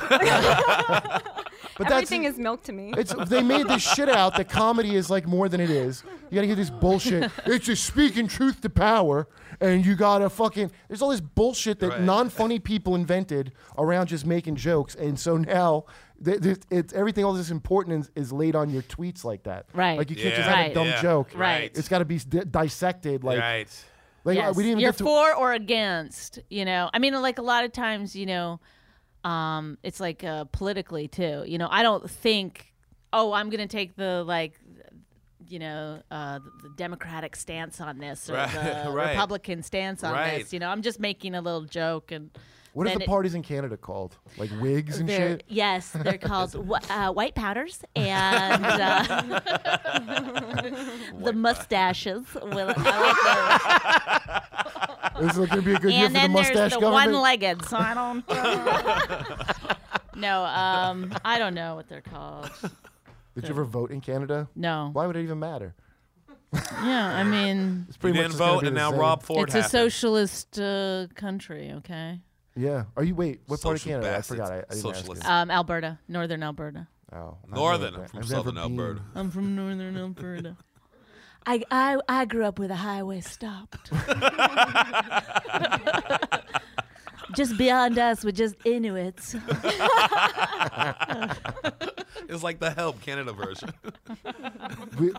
Speaker 3: But
Speaker 6: everything is milk to me.
Speaker 3: It's, they made this shit out that comedy is like more than it is. You gotta hear this bullshit. it's just speaking truth to power, and you gotta fucking. There's all this bullshit that
Speaker 4: Right.
Speaker 3: non-funny people invented around just making jokes, and so now th- th- it's everything. All this important is, is laid on your tweets like that.
Speaker 5: Right.
Speaker 3: Like you can't just
Speaker 4: Yeah.
Speaker 3: have a
Speaker 5: Right.
Speaker 3: dumb
Speaker 4: Yeah.
Speaker 3: joke.
Speaker 5: Right.
Speaker 3: It's gotta be di- dissected. Like,
Speaker 4: right.
Speaker 3: like uh,
Speaker 5: yes,
Speaker 3: we didn't even
Speaker 5: you're
Speaker 3: get to.
Speaker 5: for or against. You know, I mean, like a lot of times, you know, um, it's like uh, politically too. You know, I don't think, oh, I'm gonna take the like, you know, uh, the Democratic stance on this or
Speaker 4: Right,
Speaker 5: the
Speaker 4: right.
Speaker 5: Republican stance on
Speaker 4: Right.
Speaker 5: this. You know, I'm just making a little joke and.
Speaker 3: what are
Speaker 5: then
Speaker 3: the
Speaker 5: it-
Speaker 3: parties in Canada called? Like wigs and
Speaker 5: They're-
Speaker 3: shit.
Speaker 5: Yes, they're called wh- uh, white powders, and uh, the mustaches. Will, I like those.
Speaker 3: This is gonna be a good year for
Speaker 5: And
Speaker 3: the
Speaker 5: then
Speaker 3: mustache
Speaker 5: there's the
Speaker 3: government.
Speaker 5: one-legged. So I don't. no, um, I don't know what they're called.
Speaker 3: Did you ever vote in Canada?
Speaker 5: No.
Speaker 3: Why would it even matter?
Speaker 5: Yeah, I mean,
Speaker 3: It's
Speaker 4: You
Speaker 3: pretty much
Speaker 4: didn't
Speaker 3: just gonna
Speaker 4: vote,
Speaker 3: be
Speaker 4: and
Speaker 3: the
Speaker 4: now
Speaker 3: same.
Speaker 4: Rob Ford.
Speaker 5: it's a
Speaker 4: happened.
Speaker 5: socialist uh, country. Okay,
Speaker 3: Yeah. Are you wait? What part of
Speaker 4: Social
Speaker 3: Canada?
Speaker 4: bastards.
Speaker 3: I forgot. I, I didn't
Speaker 4: Socialist.
Speaker 3: Ask
Speaker 5: um, Alberta, northern Alberta.
Speaker 3: you. Oh, I've
Speaker 4: Northern.
Speaker 3: never
Speaker 4: I'm
Speaker 3: been-
Speaker 4: from
Speaker 3: I've never
Speaker 4: Southern
Speaker 3: been.
Speaker 4: Alberta.
Speaker 5: I'm from northern Alberta. I, I, I grew up with a highway stopped. just beyond us were just Inuits.
Speaker 4: It's like the Help Canada version.
Speaker 3: We-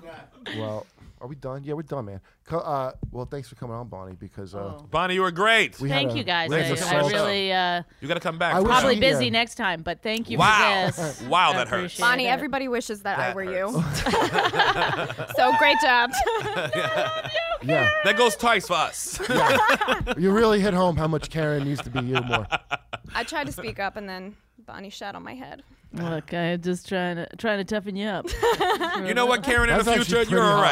Speaker 3: well, are we done? Yeah, we're done, man. Co- uh, well, thanks for coming on, Bonnie, because uh,
Speaker 4: Bonnie, you were great.
Speaker 3: we had
Speaker 5: Oh. Thank
Speaker 3: a-
Speaker 5: you guys.
Speaker 3: we had an
Speaker 4: a
Speaker 5: I, I
Speaker 3: assault.
Speaker 5: really uh,
Speaker 4: you got to come back.
Speaker 3: I
Speaker 4: for
Speaker 3: wish
Speaker 4: that.
Speaker 5: probably
Speaker 3: Yeah.
Speaker 5: busy next time, but thank you
Speaker 4: Wow.
Speaker 5: for this.
Speaker 4: Wow,
Speaker 5: I
Speaker 4: that hurts.
Speaker 5: appreciate
Speaker 6: Bonnie,
Speaker 5: it.
Speaker 6: everybody wishes that, I
Speaker 4: That
Speaker 6: were
Speaker 4: hurts.
Speaker 6: you. so great job.
Speaker 3: Yeah,
Speaker 4: That goes twice for us.
Speaker 3: you really hit home how much Karen needs to be you more.
Speaker 6: I tried to speak up, and then Bonnie shot on my head.
Speaker 5: Look, I'm just trying to trying to toughen you up.
Speaker 4: you know what, Karen? In
Speaker 3: That's
Speaker 4: the
Speaker 3: actually
Speaker 4: future,
Speaker 3: pretty
Speaker 4: you're all
Speaker 3: hot.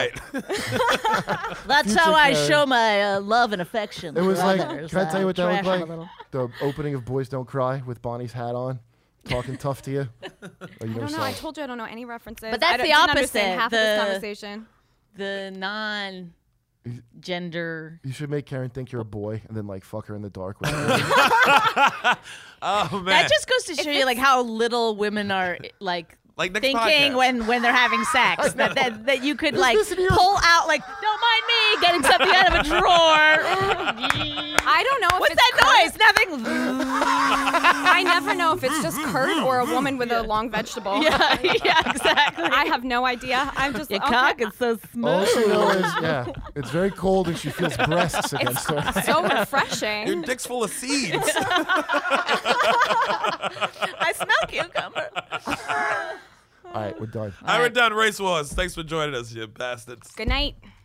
Speaker 4: right.
Speaker 5: That's how I
Speaker 3: Karen.
Speaker 5: show my uh, love and affection.
Speaker 3: It was
Speaker 5: for
Speaker 3: like,
Speaker 5: others.
Speaker 3: can I tell you what that
Speaker 5: trash
Speaker 3: looked
Speaker 5: them a
Speaker 3: like?
Speaker 5: little.
Speaker 3: The opening of Boys Don't Cry with Bonnie's hat on, talking tough to you. Oh, you
Speaker 6: I
Speaker 3: never
Speaker 6: don't know.
Speaker 3: saw
Speaker 6: I
Speaker 3: it.
Speaker 6: told you I don't know any references.
Speaker 5: But that's
Speaker 6: I don't-
Speaker 5: the
Speaker 6: didn't
Speaker 5: opposite,
Speaker 6: Understand half of this
Speaker 5: the-
Speaker 6: conversation.
Speaker 5: The non gender
Speaker 3: You should make Karen think you're a boy and then like fuck her in the dark. With it.
Speaker 4: Oh man.
Speaker 5: That just goes to show you like how little women are like.
Speaker 4: Like next
Speaker 5: thinking
Speaker 4: podcast.
Speaker 5: when when they're having sex that, that that you could like
Speaker 3: this in here?
Speaker 5: pull out like don't mind me getting something out of a drawer.
Speaker 6: I don't know if
Speaker 5: What's
Speaker 6: it's
Speaker 5: that noise? Nothing.
Speaker 6: I never know if it's just Kurt or a woman with a long vegetable.
Speaker 5: yeah, yeah, exactly.
Speaker 6: I have no idea. I'm just
Speaker 5: Your
Speaker 6: okay.
Speaker 5: cock is so
Speaker 3: All
Speaker 5: smooth.
Speaker 3: she knows is yeah, it's very cold and she feels breasts against her.
Speaker 6: so
Speaker 4: your
Speaker 6: refreshing.
Speaker 4: dick's full of seeds.
Speaker 5: I smell cucumber.
Speaker 3: All right, we're done.
Speaker 4: All right, we're done. Race Wars. Thanks for joining us, you bastards.
Speaker 6: Good night.